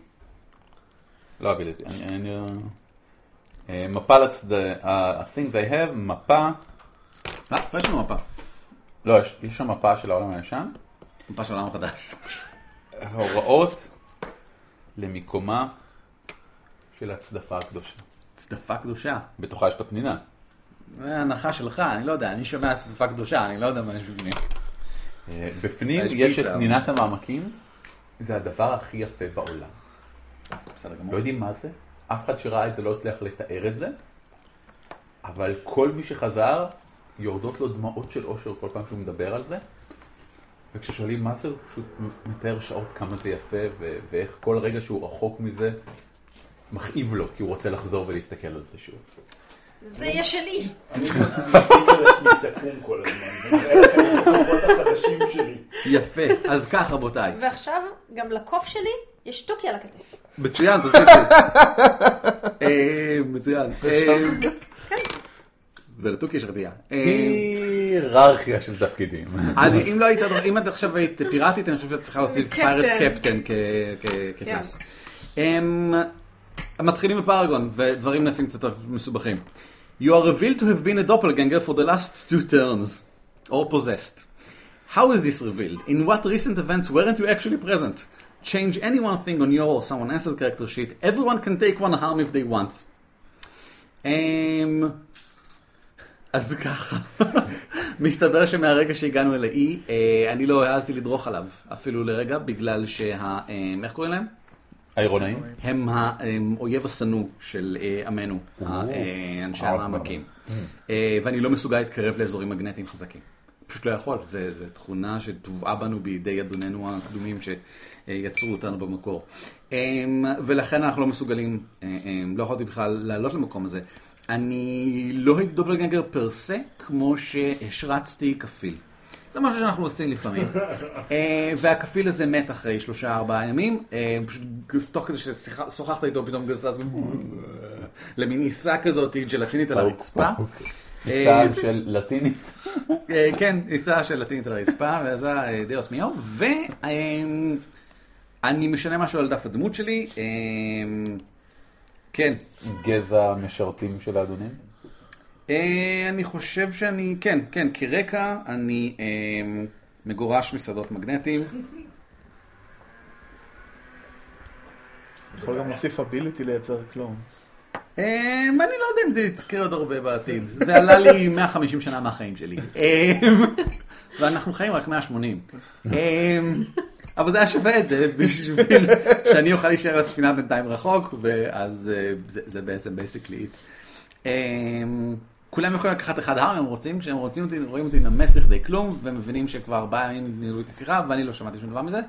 [SPEAKER 1] לא האביליטי, אני... אני אה, מפה לצד... ה- ה-thing they have, מפה,
[SPEAKER 5] אה, פה יש לנו מפה,
[SPEAKER 1] לא, יש, יש שם מפה של העולם הישן,
[SPEAKER 5] מפה של עולם חדש.
[SPEAKER 1] ההוראות למיקומה של הצדפה הקדושה.
[SPEAKER 5] צדפה קדושה.
[SPEAKER 1] בתוכה יש את הפנינה.
[SPEAKER 5] זה ההנחה שלך, אני לא יודע, אני שומע צדפה קדושה, אני לא יודע מה יש בפנים.
[SPEAKER 1] אה, בפנים
[SPEAKER 5] יש
[SPEAKER 1] יש את
[SPEAKER 5] פיצה, אבל.
[SPEAKER 1] פנינת המעמקים, זה הדבר הכי יפה בעולם.
[SPEAKER 5] בסדר
[SPEAKER 1] לא
[SPEAKER 5] גמור.
[SPEAKER 1] יודעים מה זה, אף אחד שראה את זה לא הצליח לתאר את זה, אבל כל מי שחזר, יורדות לו דמעות של אושר כל פעם שהוא מדבר על זה, וכששואלים מה זה, הוא פשוט מתאר שעות כמה זה יפה, ו- ואיך כל רגע שהוא רחוק מזה, מכאיב לו, כי הוא רוצה לחזור ולהסתכל על זה שוב.
[SPEAKER 9] זה יהיה שלי.
[SPEAKER 4] אני מפיק על עצמי סכו"ם כל הזמן. זה הכוחות החדשים שלי.
[SPEAKER 5] יפה, אז כך רבותיי.
[SPEAKER 9] ועכשיו, גם לקוף שלי יש תוכי על הכתף.
[SPEAKER 5] מצוין, תוסיף לי. אה, מצוין. אה, ולתוכי יש רביעייה. אה,
[SPEAKER 1] היררכיה של תפקידים.
[SPEAKER 5] אז אם לא היית, אם את עכשיו היית פיראטית, אני חושב שאת צריכה להוסיף
[SPEAKER 9] קפטן.
[SPEAKER 5] פיירט קפטן כ- כ- כקנס. אמ, מתחילים בפרגון, ודברים נעשים קצת יותר מסובכים. You are revealed to have been a doppelganger for the last two turns, or possessed. How is this revealed? In what recent events weren't you actually present? Change any one thing on your or someone else's character sheet. Everyone can take one harm if they want. אמ... אז ככה, מסתבר שמהרגע שהגענו אל האי, אה, אני לא העזתי לדרוך עליו אפילו לרגע, בגלל שה... אה, איך קוראים להם?
[SPEAKER 1] העירונאים?
[SPEAKER 5] הם האויב השנוא של אה, עמנו, ה- אה, אנשי
[SPEAKER 1] עוד
[SPEAKER 5] המעמקים.
[SPEAKER 1] פעם.
[SPEAKER 5] אה, ואני לא מסוגל להתקרב לאזורים מגנטיים חזקים. פשוט לא יכול, זו תכונה שטובעה בנו בידי אדוננו הקדומים שיצרו אותנו במקור. אה, ולכן אנחנו לא מסוגלים, אה, אה, לא יכולתי בכלל לעלות למקום הזה. אני לא הייתי דובלגנגר פר סה, כמו שהשרצתי כפיל. זה משהו שאנחנו עושים לפעמים. אה, והכפיל הזה מת אחרי שלושה ארבעה ימים, אה, הוא פשוט גז- תוך כדי ששוחחת איתו פתאום גזז למין עיסה כזאת ג'לטינית על הרצפה. אה,
[SPEAKER 1] ניסה אוקיי. של לטינית.
[SPEAKER 5] אה, כן, עיסה של לטינית על הרצפה, וזה אה, דיוס מיו, ואני משנה משהו על דף הדמות שלי, אה, כן.
[SPEAKER 1] גזע משרתים של האדונים?
[SPEAKER 5] אה, אני חושב שאני, כן, כן, כרקע אני אה, מגורש משדות מגנטיים.
[SPEAKER 8] יכול גם להוסיף אביליטי לייצר כלום.
[SPEAKER 5] אה, אני לא יודע אם זה יזכיר עוד הרבה בעתיד. זה עלה לי 150 שנה מהחיים שלי. אה, ואנחנו חיים רק 180. אה, אבל זה היה שווה את זה בשביל שאני אוכל להישאר על הספינה בינתיים רחוק, ואז אה, זה, זה בעצם basically it. אה, כולם יכולים לקחת אחד הר אם הם רוצים, כשהם רוצים אותי, רואים אותי נמס לכדי כלום, ומבינים שכבר ארבעה ימים ניהלו איתי שיחה, ואני לא שמעתי שום דבר מזה.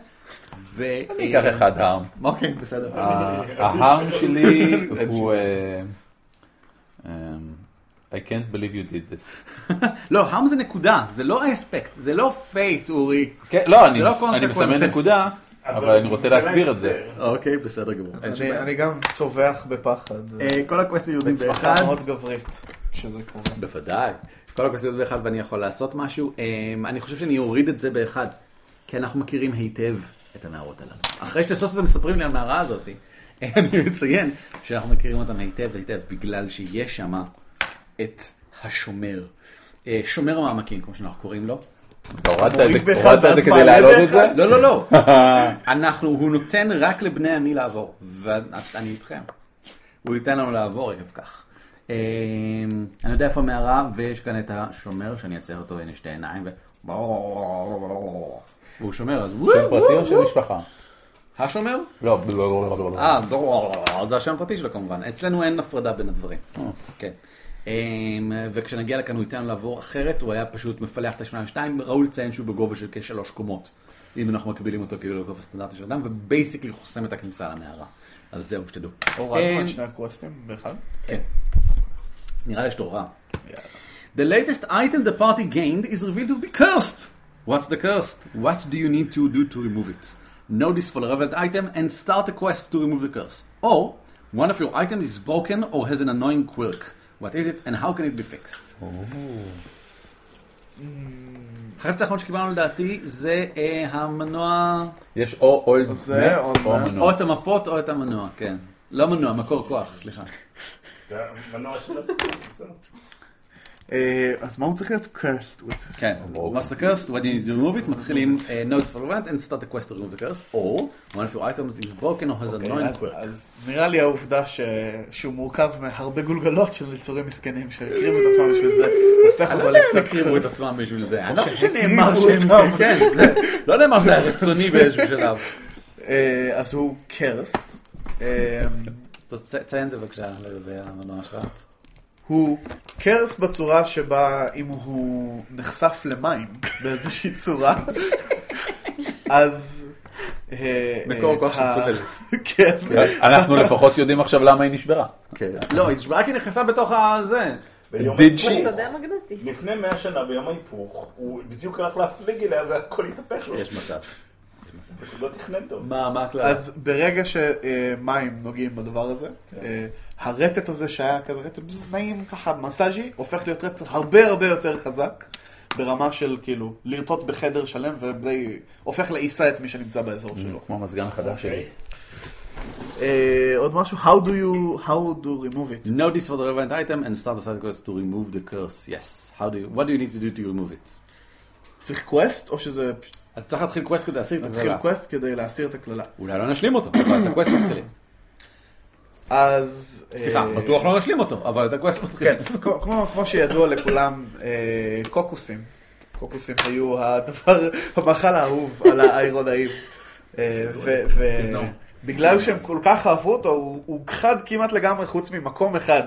[SPEAKER 5] ו- אמ,
[SPEAKER 1] אני אקח אחד אה, הרם.
[SPEAKER 5] אוקיי, בסדר.
[SPEAKER 1] ה- ההרם שלי הוא... אה, אה, I can't believe you did this.
[SPEAKER 5] לא, הרם זה נקודה, זה לא האספקט, זה לא פייט, אורי.
[SPEAKER 1] כן, לא, אני-
[SPEAKER 5] זה
[SPEAKER 1] אני
[SPEAKER 5] consequences.
[SPEAKER 1] מסמן נקודה, אבל אני רוצה להסביר את זה.
[SPEAKER 5] אוקיי, בסדר גמור. אין שום
[SPEAKER 8] אני
[SPEAKER 5] בעיה.
[SPEAKER 8] אני גם צווח בפחד.
[SPEAKER 5] אה, כל הקווסטים יורדים
[SPEAKER 8] בצווחה
[SPEAKER 5] באחד.
[SPEAKER 8] מאוד גברית כשזה קורה.
[SPEAKER 5] בוודאי. כל הקווסטיות באחד ואני יכול לעשות משהו. אמ, אני חושב שאני אוריד את זה באחד, כי אנחנו מכירים היטב את הנערות הללו. אחרי שתעשו את זה מספרים לי על המערה הזאת, אה, אני מציין שאנחנו מכירים אותם היטב היטב, בגלל שיש שמה את השומר. אה, שומר המעמקים, כמו שאנחנו קוראים לו.
[SPEAKER 1] הורדת את זה- מוריד באחד הורדת את זה ואז כדי מעלה להעלות את באחד? זה?
[SPEAKER 5] לא, לא, לא. אנחנו, הוא נותן רק לבני עמי לעבור, ואני איתכם. הוא ייתן לנו לעבור עקב כך. אמ, אני יודע איפה המערה, ויש כאן את השומר, שאני אצייר אותו, הנה שתי עיניים, ו... והוא שומר, אז...
[SPEAKER 1] שם פרטי או שם משפחה?
[SPEAKER 5] השומר?
[SPEAKER 1] לא, לא, לא, לא, לא.
[SPEAKER 5] אה, לא, זה השם הפרטי שלו כמובן. אצלנו אין הפרדה בין הדברים.
[SPEAKER 8] אה.
[SPEAKER 5] כן. אמ, וכשנגיע לכאן הוא ייתן לנו לעבור אחרת, הוא היה פשוט מפלח את השניים שתיים, ראוי לציין שהוא בגובה של כשלוש קומות. אם אנחנו מקבילים אותו כאילו לגובה סטנדרטי של אדם, ובייסיקלי חוסם את הכניסה למערה. אז זהו, שתדעו.
[SPEAKER 8] הורדנו
[SPEAKER 5] אמ,
[SPEAKER 8] את שני הקווסטים באחד?
[SPEAKER 5] כן. נראה לי שאתה רע. The latest item the party gained is revealed to be cursed. What's the cursed? What do you need to do to remove it? Know this for the relevant item and start a quest to remove the curse. Or, one of your items is broken or has an annoying quirk. What is it and how can it be fixed? החפץ האחרון שקיבלנו לדעתי זה אה, המנוע...
[SPEAKER 1] יש או אולד מפס או
[SPEAKER 5] או
[SPEAKER 1] מנוע.
[SPEAKER 5] את המפות או את המנוע, כן. לא מנוע, מקור כוח, סליחה.
[SPEAKER 4] זה המנוע של הסרט, בסדר.
[SPEAKER 8] אה, אז מה הוא צריך להיות cursed with?
[SPEAKER 5] כן, what's the curse, what do you need to remove it, מתחילים uh, notes for event and start the quest to remove the curse, or one of your items is broken or has a
[SPEAKER 8] אוקיי,
[SPEAKER 5] annoying
[SPEAKER 8] אז-
[SPEAKER 5] quirk.
[SPEAKER 8] אז נראה לי העובדה ש- שהוא מורכב מהרבה גולגלות של יצורים מסכנים שהקריבו את עצמם בשביל זה, הופך
[SPEAKER 5] אני לא
[SPEAKER 8] אותו
[SPEAKER 5] יודע אם
[SPEAKER 8] לקצת
[SPEAKER 5] הקריבו את
[SPEAKER 8] cursed.
[SPEAKER 5] עצמם בשביל זה, אני לא חושב
[SPEAKER 8] שהקריבו
[SPEAKER 5] שנאמר שהם,
[SPEAKER 8] אותם.
[SPEAKER 5] כן, זה- לא נאמר שזה היה רצוני באיזשהו שלב.
[SPEAKER 8] אה, אז הוא cursed. אה,
[SPEAKER 5] אז צ- ציין זה בבקשה לגבי המנוע שלך.
[SPEAKER 8] הוא קרס בצורה שבה אם הוא נחשף למים באיזושהי צורה, אז... אה,
[SPEAKER 5] מקור
[SPEAKER 8] אה,
[SPEAKER 5] כוח של
[SPEAKER 8] ה-
[SPEAKER 5] צוללת.
[SPEAKER 8] כן.
[SPEAKER 1] אנחנו לפחות יודעים עכשיו למה היא נשברה.
[SPEAKER 5] לא, היא נשברה כי היא נכנסה בתוך הזה.
[SPEAKER 4] ביום
[SPEAKER 1] Did
[SPEAKER 4] ההיפוך-
[SPEAKER 1] she?
[SPEAKER 9] שדה מגנטי.
[SPEAKER 4] לפני מאה שנה ביום ההיפוך, הוא בדיוק הלך להפליג אליה והכל התהפך לו.
[SPEAKER 5] יש מצב.
[SPEAKER 4] פשוט לא תכנן טוב.
[SPEAKER 5] מה, מה הכלל?
[SPEAKER 8] אז ברגע שמים נוגעים בדבר הזה, אה, הרטט הזה שהיה כזה רטט בז, נעים ככה מסאז'י, הופך להיות רטט הרבה הרבה יותר חזק, ברמה של כאילו לרטוט בחדר שלם ודי הופך לעיסה את מי שנמצא באזור שלו.
[SPEAKER 1] כמו המזגן החדש שלי.
[SPEAKER 8] אה, עוד משהו? How do you, how do remove it?
[SPEAKER 5] Notice for the relevant item and start the side quest to remove the curse, yes. How do you, what do you need to do to remove it?
[SPEAKER 8] צריך קווסט או שזה פשוט
[SPEAKER 5] אז צריך להתחיל קווסט כדי להסיר את
[SPEAKER 8] נתחיל
[SPEAKER 5] הקללה.
[SPEAKER 8] קווסט כדי להסיר את הקללה?
[SPEAKER 5] אולי לא נשלים אותו, אבל את הקווסט מתחילים.
[SPEAKER 8] אז...
[SPEAKER 5] סליחה,
[SPEAKER 8] אה,
[SPEAKER 5] בטוח לא נשלים אותו, אבל את הקווסט מתחיל.
[SPEAKER 8] כן, כמו- כמו- כמו שידוע לכולם, אה, קוקוסים. קוקוסים היו הדבר, המאכל האהוב על האיירונאים. אה, ו- ו- בגלל שהם כל כך אהבו אותו, הוא הוא הוכחד כמעט לגמרי חוץ ממקום אחד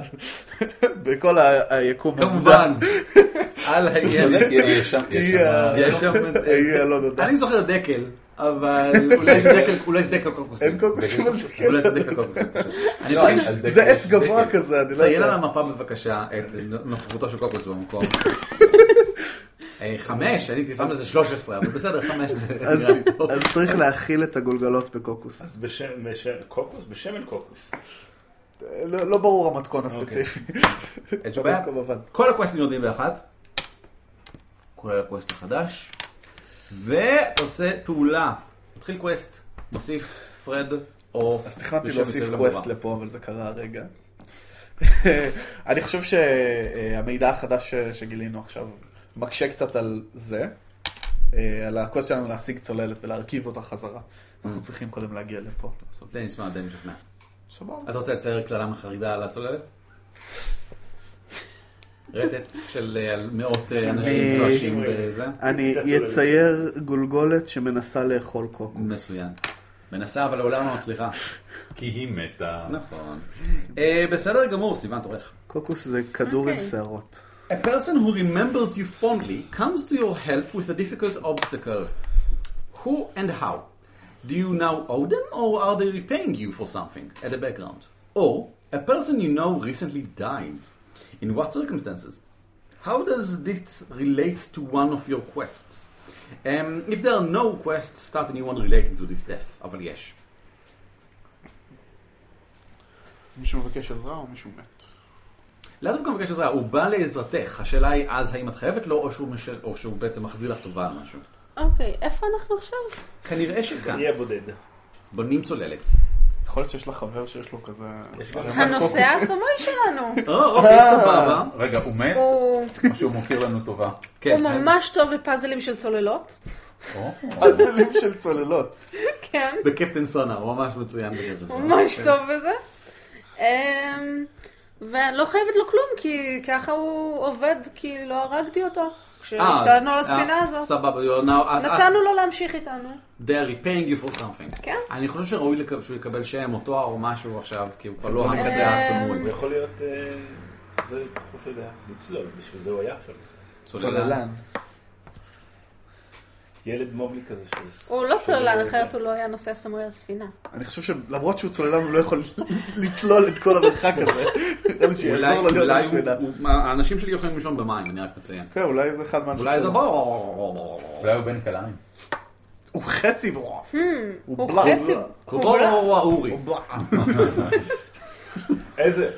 [SPEAKER 8] בכל ה- היקום.
[SPEAKER 5] כמובן. על
[SPEAKER 8] שזה
[SPEAKER 5] הילד.
[SPEAKER 1] אוקיי.
[SPEAKER 8] צודק,
[SPEAKER 1] יש שם- יש שם-
[SPEAKER 8] אה,
[SPEAKER 5] יש שם...
[SPEAKER 8] היא הלא נודע.
[SPEAKER 5] אני זוכר דקל, אבל אולי זה דקל, אולי זה דקל קוקוס.
[SPEAKER 8] אין קוקוסים על דקל.
[SPEAKER 5] אולי זה דקל קוקוס.
[SPEAKER 1] לא, על- על דקל
[SPEAKER 8] זה
[SPEAKER 1] יש
[SPEAKER 8] עץ גבוה
[SPEAKER 1] דקל.
[SPEAKER 8] כזה, אני לא
[SPEAKER 5] ציין על
[SPEAKER 8] יודע.
[SPEAKER 5] המפה בבקשה את נוכחותו של קוקוס במקום. אה, חמש, אני הייתי שם לזה 13, אבל בסדר, חמש זה
[SPEAKER 8] אז-
[SPEAKER 5] נראה לי טוב.
[SPEAKER 8] אז צריך להאכיל את הגולגלות בקוקוס.
[SPEAKER 4] אז בשם, בשם קוקוס? בשמן קוקוס.
[SPEAKER 8] לא לא ברור המתכון הספציפי.
[SPEAKER 5] אין שום בעיה.
[SPEAKER 8] כמובן.
[SPEAKER 5] כל הקווסטים יורדים באחת, כולל הקווסט החדש, ואתה עושה פעולה. מתחיל קווסט, מוסיף פרד או...
[SPEAKER 8] אז תכננתי
[SPEAKER 5] לשם
[SPEAKER 8] להוסיף
[SPEAKER 5] מסביב למורה.
[SPEAKER 8] קווסט לפה, אבל זה קרה הרגע. אני חושב שהמידע החדש ש- שגילינו עכשיו מקשה קצת על זה, אה, על הקווסט שלנו להשיג צוללת ולהרכיב אותה חזרה.
[SPEAKER 5] Mm.
[SPEAKER 8] אנחנו צריכים קודם להגיע לפה.
[SPEAKER 5] זה נשמע די משכנע.
[SPEAKER 8] סבבה.
[SPEAKER 5] אתה רוצה לצייר קללה מחרידה על הצוללת? רטט של אה, על מאות אה, אנשים
[SPEAKER 8] אה,
[SPEAKER 5] צועשים בזה?
[SPEAKER 8] אני אצייר גולגולת שמנסה לאכול קוקוס.
[SPEAKER 5] מצוין. מנסה אבל לעולם לא מצליחה.
[SPEAKER 1] כי היא מתה.
[SPEAKER 5] נכון. אה, בסדר גמור, סיוון תורך.
[SPEAKER 8] קוקוס זה כדור עם
[SPEAKER 9] אוקיי.
[SPEAKER 8] שערות.
[SPEAKER 5] A person who remembers you fondly comes to your help with a difficult obstacle. Who and how? Do you now owe them or are they repaying you for something at the background? Or a person you know recently died. In what circumstances? How does this relate to one of your quests? Um, if there are no quests, start a new one relating to this death, אבל יש.
[SPEAKER 8] מישהו מבקש עזרה או מישהו מת?
[SPEAKER 5] לאו דווקא מבקש עזרה, הוא בא לעזרתך. השאלה היא אז האם את חייבת לו או שהוא, משל, או שהוא בעצם מחזיר לך טובה על משהו.
[SPEAKER 9] אוקיי, איפה אנחנו עכשיו?
[SPEAKER 5] כנראה שכאן.
[SPEAKER 4] יהיה בודד.
[SPEAKER 5] בונים צוללת.
[SPEAKER 8] יכול להיות שיש לך חבר שיש לו כזה...
[SPEAKER 9] הנושא הסמוי שלנו.
[SPEAKER 5] או, אוקיי, סבבה.
[SPEAKER 1] רגע, הוא מת
[SPEAKER 9] הוא
[SPEAKER 1] או שהוא מוקיר לנו טובה?
[SPEAKER 9] הוא
[SPEAKER 5] כן,
[SPEAKER 9] ממש טוב בפאזלים של צוללות.
[SPEAKER 1] או,
[SPEAKER 8] פאזלים של צוללות.
[SPEAKER 9] כן.
[SPEAKER 5] בקפטן סונה, הוא ממש מצוין בקפטן סונה.
[SPEAKER 9] ממש טוב בזה. אמ, ולא חייבת לו כלום, כי ככה הוא עובד, כי לא הרגתי אותו.
[SPEAKER 5] אה,
[SPEAKER 9] כשהשתלנו על
[SPEAKER 5] אה,
[SPEAKER 9] הספינה הזאת.
[SPEAKER 5] סבבה, you are now- את-
[SPEAKER 9] נתנו לו להמשיך איתנו.
[SPEAKER 5] את- They are repaying you for something.
[SPEAKER 9] כן.
[SPEAKER 5] אני חושב שראוי לק- שהוא יקבל שם או תואר או משהו עכשיו, כי הוא כבר לא
[SPEAKER 4] אה,
[SPEAKER 5] הנושא הסמוי.
[SPEAKER 4] הוא יכול להיות, אה, זה פחות יודע, לצלול, בשביל זה הוא היה עכשיו.
[SPEAKER 5] צוללן.
[SPEAKER 4] ילד מובלי כזה שהוא...
[SPEAKER 9] הוא לא צוללן, אחרת הוא לא היה נוסע סמוי על הספינה.
[SPEAKER 8] אני חושב שלמרות שהוא צוללן הוא לא יכול לצלול את כל המרחק הזה. נראה לי
[SPEAKER 5] אולי
[SPEAKER 8] שיעזור לו להיות
[SPEAKER 5] אולי
[SPEAKER 8] על
[SPEAKER 5] הוא-
[SPEAKER 8] ספינה.
[SPEAKER 5] הוא- מה, האנשים שלי יכולים לישון במים, אני רק מציין.
[SPEAKER 8] כן, אולי זה אחד מהאנשים.
[SPEAKER 5] אולי זה
[SPEAKER 8] שלו.
[SPEAKER 5] בור.
[SPEAKER 1] אולי הוא בן כלאיים.
[SPEAKER 8] הוא חצי ברוע.
[SPEAKER 9] הוא
[SPEAKER 8] בלע.
[SPEAKER 9] חצי...
[SPEAKER 5] בור
[SPEAKER 9] הוא בלע.
[SPEAKER 5] או אורי.
[SPEAKER 8] הוא בלע.
[SPEAKER 4] איזה?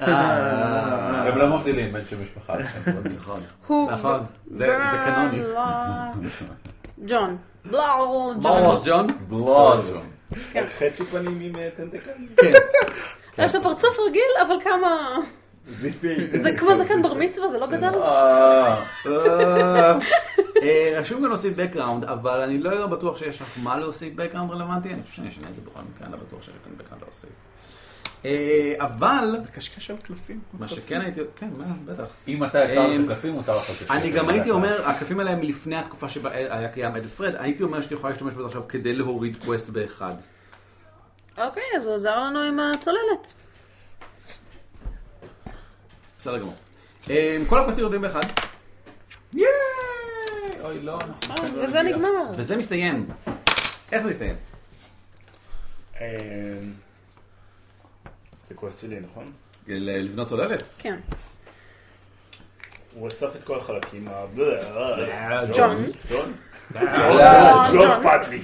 [SPEAKER 1] הם לא מבדילים בין שם משפחה.
[SPEAKER 5] נכון.
[SPEAKER 9] הוא
[SPEAKER 5] נכון. זה זה קנוני.
[SPEAKER 9] בלע. ג'ון. בלעו ג'ון.
[SPEAKER 5] בור ג'ון?
[SPEAKER 1] לא, בלוג'ון.
[SPEAKER 8] כן.
[SPEAKER 4] חצי פנים עם אה, טנטקל?
[SPEAKER 5] כן.
[SPEAKER 9] יש לו פרצוף רגיל, אבל כמה...
[SPEAKER 4] זיפי.
[SPEAKER 9] זה כמו זקן בר מצווה, זה לא גדל?
[SPEAKER 5] אה, אה, רשום גם להוסיף background, אבל אני לא בטוח שיש לך מה להוסיף background רלוונטי, אני חושב שאני אשנה את זה בכל מקרה, אני לא בטוח שיש כאן background להוסיף. אה, אבל,
[SPEAKER 8] קשקש על קלפים.
[SPEAKER 5] מה שכן הייתי, כן, מה, בטח.
[SPEAKER 1] אם אתה יצרת
[SPEAKER 5] אמ,
[SPEAKER 1] את הקלפים, מותר לך לקשר.
[SPEAKER 5] אני גם הייתי אומר, הקלפים האלה הם לפני התקופה שבה היה קיים אדלפרד, הייתי אומר שאת יכולה להשתמש בזה עכשיו כדי להוריד קווסט באחד.
[SPEAKER 9] אוקיי, אז הוא עזר לנו עם הצוללת.
[SPEAKER 5] בסדר גמור. אה, כל הקווסטים יורדים באחד,
[SPEAKER 1] ייי! אוי, לא, אנחנו...
[SPEAKER 9] אה, וזה נגמר.
[SPEAKER 5] וזה מסתיים. איך זה הסתיים?
[SPEAKER 4] אה, זה כוס שלי, נכון?
[SPEAKER 5] ל- לבנות צוללת?
[SPEAKER 9] כן.
[SPEAKER 4] הוא אסף את כל החלקים ה... לא אה,
[SPEAKER 9] ג'ון.
[SPEAKER 4] ג'ון?
[SPEAKER 9] אה,
[SPEAKER 4] לא
[SPEAKER 9] ג'ון.
[SPEAKER 4] אכפת לי.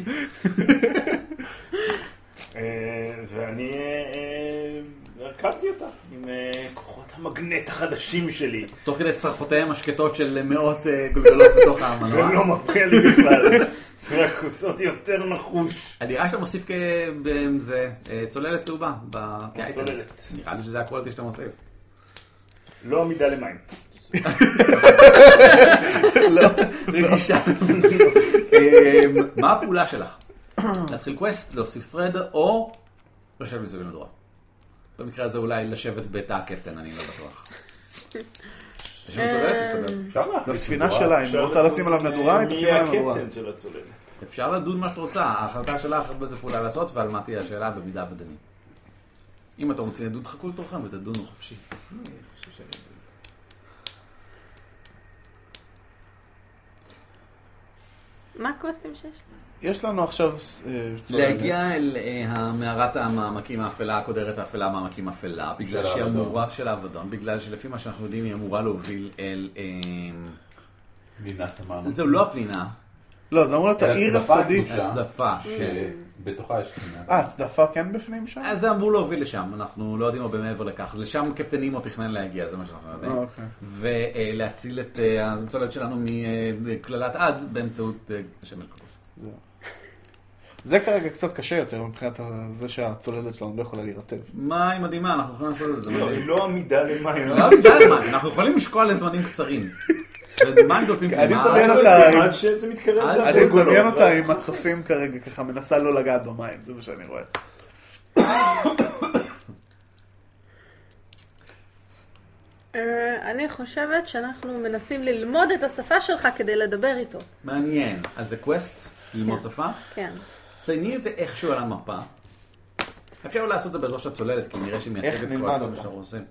[SPEAKER 4] אה, ואני אה, אה, הרכבתי אותה עם אה, כוחות המגנט החדשים שלי.
[SPEAKER 5] תוך כדי צרחותיהם השקטות של מאות אה, גולגלות בתוך
[SPEAKER 4] זה
[SPEAKER 5] המנוע.
[SPEAKER 4] לא מפריע לי בכלל. זה רק עושות יותר נחוש.
[SPEAKER 5] הנראה שאתה מוסיף כ... ב- זה אה, צוללת צהובה. ב- כן,
[SPEAKER 4] צוללת.
[SPEAKER 5] נראה לי שזה הקוולטי שאתה מוסיף.
[SPEAKER 4] לא עמידה למים.
[SPEAKER 5] רגישה. אה, מה הפעולה שלך? להתחיל קווסט, להוסיף פרד, או לשבת מסביב לדרוע. במקרה הזה אולי לשבת בתא הקפטן, אני לא בטוח. לשבת צוללת, מסתבר.
[SPEAKER 1] אפשר להחליף
[SPEAKER 8] הספינה
[SPEAKER 1] מדורה.
[SPEAKER 8] שלה, אם
[SPEAKER 4] אפשר
[SPEAKER 8] היא רוצה
[SPEAKER 4] לראות,
[SPEAKER 8] לשים עליו
[SPEAKER 4] אה,
[SPEAKER 8] מדורה, היא תשים עליו
[SPEAKER 4] מי
[SPEAKER 8] מדורה.
[SPEAKER 4] הקפטן של הצוללת?
[SPEAKER 5] אפשר לדון מה שאת רוצה, ההחלטה שלך איזה פעולה לעשות ועל מה תהיה השאלה במידה ודנים. אם אתם רוצים לדון, תחכו לתורכם ותדונו חופשי.
[SPEAKER 9] מה הקווסטים שיש לי?
[SPEAKER 8] יש לנו עכשיו... אה, צוללת.
[SPEAKER 5] להגיע אל אה, המערת המעמקים האפלה, הכותרת האפלה, המעמקים האפלה,
[SPEAKER 1] של
[SPEAKER 5] בגלל שהיא
[SPEAKER 1] האבדון.
[SPEAKER 5] אמורה, של האבדון, בגלל שלפי מה שאנחנו יודעים היא אמורה להוביל אל... אה,
[SPEAKER 1] פנינת המעמקים.
[SPEAKER 5] זהו, לא הפנינה.
[SPEAKER 8] לא, זה אמור להיות
[SPEAKER 1] אלא
[SPEAKER 8] העיר
[SPEAKER 1] הצדפה
[SPEAKER 8] הסודית.
[SPEAKER 1] הקדושה,
[SPEAKER 5] אה, הצדפה.
[SPEAKER 1] שבתוכה יש פנינה.
[SPEAKER 8] אה, הצדפה כן בפנים שם?
[SPEAKER 5] אז אה, זה אמור להוביל לשם, אנחנו לא יודעים הרבה מעבר לכך. אז לשם קפטן אימו תכנן להגיע, זה מה שאנחנו יודעים.
[SPEAKER 8] אה, אוקיי.
[SPEAKER 5] ולהציל את אה, הצוללת שלנו מקללת עד באמצעות אה, השם הקדוש.
[SPEAKER 8] זהו. זה כרגע קצת קשה יותר מבחינת ה- זה שהצוללת שלנו לא יכולה להירטב.
[SPEAKER 5] מה היא מדהימה, אנחנו יכולים לעשות את זה. זה
[SPEAKER 4] לא,
[SPEAKER 5] מדהים.
[SPEAKER 4] היא לא עמידה למים.
[SPEAKER 5] לא יודע מה, אנחנו יכולים לשקוע לזמנים קצרים. ומים דולפים
[SPEAKER 8] אני
[SPEAKER 5] פנימה.
[SPEAKER 8] מדמיין
[SPEAKER 4] לא,
[SPEAKER 8] אותה עם-
[SPEAKER 4] עד שזה מתקרב.
[SPEAKER 5] אל-
[SPEAKER 8] אני
[SPEAKER 4] לאבדון
[SPEAKER 8] מדמיין
[SPEAKER 4] שלו,
[SPEAKER 8] אותה
[SPEAKER 4] זה-
[SPEAKER 8] עם הצופים כרגע, ככה מנסה לא לגעת במים, זה מה שאני רואה.
[SPEAKER 9] אה, אני חושבת שאנחנו מנסים ללמוד את השפה שלך כדי לדבר איתו.
[SPEAKER 5] מעניין. אז זה קווסט, ללמוד שפה.
[SPEAKER 9] כן.
[SPEAKER 5] צייני את זה איכשהו על המפה. אפשר לעשות את זה בעזרת של הצוללת, כי נראה שהיא
[SPEAKER 8] איך
[SPEAKER 5] מייצגת
[SPEAKER 8] נלמד
[SPEAKER 5] כל
[SPEAKER 8] אותה?
[SPEAKER 5] מה שאנחנו עושים.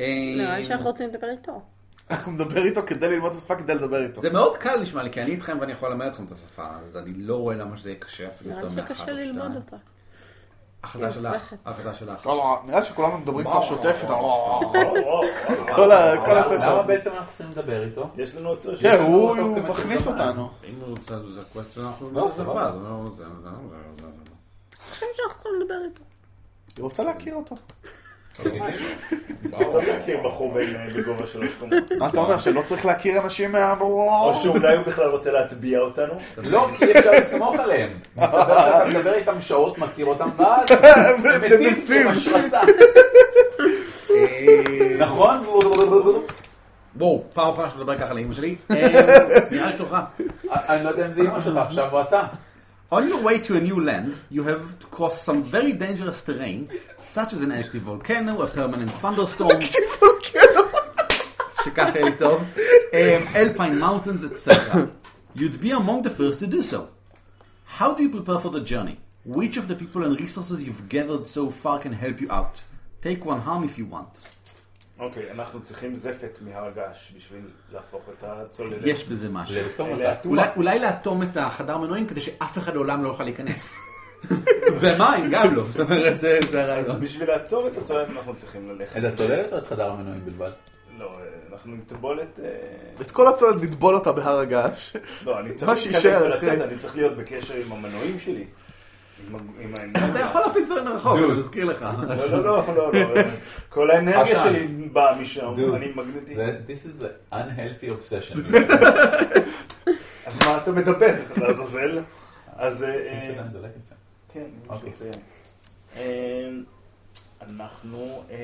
[SPEAKER 5] אה,
[SPEAKER 9] לא, יש שאנחנו רוצים לדבר איתו.
[SPEAKER 8] אנחנו נדבר איתו כדי ללמוד את השפה כדי לדבר איתו.
[SPEAKER 5] זה מאוד קל נשמע לי, כי אני איתכם ואני יכול ללמד אתכם את השפה, אז אני לא רואה למה שזה יהיה קשה אפילו
[SPEAKER 9] נראה
[SPEAKER 5] יותר
[SPEAKER 9] לי
[SPEAKER 5] מאחת או
[SPEAKER 9] שקשה ללמוד
[SPEAKER 5] שתיים.
[SPEAKER 9] אותה. כן,
[SPEAKER 5] החלטה
[SPEAKER 9] היא
[SPEAKER 5] שלך,
[SPEAKER 9] מסובכת.
[SPEAKER 5] החלטה שלך.
[SPEAKER 8] לא, לא, נראה שכולנו מדברים כבר שוטף איתו. כל ה- כל
[SPEAKER 1] למה
[SPEAKER 8] הסשן.
[SPEAKER 1] בעצם אנחנו צריכים לדבר איתו?
[SPEAKER 4] יש לנו אותו.
[SPEAKER 8] כן, הוא
[SPEAKER 1] אותו
[SPEAKER 8] הוא
[SPEAKER 1] כמעט
[SPEAKER 8] מכניס
[SPEAKER 1] כמעט.
[SPEAKER 8] אותנו.
[SPEAKER 5] אם הוא רוצה, זה הקווסט שאנחנו
[SPEAKER 1] לא,
[SPEAKER 5] לא שפה,
[SPEAKER 1] סבבה.
[SPEAKER 5] זה לא... זה- זה- זה- זה- זה-
[SPEAKER 9] אני חושבת שאנחנו צריכים לדבר איתו.
[SPEAKER 8] היא רוצה להכיר אותו.
[SPEAKER 4] אתה מכיר בחור בין- אה, בגובה שלוש קומות.
[SPEAKER 8] מה אתה אומר, שלא צריך להכיר אנשים מה...
[SPEAKER 4] או שאולי הוא בכלל רוצה להטביע אותנו.
[SPEAKER 1] לא, כי אי אפשר לסמוך עליהם. מסתבר שאתה מדבר איתם שעות, מכיר אותם, ואז הם מתים
[SPEAKER 8] מנסים.
[SPEAKER 1] עם השרצה. נכון?
[SPEAKER 5] בואו, פעם אחרונה שאני מדבר ככה על אמא שלי, אה, נראה לי שלוחה.
[SPEAKER 1] אני לא יודע אם זה אמא שלך עכשיו או אתה.
[SPEAKER 5] On your way to a new land, you have to cross some very dangerous terrain, such as an active volcano, a permanent thunderstorm. שככה יהיה לי טוב. Um, Alpine mountains, etc. You'd be among the first to do so. How do you prepare for the journey? Which of the people and resources you've gathered so far can help you out? Take one harm if you want.
[SPEAKER 4] אוקיי, אנחנו צריכים זפת מהר הגעש בשביל להפוך את הצוללת.
[SPEAKER 5] יש בזה משהו.
[SPEAKER 1] לאטום אותה.
[SPEAKER 5] אולי, אולי לאטום את החדר מנועים כדי שאף אחד לעולם לא יוכל להיכנס. ומים גם לא, זאת אומרת זה, זה הרעיון.
[SPEAKER 4] בשביל לעצור את הצוללת אנחנו צריכים ללכת.
[SPEAKER 1] את הצוללת או את חדר המנועים בלבד?
[SPEAKER 4] לא, אה, אנחנו עם טבולת... אה,
[SPEAKER 8] את כל הצוללת נטבול אותה בהר הגעש.
[SPEAKER 4] לא, אני
[SPEAKER 8] מה
[SPEAKER 4] צריך
[SPEAKER 8] שיישאר,
[SPEAKER 4] להיכנס
[SPEAKER 8] אחי.
[SPEAKER 4] ולצאת, אני צריך להיות בקשר עם המנועים שלי. עם ה- עם
[SPEAKER 5] אתה
[SPEAKER 4] האנרגיה.
[SPEAKER 5] יכול להפעיל דברים מרחוק, אני מזכיר לך.
[SPEAKER 4] לא, לא, לא, לא, לא. כל האנרגיה
[SPEAKER 1] עשן.
[SPEAKER 4] שלי באה משם,
[SPEAKER 1] דוד.
[SPEAKER 4] אני מגנטי.
[SPEAKER 1] זה- This is an unhealthy obsession.
[SPEAKER 4] אז מה אתה מדבר, לעזאזל? אז... אה,
[SPEAKER 1] יש
[SPEAKER 4] אה,
[SPEAKER 1] עדיין דולקת שם.
[SPEAKER 4] כן,
[SPEAKER 1] אוקיי.
[SPEAKER 4] מישהו ציין. אמ, אנחנו... אמ,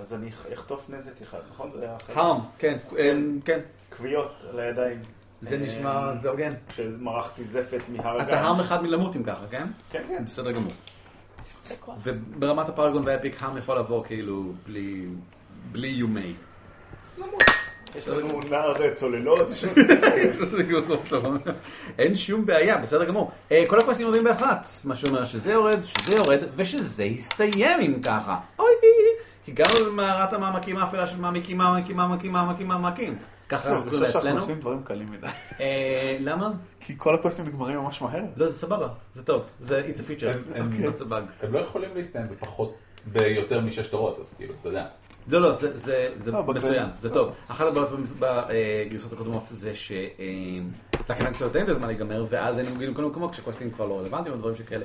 [SPEAKER 4] אז אני אחטוף נזק אחד, נכון? זה היה אחר.
[SPEAKER 5] חם, כן, אמ, כן.
[SPEAKER 4] כוויות על הידיים.
[SPEAKER 5] זה
[SPEAKER 4] אמ,
[SPEAKER 5] נשמע, זה הוגן.
[SPEAKER 4] כשמרחתי זפת מהר
[SPEAKER 5] אה, אתה הרם
[SPEAKER 4] הגעש.
[SPEAKER 5] אחד מלמות אם ככה, כן?
[SPEAKER 4] כן, כן.
[SPEAKER 5] בסדר גמור. וברמת הפרגון והאפיק הרם יכול לעבור כאילו בלי... בלי יומי.
[SPEAKER 4] יש לנו נער אה, צוללות, יש לנו...
[SPEAKER 5] לא אין שום בעיה, בסדר גמור. אה, כל הקווסטים יורדים באחת, מה שאומר שזה יורד, שזה יורד, ושזה יסתיים אם ככה. אוי, הגענו למערת המעמקים האפלה של מעמקים, מעמקים, מעמקים, מעמקים, מעמקים. ככה
[SPEAKER 8] טוב,
[SPEAKER 5] אנחנו
[SPEAKER 8] אני
[SPEAKER 5] קוראים
[SPEAKER 8] חושב
[SPEAKER 5] לה
[SPEAKER 8] אה, שאנחנו
[SPEAKER 5] אצלנו.
[SPEAKER 8] עושים דברים קלים מדי.
[SPEAKER 5] אה, למה?
[SPEAKER 8] כי כל הקווסטים נגמרים ממש מהר.
[SPEAKER 5] לא, זה סבבה, זה טוב, זה it's a
[SPEAKER 8] אה,
[SPEAKER 5] feature,
[SPEAKER 1] הם-
[SPEAKER 8] אוקיי.
[SPEAKER 5] it's a bug.
[SPEAKER 1] הם לא יכולים להסתיים בפחות, ביותר משש תורות, אז כאילו, אתה יודע.
[SPEAKER 5] לא, לא, זה, זה, זה
[SPEAKER 8] אה, בכלל.
[SPEAKER 5] מצוין, זה טוב. אחת הבעיות במס- בגרסות הקודמות זה ש... אה, לקחת קצת יותר זמן להיגמר, ואז היינו מגיעים לכל מיני מקומות כשקווסטים כבר לא רלוונטיים או דברים שכאלה.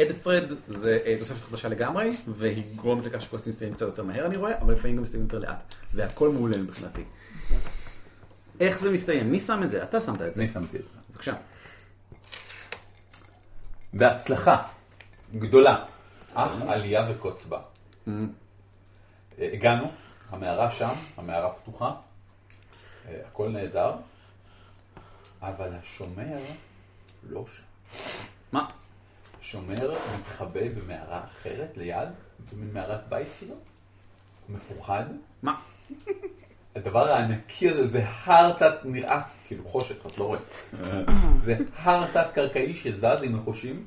[SPEAKER 5] אדפרד זה אה, תוספת חדשה לגמרי, והיא גורמת לכך שקווסטים מסתיימים קצת יותר מהר אני רואה, אבל לפעמים גם מסתיימים יותר לאט, והכל מעולה מבחינתי. איך זה מסתיים? מי שם את זה? אתה שמת את זה.
[SPEAKER 1] אני שמתי את זה.
[SPEAKER 5] בבקשה.
[SPEAKER 1] בהצלחה גדולה, אך עלייה וקוץ בה. אה, הגענו, המערה שם, המערה פתוחה, אה, הכל נהדר, אבל השומר לא שם.
[SPEAKER 5] מה?
[SPEAKER 1] שומר מתחבא במערה אחרת ליד, במין מערת בית כאילו, הוא מפוחד,
[SPEAKER 5] מה?
[SPEAKER 1] הדבר הענקי הזה זה הר תת נראה, כאילו חושך, את לא רואה. זה הר תת קרקעי שזז עם נחושים,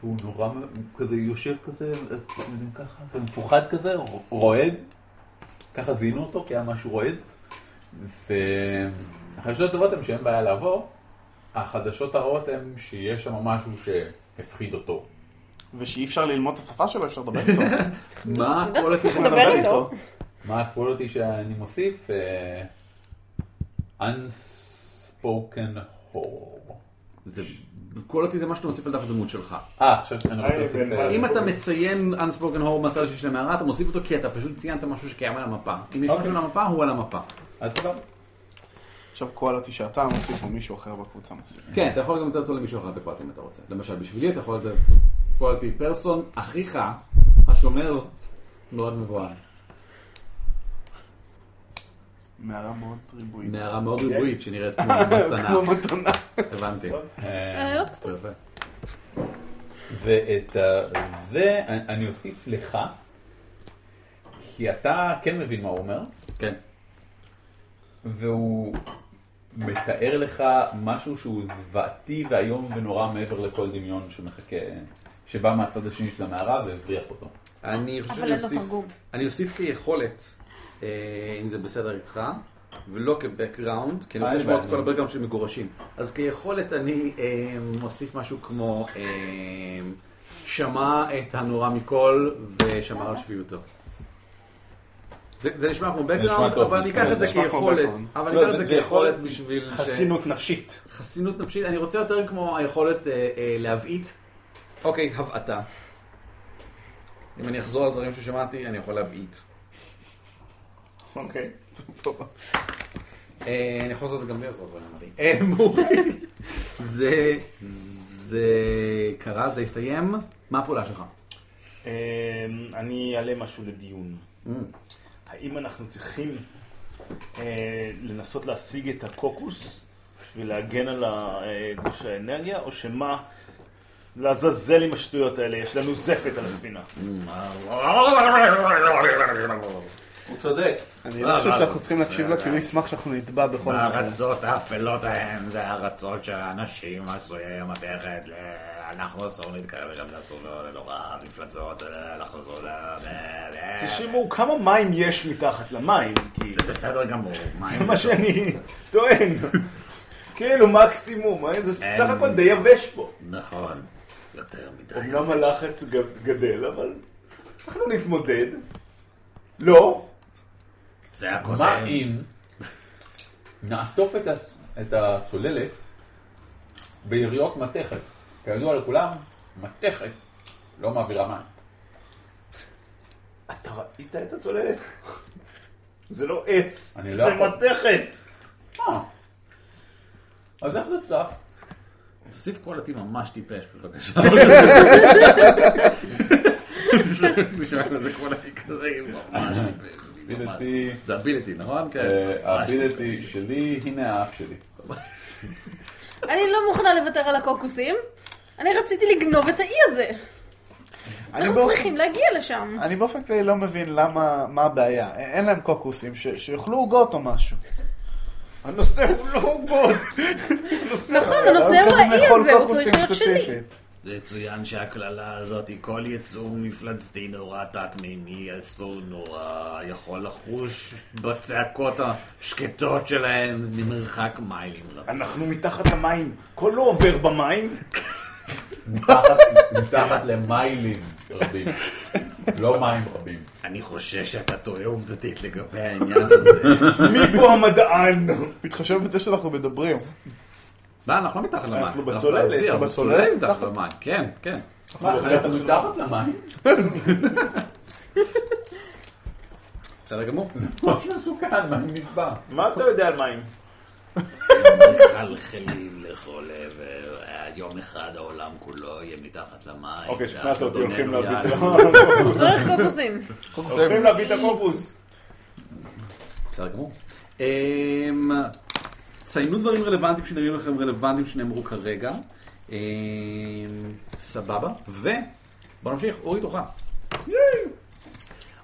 [SPEAKER 1] והוא נורא, מ- הוא כזה יושב כזה, אתם יודעים ככה, ומפוחד כזה, ר- רועד. ככה זיהינו אותו, כי היה משהו רועד. והחדשות הטובות הן שאין בעיה לעבור, החדשות הרעות הן שיש שם משהו שהפחיד אותו.
[SPEAKER 8] ושאי אפשר ללמוד את השפה שלו, אפשר לדבר איתו.
[SPEAKER 1] מה
[SPEAKER 8] אתה יודע,
[SPEAKER 1] הקוולטי
[SPEAKER 8] צריך לדבר איתו.
[SPEAKER 1] מה הקוולטי שאני מוסיף? אה, Unspoken Horror.
[SPEAKER 5] זה... כל אותי זה מה שאתה מוסיף על דף הדמות שלך.
[SPEAKER 1] אה, עכשיו אני רוצה להוסיף... אה,
[SPEAKER 5] אם אתה מציין Unspoken Horror מהצד השני של המערה, אתה מוסיף אותו כי אתה פשוט ציינת משהו שקיים על המפה. אם יש משהו על המפה, הוא על המפה.
[SPEAKER 1] אז סבבה.
[SPEAKER 8] עכשיו קואלטי שאתה מוסיף או מישהו אחר בקבוצה מוסיף.
[SPEAKER 5] כן, אתה יכול גם לתת אותו למישהו אחר את הקואלטי אם אתה רוצה. למשל, בשבילי אתה יכול לתת קואלטי פרסון, אחיך, השומר, מאוד מבוהל.
[SPEAKER 8] מערה מאוד ריבועית.
[SPEAKER 5] נערה מאוד ריבועית שנראית כמו מתנה.
[SPEAKER 8] כמו מתנה.
[SPEAKER 5] הבנתי.
[SPEAKER 1] אה,
[SPEAKER 9] עוד קצת.
[SPEAKER 5] יפה.
[SPEAKER 1] ואת ה- זה אני- אני אוסיף לך, כי אתה כן מבין מה הוא אומר.
[SPEAKER 5] כן.
[SPEAKER 1] והוא מתאר לך משהו שהוא זוועתי ואיום ונורא מעבר לכל דמיון שמחכה, שבא מהצד השני של המערה והבריח אותו.
[SPEAKER 5] אני חושב
[SPEAKER 9] אבל
[SPEAKER 5] שאני
[SPEAKER 9] אין לו
[SPEAKER 5] אוסיף,
[SPEAKER 9] תרגום.
[SPEAKER 5] אני אוסיף כיכולת, אה, אם זה בסדר איתך, ולא כבקראונד, כי אני
[SPEAKER 1] אה,
[SPEAKER 5] רוצה
[SPEAKER 1] אין
[SPEAKER 5] לשמוע את
[SPEAKER 1] בעיה,
[SPEAKER 5] כל
[SPEAKER 1] אני-
[SPEAKER 5] הבקראונד של מגורשים. אז כיכולת אני אה, מוסיף משהו כמו, אה, שמע את הנורא מכל ושמר על שביעותו. זה, זה נשמע כמו
[SPEAKER 1] נשמע
[SPEAKER 5] בקראונד,
[SPEAKER 1] טוב,
[SPEAKER 5] אבל אני אקח
[SPEAKER 1] כן,
[SPEAKER 5] את זה
[SPEAKER 8] זה נשמע כמו
[SPEAKER 5] כיכולת.
[SPEAKER 8] background.
[SPEAKER 5] אבל
[SPEAKER 4] לא,
[SPEAKER 5] אני אקח את
[SPEAKER 4] זה-
[SPEAKER 5] זה
[SPEAKER 4] זה
[SPEAKER 5] כיכולת
[SPEAKER 4] יכולת
[SPEAKER 5] בשביל... ש-
[SPEAKER 4] חסינות נפשית.
[SPEAKER 5] חסינות נפשית, אני רוצה יותר כמו היכולת אה, אה, להבעיט. אוקיי, הבעטה. אם אני אחזור על דברים ששמעתי, אני יכול להבעיט.
[SPEAKER 8] אוקיי. טוב.
[SPEAKER 5] אה, אני יכול לעשות את זה גם בלי לחזור על דברים אמרתי. אה, מורי. זה... זה קרה, זה הסתיים. מה הפעולה שלך?
[SPEAKER 4] אמ, אני אעלה משהו לדיון.
[SPEAKER 5] Mm.
[SPEAKER 4] האם אנחנו צריכים אה, לנסות להשיג את הקוקוס ולהגן על ה- אה, גוש האנרגיה, או שמה, לעזאזל עם השטויות האלה, יש לנו זפת על הספינה.
[SPEAKER 5] Mm, לא,
[SPEAKER 1] הוא צודק.
[SPEAKER 8] אני לא חושב שאנחנו צריכים להקשיב לה, כי הוא ישמח שאנחנו נטבע בכל מקרה.
[SPEAKER 10] הארצות האפלות ההם זה הארצות שהאנשים עשויי המתכת, ל- אנחנו אסור להתקרב לשם, זה אסור לא לא רע, מפלצות, אה, אנחנו אסור ל... ל- ל-
[SPEAKER 4] תשמעו, כמה מים יש מתחת למים? כאילו? כי
[SPEAKER 10] זה בסדר גמור, מה
[SPEAKER 4] זה
[SPEAKER 10] אם
[SPEAKER 4] מה
[SPEAKER 10] זה לא?
[SPEAKER 4] שאני טוען. כאילו מקסימום, אה, זה
[SPEAKER 10] אין.
[SPEAKER 4] סך הכל די יבש פה.
[SPEAKER 10] נכון, יותר מדי.
[SPEAKER 4] אמנם הלחץ ג- גדל, אבל אנחנו נתמודד. לא,
[SPEAKER 10] זה
[SPEAKER 1] מה
[SPEAKER 10] הקודם.
[SPEAKER 1] אם נעטוף את, ה- את הצוללת ביריות מתכת? כידוע לכולם, מתכת לא מעבירה מים.
[SPEAKER 4] אתה ראית את הצוללת? זה לא עץ,
[SPEAKER 1] אני לא
[SPEAKER 4] זה
[SPEAKER 1] יכול.
[SPEAKER 4] מתכת.
[SPEAKER 1] אה, אז איך זה צלף?
[SPEAKER 5] תוסיף קולתי ממש טיפש, בבקשה. נשמע כמו איזה קולתי כזה, ממש טיפש. ממש.
[SPEAKER 1] הביליטי,
[SPEAKER 5] זה הביליטי, נכון?
[SPEAKER 1] אה,
[SPEAKER 5] כן. ממש
[SPEAKER 1] הביליטי שלי, הנה האף שלי.
[SPEAKER 9] אני לא מוכנה לוותר על הקוקוסים. אני רציתי לגנוב את האי הזה.
[SPEAKER 8] אני
[SPEAKER 9] אנחנו
[SPEAKER 8] באופן-
[SPEAKER 9] צריכים להגיע לשם.
[SPEAKER 8] אני באופן כללי לא מבין למה, מה הבעיה. אין- אין להם קוקוסים, ש- שיאכלו עוגות או משהו.
[SPEAKER 4] הנושא הוא לא עוגות.
[SPEAKER 9] נכון,
[SPEAKER 8] לא,
[SPEAKER 9] הנושא הוא האי הזה, הוא צריך להיות שלי.
[SPEAKER 10] זה צוין שהקללה הזאת היא כל יצור מפלצתי נורא תת-מימי, אסור נורא, יכול לחוש בצעקות השקטות שלהם ממרחק מיילים רבים.
[SPEAKER 4] אנחנו מתחת למים, כל לא עובר במים.
[SPEAKER 1] מתחת- מתחת למיילים רבים, לא מים רבים.
[SPEAKER 10] אני חושש שאתה טועה עובדתית לגבי העניין הזה.
[SPEAKER 4] מי פה המדען?
[SPEAKER 8] מתחשב בזה שאנחנו מדברים.
[SPEAKER 5] מה, אנחנו לא מתחת למים.
[SPEAKER 4] אנחנו בצוללת,
[SPEAKER 5] באוויר, אנחנו
[SPEAKER 8] אנחנו
[SPEAKER 5] בצוללת
[SPEAKER 8] בצוללת.
[SPEAKER 5] מתחת למים, כן, כן.
[SPEAKER 1] מה, אנחנו מתחת למים?
[SPEAKER 5] בסדר גמור.
[SPEAKER 1] ממש מסוכן, מים נקבע.
[SPEAKER 4] מה אתה יודע על מים?
[SPEAKER 10] מחלחלים לכל עבר, יום אחד העולם כולו יהיה מתחת למים.
[SPEAKER 4] אוקיי, שכנעת אותי,
[SPEAKER 10] ואדוננו
[SPEAKER 4] הולכים להביא את
[SPEAKER 10] יעלו.
[SPEAKER 4] ה-
[SPEAKER 9] צריך לא קוקוסים.
[SPEAKER 4] הולכים להביא את הקורפוס.
[SPEAKER 5] בסדר גמור. אמ, ציינו דברים רלוונטיים שנראים לכם רלוונטיים שנאמרו כרגע. אמ, סבבה. ובוא נמשיך, אורי תורך.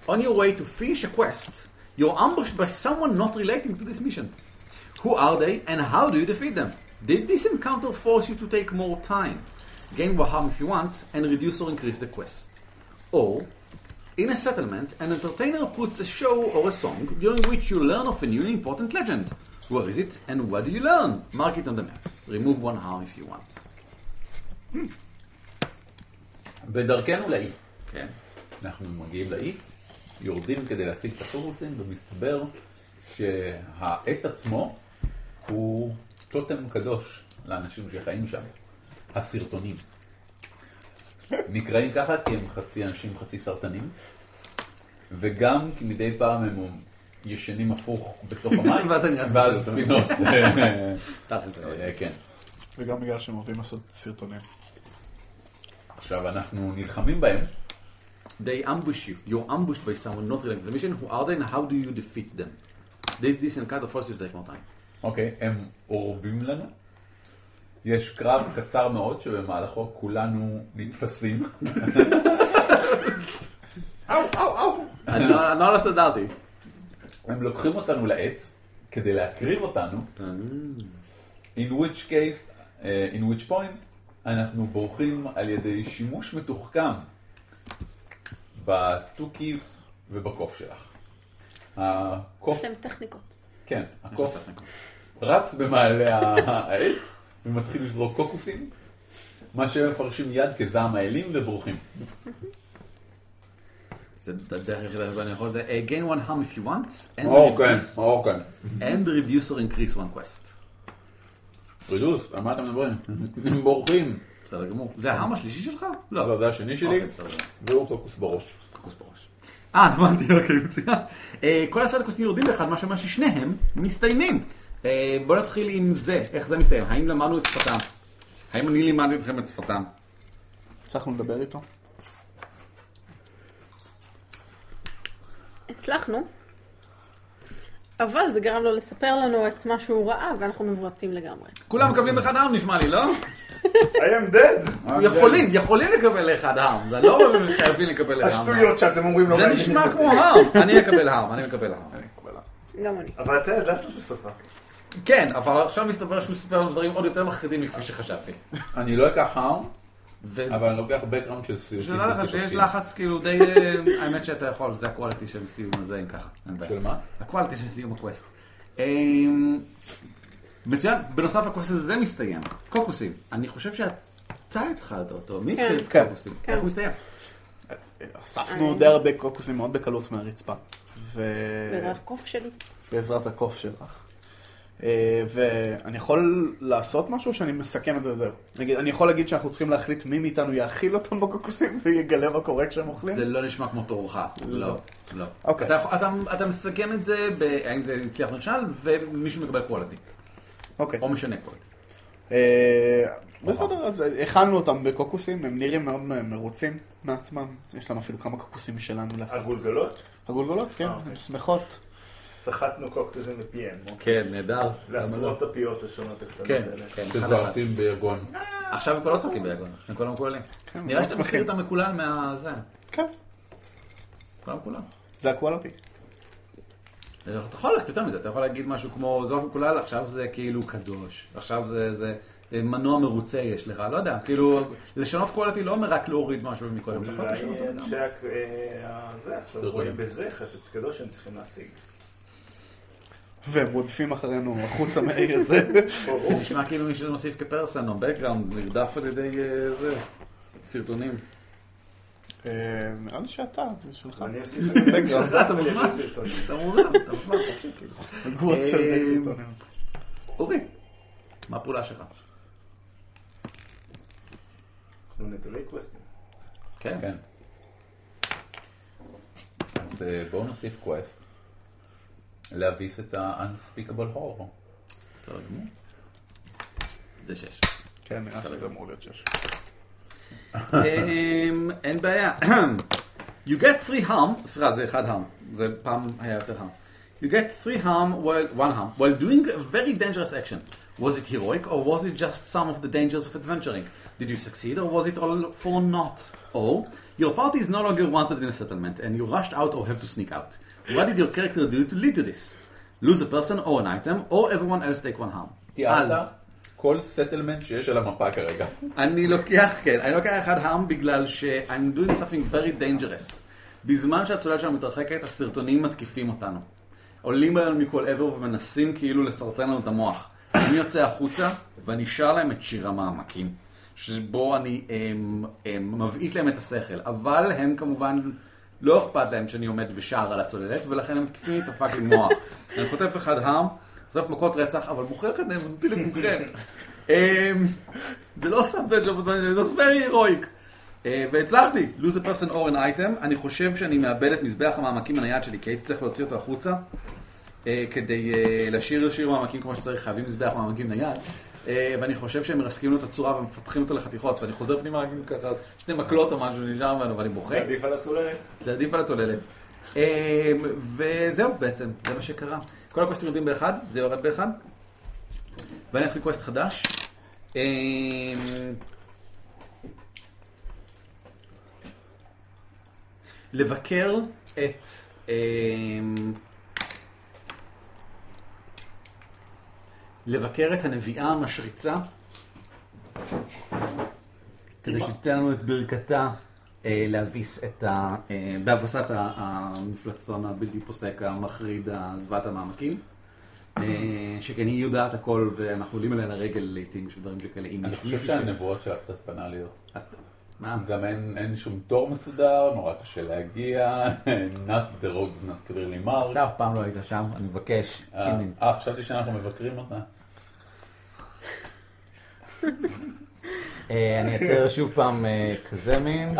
[SPEAKER 5] On your way to fish a quest, You're ambushed by someone not relating to this mission. Who are they and how do you defeat them? Did this encounter force you to take more time? Gain more harm if you want and reduce or increase the quest. Or, in a settlement, an entertainer puts a show or a song during which you learn of a new and important legend. Where is it and what did you learn? Mark it on the map. Remove one harm if you want.
[SPEAKER 1] בדרכנו לאי.
[SPEAKER 5] כן.
[SPEAKER 1] אנחנו מגיעים לאי, יורדים כדי להשיג את הקורסים, ומסתבר שהעץ עצמו הוא טוטם קדוש לאנשים שחיים שם. הסרטונים. נקראים ככה כי הם חצי אנשים חצי סרטנים, וגם כי מדי פעם הם ישנים הפוך בתוך המים,
[SPEAKER 5] ואז אני-
[SPEAKER 1] ואז ספינות.
[SPEAKER 5] תכל'ס.
[SPEAKER 1] אה, כן.
[SPEAKER 8] וגם בגלל שהם אוהבים לעשות סרטונים.
[SPEAKER 1] עכשיו אנחנו נלחמים בהם.
[SPEAKER 5] They ambush you. You're ambushed by someone not related to the mission. Who are they and how do you defeat them? Did this encounter force you to take more time?
[SPEAKER 1] אוקיי, הם אורבים לנו. יש קרב קצר מאוד שבמהלכו כולנו נתפסים.
[SPEAKER 5] אני לא- אני לא הסתדרתי.
[SPEAKER 1] הם לוקחים אותנו לעץ כדי להקריב אותנו. In which case, אה, in which point, אנחנו בורחים על ידי שימוש מתוחכם בתוכי ובקוף שלך. הקוף,
[SPEAKER 9] יש להם טכניקות.
[SPEAKER 1] כן, הקוף רץ במעלה ה- העץ ומתחיל לזרוק קוקוסים, מה שהם מפרשים יד כזעם האלים ובורחים.
[SPEAKER 5] זה הדרך היחידה שבה אני יכול זה. אה, gain one harm if you want. and
[SPEAKER 1] או כן,
[SPEAKER 5] reduce-
[SPEAKER 1] או כן.
[SPEAKER 5] And reduce or increase one quest.
[SPEAKER 1] פרידוס, על מה אתם מדברים? הם בורחים.
[SPEAKER 5] בסדר גמור. זה ההאם השלישי שלך? לא.
[SPEAKER 1] לא, זה השני שלי,
[SPEAKER 5] אוקיי, בסדר.
[SPEAKER 1] והוא קוקוס בראש.
[SPEAKER 5] קוקוס בראש. אה, הבנתי, אוקיי, מצוין. אה, כל עשרת הקוסטים יורדים לאחד, מה שאומר ששניהם מסתיימים. אה, בוא נתחיל עם זה, איך זה מסתיים. האם למדנו את שפתם? האם אני לימדתי אתכם את שפתם?
[SPEAKER 8] הצלחנו לדבר איתו?
[SPEAKER 9] הצלחנו, אבל זה גרם לו לספר לנו את מה שהוא ראה, ואנחנו מבועתים לגמרי.
[SPEAKER 5] כולם מקבלים
[SPEAKER 1] אה.
[SPEAKER 5] אחד העם נשמע לי, לא?
[SPEAKER 4] I am dead!
[SPEAKER 1] כן.
[SPEAKER 5] יכולים, יכולים לקבל לאחד העם. זה לא אומר שחייבים לקבל לאחד העם.
[SPEAKER 4] השטויות שאתם אומרים לא
[SPEAKER 5] זה
[SPEAKER 4] מעניינים
[SPEAKER 5] נשמע
[SPEAKER 4] אותי.
[SPEAKER 5] כמו העם. אני אקבל העם, אני מקבל העם.
[SPEAKER 1] אה.
[SPEAKER 9] גם אני.
[SPEAKER 4] אבל אתה ידעת את השפה.
[SPEAKER 5] כן, אבל עכשיו מסתבר שהוא סיפר לנו דברים עוד יותר מחרידים מכפי שחשבתי.
[SPEAKER 1] אני לא אקח הארם,
[SPEAKER 5] ו-
[SPEAKER 1] אבל אני לוקח background של סיוטים.
[SPEAKER 5] שלא לא לך שיש לחץ כאילו די... אה, האמת שאתה יכול, זה הקואליטי של סיום הזה, אם ככה. אין בעיה.
[SPEAKER 1] של מה?
[SPEAKER 5] הקואליטי של סיום הקווסט. אמ, מצוין, בנוסף הקווסט הזה מסתיים. קוקוסים, אני חושב שאתה התחלת אותו. מי
[SPEAKER 9] כן.
[SPEAKER 5] התחיל את
[SPEAKER 8] כן.
[SPEAKER 5] קוקוסים?
[SPEAKER 9] כן.
[SPEAKER 5] איך הוא מסתיים?
[SPEAKER 8] אספנו די הרבה קוקוסים מאוד בקלות מהרצפה. ו... אוקיי.
[SPEAKER 9] בעזרת קוף שלי.
[SPEAKER 8] בעזרת הקוף שלך. אה, ואני יכול לעשות משהו או שאני מסכם את זה וזהו. נגיד, אני יכול להגיד שאנחנו צריכים להחליט מי מאיתנו יאכיל אותם בקוקוסים ויגלה מה קורה כשהם אוכלים?
[SPEAKER 5] זה לא נשמע כמו תורך. לא, לא.
[SPEAKER 8] אוקיי.
[SPEAKER 5] אתה יכול- אתה- אתה מסכם את זה, ב- האם זה הצליח או נכשל, ומישהו מקבל קואליטי.
[SPEAKER 8] אוקיי.
[SPEAKER 5] או משנה קואליטי.
[SPEAKER 8] אה, בסדר, אז הכנו אותם בקוקוסים, הם נראים מאוד מ- מרוצים מעצמם. יש להם אפילו כמה קוקוסים משלנו. לאכול.
[SPEAKER 4] הגולגלות?
[SPEAKER 8] הגולגולות, כן,
[SPEAKER 5] אה,
[SPEAKER 4] אוקיי.
[SPEAKER 8] הן שמחות.
[SPEAKER 4] סחטנו קוקטוזים לפיהם.
[SPEAKER 5] כן, נהדר.
[SPEAKER 4] לעשרות הפיות השונות הקטנות
[SPEAKER 5] כן,
[SPEAKER 4] האלה.
[SPEAKER 5] כן. אחד אחד.
[SPEAKER 1] שזועקים ביגון.
[SPEAKER 5] עכשיו הם כבר לא צועקים ביגון, הם כולם מקוללים.
[SPEAKER 9] כן,
[SPEAKER 5] נראה
[SPEAKER 9] לא
[SPEAKER 8] מאוד
[SPEAKER 5] שאתה מכיר
[SPEAKER 8] שמחים.
[SPEAKER 5] את המקולל מהזה.
[SPEAKER 8] כן,
[SPEAKER 5] כולם כולם.
[SPEAKER 8] זה הקוולטי.
[SPEAKER 5] אתה יכול ללכת יותר מזה, אתה יכול להגיד משהו כמו זו המקולל, עכשיו זה כאילו קדוש. עכשיו זה זה אה, מנוע מרוצה יש לך, לא יודע. כאילו, לשנות קוולטי לא אומר רק להוריד משהו מקודם. אתה יכול לשנות אותו
[SPEAKER 4] אולי
[SPEAKER 5] לגמרי.
[SPEAKER 4] אנשי הק- אה, הזה עכשיו
[SPEAKER 1] סרטונים.
[SPEAKER 4] רואים בזה חפץ קדוש שהם צריכים להשיג.
[SPEAKER 8] והם רודפים אחרינו החוצה מהעיר הזה.
[SPEAKER 4] אה,
[SPEAKER 5] זה נשמע כאילו מישהו מוסיף כפרסן או בקגראונד, נרדף על ידי אה, זה, סרטונים.
[SPEAKER 8] אה, נראה לי שאתה, זה שלך.
[SPEAKER 4] אני אוסיף את זה.
[SPEAKER 8] בקגראונד.
[SPEAKER 4] אתה מוזמן. סרטונים.
[SPEAKER 5] אתה מוזמן, אתה מוזמן. חופשי, כאילו.
[SPEAKER 8] גור של
[SPEAKER 5] אה,
[SPEAKER 8] די סרטונים.
[SPEAKER 5] אורי, מה הפעולה שלך?
[SPEAKER 4] אנחנו נטולי קווסטים.
[SPEAKER 5] כן.
[SPEAKER 1] כן. אז אה, בואו נוסיף קווסט. להביס את ה-unspeakable horror.
[SPEAKER 5] בסדר גמור. זה שש.
[SPEAKER 8] כן, נראה שזה אמור להיות שש.
[SPEAKER 5] אמ, אין בעיה. You get three harm, סליחה זה אחד harm, זה פעם היה יותר harm. You get three harm, while, one harm, while doing a very dangerous action. Was it heroic or was it just some of the dangers of adventuring? Did you succeed or was it all for naught? Or Your party is no longer wanted in a settlement, and you rushed out or have to sneak out. What did your character do to lead to this? Lose a person or an item, or everyone else take one harm.
[SPEAKER 1] תיארת
[SPEAKER 5] אז-
[SPEAKER 1] כל סטלמנט שיש על המפה כרגע.
[SPEAKER 5] אני לוקח, כן, אני לוקח אחד הרם בגלל ש- I'm doing something very dangerous. בזמן שהצולל שלנו מתרחקת, הסרטונים מתקיפים אותנו. עולים עלינו מכל עבר ומנסים כאילו לסרטן לנו את המוח. אני יוצא החוצה ואני שר להם את שיר המעמקים. שבו אני הם, הם, מבעיט להם את השכל. אבל הם כמובן, לא אכפת להם שאני עומד ושר על הצוללת, ולכן הם מתקיפים לי את הפאקינג מוח. אני חוטף אחד הרם, חוטף מכות רצח, אבל מוכר את נאמנותי לכולכם. אמ, זה לא סאבדג' לא בזמן, זה very heroic. אה, והצלחתי, lose a person or an item, אני חושב שאני מאבד את מזבח המעמקים הנייד שלי, כי הייתי צריך להוציא אותו החוצה, אה, כדי אה, לשיר שיר מעמקים כמו שצריך, חייבים מזבח מעמקים נייד, אה, ואני חושב שהם מרסקים לו את הצורה ומפתחים אותו לחתיכות, ואני חוזר פנימה רק עם ככה שני מקלות או משהו שנשאר ממנו, ואני בוכה.
[SPEAKER 4] זה עדיף על הצוללת.
[SPEAKER 5] זה עדיף על הצוללת. אמ, וזהו בעצם, זה מה שקרה. כל הקווסטים יורדים באחד, זה יורד באחד. ואני אתחיל קווסט חדש. אמ, לבקר את... אמ, לבקר את הנביאה המשריצה כדי שתיתן לנו את ברכתה אה, להביס את ה... אה, בהבסת ה- המפלצתון הבלתי פוסק, המחריד, הזוועת המעמקים. אה, שכן היא יודעת הכל ואנחנו עולים עליה לרגל לעיתים של דברים שכאלה. אם
[SPEAKER 1] אני
[SPEAKER 5] יש
[SPEAKER 1] חושב
[SPEAKER 5] מישהו ש-
[SPEAKER 1] שהנבואות שלה קצת פנאליות.
[SPEAKER 5] אה.
[SPEAKER 1] גם אין- אין שום תור מסודר, נורא קשה להגיע, not the road not clearly marked.
[SPEAKER 5] אתה אף פעם לא היית שם, אני מבקש.
[SPEAKER 1] אה,
[SPEAKER 5] הנה.
[SPEAKER 1] אה, חשבתי שאנחנו מבקרים אותה.
[SPEAKER 15] אה, אני אצייר שוב פעם אה, כזה מין,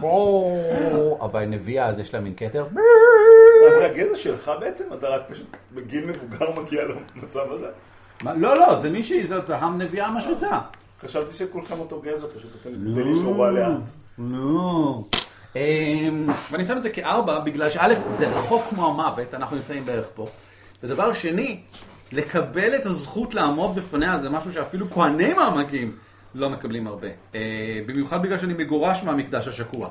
[SPEAKER 15] בואו, אבל נביאה אז יש לה מין כתר,
[SPEAKER 4] אז זה הגזע שלך בעצם? אתה רק פשוט בגיל מבוגר מגיע למצב הזה?
[SPEAKER 5] מה? לא, לא, זה מישהי, זאת הנביאה המשריצה.
[SPEAKER 4] חשבתי שכולכם אותו גזע, פשוט אתם
[SPEAKER 5] לא,
[SPEAKER 4] לכאורה לאט.
[SPEAKER 5] לא. אמ, ואני שם את זה כארבע, בגלל שא', זה רחוק כמו המוות, אנחנו נמצאים בערך פה. ודבר שני, לקבל את הזכות לעמוד בפניה זה משהו שאפילו כהני מעמקים לא מקבלים הרבה. אה, במיוחד בגלל שאני מגורש מהמקדש השקוע,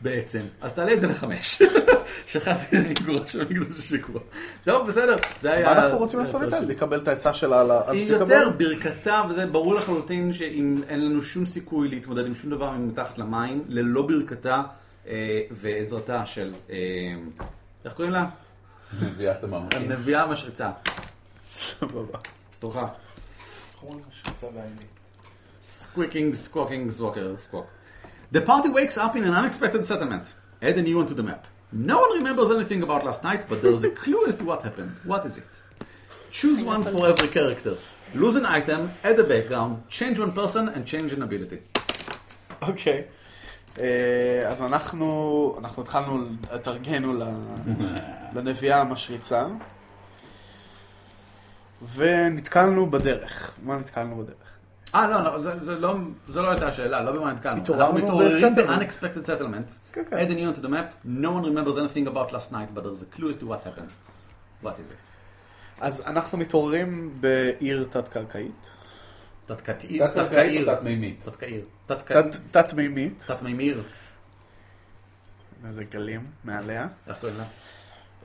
[SPEAKER 5] בעצם. אז תעלה את זה לחמש. שכחתי שאני מגורש מהמקדש השקוע. לא, בסדר, זה היה...
[SPEAKER 8] מה אנחנו רוצים לעשות איתה? לקבל את העצה שלה על ה...
[SPEAKER 5] אה, היא יותר ברכתה, וזה ברור לחלוטין שאם אין לנו שום סיכוי להתמודד עם שום דבר מתחת למים, ללא ברכתה אה, ועזרתה של, אה, איך קוראים לה?
[SPEAKER 1] נביאת המאמרים.
[SPEAKER 5] הנביאה המשריצה. סבבה. תורך. Squeaking, squawking, squawker, squawk. The party wakes up in an unexpected settlement. Add a new one to the map. No one remembers anything about last night, but there's a clue as to what happened. What is it? Choose one for every character. Lose an item, add a background, change one person, and change an ability.
[SPEAKER 8] אוקיי. אה, אז אנחנו, אנחנו התחלנו, התארגנו ל- לנביאה המשריצה, ונתקלנו בדרך. מה נתקלנו בדרך?
[SPEAKER 5] אה, לא, לא, זה- זה לא- זו לא הייתה השאלה, לא במה נתקלנו.
[SPEAKER 8] התעוררנו
[SPEAKER 5] אנחנו מתעוררים
[SPEAKER 8] ב-settlement.
[SPEAKER 5] ב-unexpected settlement. Add a new one to the map. No one remembers anything about last night, but there's a clue as to what happened. What is it?
[SPEAKER 8] אז אנחנו מתעוררים בעיר תת-קרקעית.
[SPEAKER 5] תת-קעיר.
[SPEAKER 1] תת-קרקעית או תת-מימית?
[SPEAKER 5] תת-קעיר. כן.
[SPEAKER 8] תת- תת-מימית.
[SPEAKER 5] תת-מימיר.
[SPEAKER 8] איזה גלים מעליה.
[SPEAKER 5] איך קוראים לה?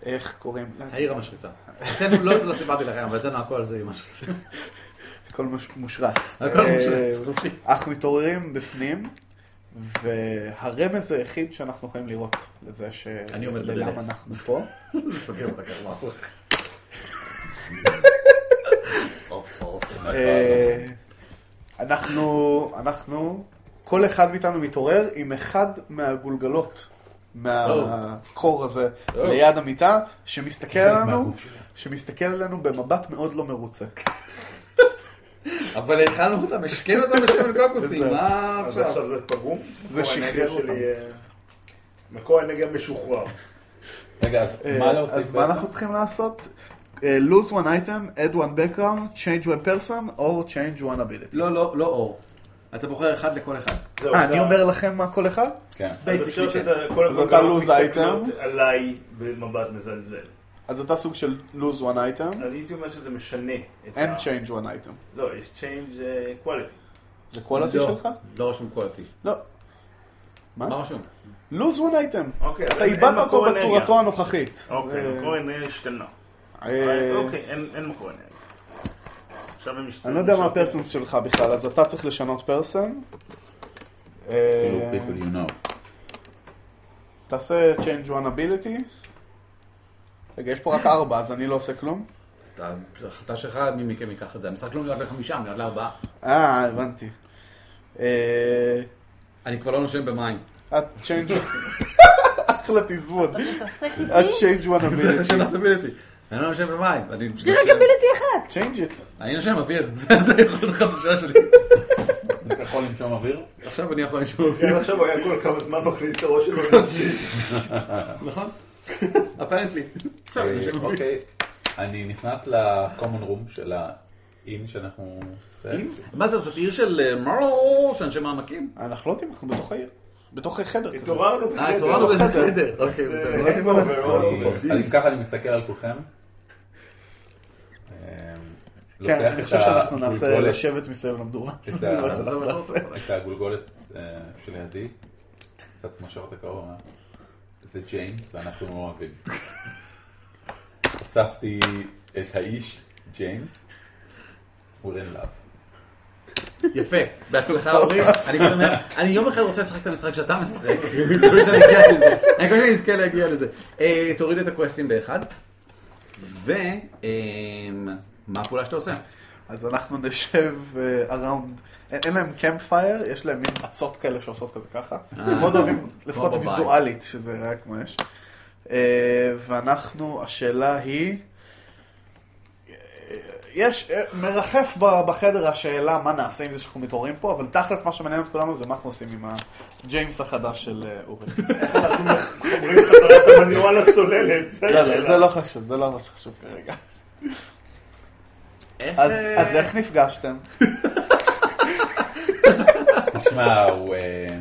[SPEAKER 8] איך קוראים לה?
[SPEAKER 5] העיר המשריצה. אצלנו לא לא סיפרתי לכם, אבל אצלנו הכל זה משריצה.
[SPEAKER 8] הכל מוש- מושרץ.
[SPEAKER 5] הכל
[SPEAKER 8] אה,
[SPEAKER 5] מושרץ, חופשי.
[SPEAKER 8] אנחנו מתעוררים בפנים, והרמז היחיד שאנחנו יכולים לראות לזה ש...
[SPEAKER 5] אני עומד
[SPEAKER 8] ללמה
[SPEAKER 5] בדלת.
[SPEAKER 8] אנחנו פה.
[SPEAKER 5] סוגר את הקרמה. סוף סוף.
[SPEAKER 8] אה, אנחנו, אנחנו, כל אחד מאיתנו מתעורר עם אחד מהגולגלות מהקור הזה
[SPEAKER 5] אוי.
[SPEAKER 8] ליד המיטה, שמסתכל עלינו,
[SPEAKER 5] אה. מהגוף שלי.
[SPEAKER 8] שמסתכל עלינו במבט מאוד לא מרוצה.
[SPEAKER 5] אבל הכנו אותם, השקינו אותם בשמן קוקוסים,
[SPEAKER 8] וזהו.
[SPEAKER 5] מה
[SPEAKER 4] אז
[SPEAKER 5] עכשיו?
[SPEAKER 4] עכשיו זה פגום?
[SPEAKER 8] זה
[SPEAKER 4] מקור האנרגיה
[SPEAKER 8] שחרר
[SPEAKER 4] שלי,
[SPEAKER 8] אותם.
[SPEAKER 4] אה, מקור האנרגיה משוחרר.
[SPEAKER 1] רגע, אז
[SPEAKER 8] אה, אז מה אנחנו צריכים לעשות? אה, lose one item, add one background, change one person, or change one ability.
[SPEAKER 5] לא, לא, לא אור. אתה בוחר אחד לכל אחד.
[SPEAKER 4] זהו,
[SPEAKER 8] אה,
[SPEAKER 4] אתה-
[SPEAKER 8] אני אומר לכם מה כל אחד?
[SPEAKER 1] כן.
[SPEAKER 4] אז אפשר
[SPEAKER 5] basically
[SPEAKER 4] שאתה,
[SPEAKER 5] כן.
[SPEAKER 4] כל
[SPEAKER 8] אז אתה
[SPEAKER 4] הגולגלות
[SPEAKER 8] lose item.
[SPEAKER 4] מסתכלות עליי במבט מזלזל.
[SPEAKER 8] אז אתה סוג של lose one item,
[SPEAKER 4] אני הייתי אומר שזה משנה את
[SPEAKER 8] and change one item.
[SPEAKER 4] לא, יש change אה, quality.
[SPEAKER 8] זה quality
[SPEAKER 5] לא,
[SPEAKER 8] שלך?
[SPEAKER 5] לא רשום קולטי.
[SPEAKER 8] לא. מה?
[SPEAKER 5] מה רשום?
[SPEAKER 8] lose one item.
[SPEAKER 4] אוקיי, אז
[SPEAKER 8] אתה
[SPEAKER 4] אין-
[SPEAKER 8] איבדת
[SPEAKER 4] אין
[SPEAKER 8] אותו
[SPEAKER 4] מקור
[SPEAKER 8] בצורתו
[SPEAKER 4] אנרגיה.
[SPEAKER 8] הנוכחית.
[SPEAKER 4] אוקיי,
[SPEAKER 8] אה,
[SPEAKER 4] מקור אנרגיה השתנה.
[SPEAKER 8] אה,
[SPEAKER 4] אוקיי, אין אין מקור אנרגיה. עכשיו הם השתנו.
[SPEAKER 8] אני לא יודע מה הפרסונס שלך בכלל, אז אתה צריך לשנות פרסון.
[SPEAKER 1] כאילו,
[SPEAKER 8] אה,
[SPEAKER 1] people you know.
[SPEAKER 8] תעשה change one ability. רגע, יש פה רק ארבע, אז אני לא עושה כלום.
[SPEAKER 5] אתה- החלטה שלך, מי מכם ייקח את זה. המשחק לא מיועד לחמישה, מיועד לארבעה.
[SPEAKER 8] אה, הבנתי. אה,
[SPEAKER 5] אני כבר לא נושם במים.
[SPEAKER 8] את change... אחלה תזמון.
[SPEAKER 9] תתעסק
[SPEAKER 8] את
[SPEAKER 9] איתי.
[SPEAKER 8] change one
[SPEAKER 5] זה
[SPEAKER 8] ability.
[SPEAKER 5] השם הטביליטי. אני לא נושם במים. אני-
[SPEAKER 9] יש לי רק אביליטי אחת.
[SPEAKER 8] change it.
[SPEAKER 5] אני נושם אוויר. זה זה היכולת החדשה שלי.
[SPEAKER 1] אתה יכול לנשום אוויר?
[SPEAKER 5] עכשיו אני יכול לנשום אוויר.
[SPEAKER 4] כן, עכשיו הוא היה כל כמה זמן מכניס את הראש שלו.
[SPEAKER 5] נכון? אפרנטלי. עכשיו אני
[SPEAKER 1] אה,
[SPEAKER 5] נושם אוויר.
[SPEAKER 1] אוקיי, אני נכנס ל-common room של האין שאנחנו...
[SPEAKER 5] מה זה, זאת עיר של אה, מרו, של אנשי מעמקים?
[SPEAKER 8] אנחנו לא יודעים, אנחנו בתוך העיר. בתוך חדר כזה.
[SPEAKER 4] התעוררנו
[SPEAKER 5] אה, התעוררנו באיזה חדר. אוקיי, בסדר.
[SPEAKER 4] אין פה ועוד.
[SPEAKER 1] אני- אז אם ככה אני מסתכל על כולכם. אה, לוקח
[SPEAKER 8] כן, אני
[SPEAKER 1] את
[SPEAKER 8] חושב שאנחנו נעשה
[SPEAKER 1] הגולגולת-
[SPEAKER 8] לשבת מסביב למדורה.
[SPEAKER 1] אה, את
[SPEAKER 8] זה מה
[SPEAKER 1] ה-
[SPEAKER 8] שאנחנו נעשה.
[SPEAKER 1] את הגולגולת אה, שלידי, קצת משך אותה קרוב, אה? זה ג'יימס ואנחנו לא אוהבים. אספתי את האיש, ג'יימס, we're in love.
[SPEAKER 5] יפה, בהצלחה אורי, אני שמח, אני יום אחד רוצה לשחק את המשחק שאתה משחק, אני מקווה שאני אגיע לזה, אני מקווה שאני אזכה להגיע לזה. אה, תוריד את הקווסטים באחד, ומה הפעולה שאתה עושה?
[SPEAKER 8] אז אנחנו נשב אה, around, אין אין להם campfire, יש להם מין מצות כאלה שעושות כזה ככה. הם מאוד אוהבים, לפחות
[SPEAKER 5] בבית.
[SPEAKER 8] ויזואלית, שזה רק מה יש. אה, ואנחנו, השאלה היא, אה, יש, אה, מרחף ב- בחדר השאלה מה נעשה עם זה שאנחנו מתעוררים פה, אבל תכלס מה שמעניין את כולנו זה מה אנחנו עושים עם הג'יימס החדש של אה, אורי.
[SPEAKER 4] אומרים חזרה את המנוע לצוללת.
[SPEAKER 8] לא, לא, זה לא חשוב, זה לא מה שחשוב כרגע. אז אז איך נפגשתם?
[SPEAKER 1] תשמע, הוא, אה,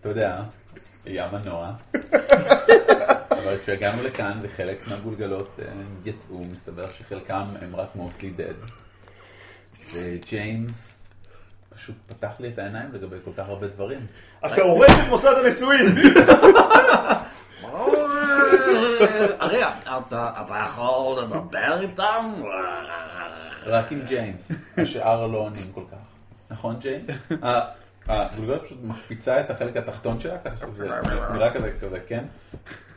[SPEAKER 1] אתה יודע, היה מנוע. אבל כשהגענו לכאן וחלק מהגולגלות אה, יצאו, מסתבר שחלקם הם רק mostly dead. וג'יימס פשוט פתח לי את העיניים לגבי כל כך הרבה דברים.
[SPEAKER 4] אתה הורס את מוסד הנישואים.
[SPEAKER 10] הרי אתה אתה יכול לדבר איתם?
[SPEAKER 1] רק עם ג'יימס, השאר לא עונים כל כך. נכון ג'יימס? ה- הגולגולת פשוט מקפיצה את החלק התחתון שלה, ככה שזה נראה כזה, כזה, כן?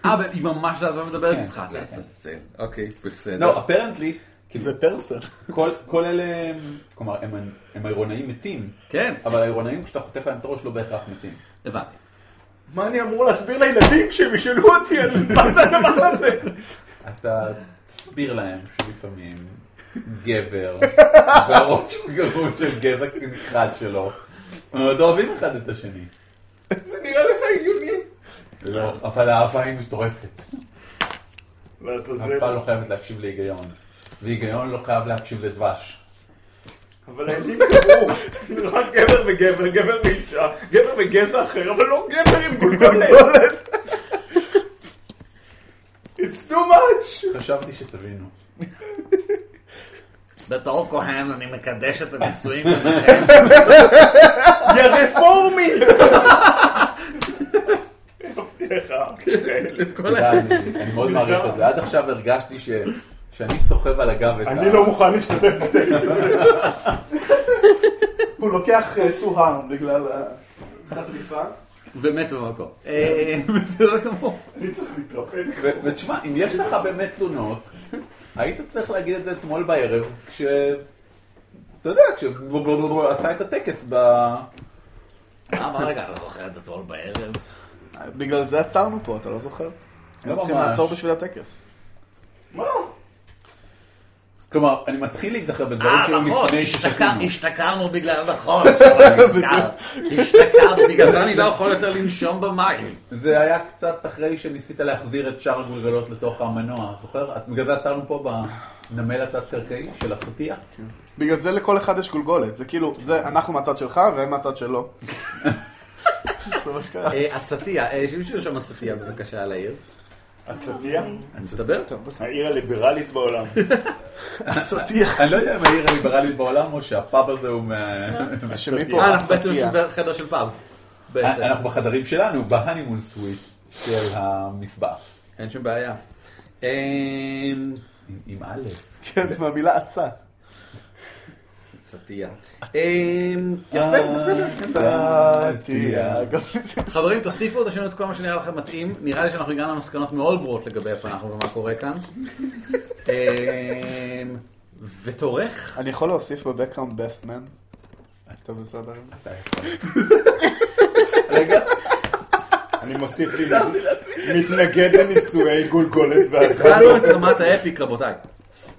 [SPEAKER 5] אה, והיא ממש לעזוב לדברת
[SPEAKER 1] כן,
[SPEAKER 5] איתך,
[SPEAKER 1] כן.
[SPEAKER 5] לעזאזל. אוקיי, בסדר.
[SPEAKER 1] לא, אפרנטלי,
[SPEAKER 8] זה פרסון.
[SPEAKER 1] כל, כל אלה הם, כלומר, הם, הם האירונאים מתים,
[SPEAKER 5] כן,
[SPEAKER 1] אבל האירונאים כשאתה חוטף להם את הראש לא בהכרח מתים.
[SPEAKER 5] הבנתי.
[SPEAKER 4] מה אני אמור להסביר לילדים כשהם ישאלו אותי על מה זה הדבר הזה?
[SPEAKER 1] אתה תסביר להם שלפעמים גבר, והראש הגרון של גבר נכחד שלו, מאוד אוהבים אחד את השני.
[SPEAKER 4] זה נראה לך הגיוני?
[SPEAKER 1] לא, אבל האהבה היא מטורפת.
[SPEAKER 4] לעזאזל.
[SPEAKER 1] אהבה לא חייבת להקשיב להיגיון, והיגיון לא חייב להקשיב לדבש.
[SPEAKER 4] אבל הילדים קראו רק גבר וגבר, גבר ואישה, גבר וגזע אחר, אבל לא גבר עם גולגולת. It's too much!
[SPEAKER 1] חשבתי שתבינו.
[SPEAKER 10] בתור כהן אני מקדש את הנישואים.
[SPEAKER 4] יא רפורמי! אהבתי לך.
[SPEAKER 1] תודה, אני אני מאוד מעריך את זה. עד עכשיו הרגשתי ש- שאני סוחב על הגב את ה...
[SPEAKER 4] אני לא מוכן להשתתף בטקס הזה.
[SPEAKER 8] הוא לוקח אה, two harm בגלל אה, החשיפה.
[SPEAKER 5] ומת במקום. אה, בסדר גמור.
[SPEAKER 4] אני צריך להתרפד.
[SPEAKER 1] ו- ותשמע, אם יש לך באמת תלונות, היית צריך להגיד את זה אתמול בערב, כש... אתה יודע, כשהוא עשה את הטקס ב...
[SPEAKER 10] למה אה, רגע, אתה זוכר את אתמול בערב?
[SPEAKER 8] בגלל זה עצרנו פה, אתה לא זוכר? היינו צריכים
[SPEAKER 1] ממש.
[SPEAKER 8] לעצור בשביל הטקס.
[SPEAKER 1] כלומר, אני מתחיל להיזכר בדברים
[SPEAKER 10] אה,
[SPEAKER 1] שהיו
[SPEAKER 10] נכון,
[SPEAKER 1] לפני
[SPEAKER 10] השתכר-
[SPEAKER 1] ששתינו.
[SPEAKER 10] השתכרנו בגלל נכון. השתכר- השתכרנו בגלל זה אני לא יכול יותר לנשום במים.
[SPEAKER 1] זה היה קצת אחרי שניסית להחזיר את שאר הגולגלות לתוך המנוע, זוכר? אז בגלל זה עצרנו פה בנמל התת-קרקעי של הפתיח.
[SPEAKER 8] בגלל זה לכל אחד יש גולגולת. זה כאילו, זה אנחנו מהצד שלך והם מהצד שלו. זה מה שקרה.
[SPEAKER 5] אה, הצתיה, אה, שמישהו ירשום הצתיה בבקשה על העיר.
[SPEAKER 4] הצדיה?
[SPEAKER 5] מסתבר?
[SPEAKER 4] העיר הליברלית בעולם.
[SPEAKER 8] סטיח.
[SPEAKER 1] אני לא יודע אם העיר הליברלית בעולם או שהפאב הזה הוא מה...
[SPEAKER 10] לא.
[SPEAKER 8] אשמים פה
[SPEAKER 5] אה, אנחנו בעצם
[SPEAKER 8] סטיח.
[SPEAKER 5] יושבים בחדר של פעם.
[SPEAKER 1] בעצם.
[SPEAKER 10] אה,
[SPEAKER 1] אנחנו בחדרים שלנו, בהנימון סוויט של המסבח.
[SPEAKER 5] אין שום בעיה. אמ, עם
[SPEAKER 1] עם אלף.
[SPEAKER 8] כן, מהמילה עצה.
[SPEAKER 5] צטייה. אמ, יפה, בסדר.
[SPEAKER 8] צטייה.
[SPEAKER 5] חברים, תוסיפו ותשאירו את כל מה שנראה לכם מתאים. נראה לי שאנחנו הגענו למסקנות מאוד ברורות לגבי איפה אנחנו ומה קורה כאן. אמ, ותורך.
[SPEAKER 8] אני יכול להוסיף בבקראונד best man? אתה בסדר?
[SPEAKER 5] אה?
[SPEAKER 4] אני מוסיף לי מתנגד לנישואי גולגולת
[SPEAKER 5] התחלנו את רמת האפיק, רבותיי.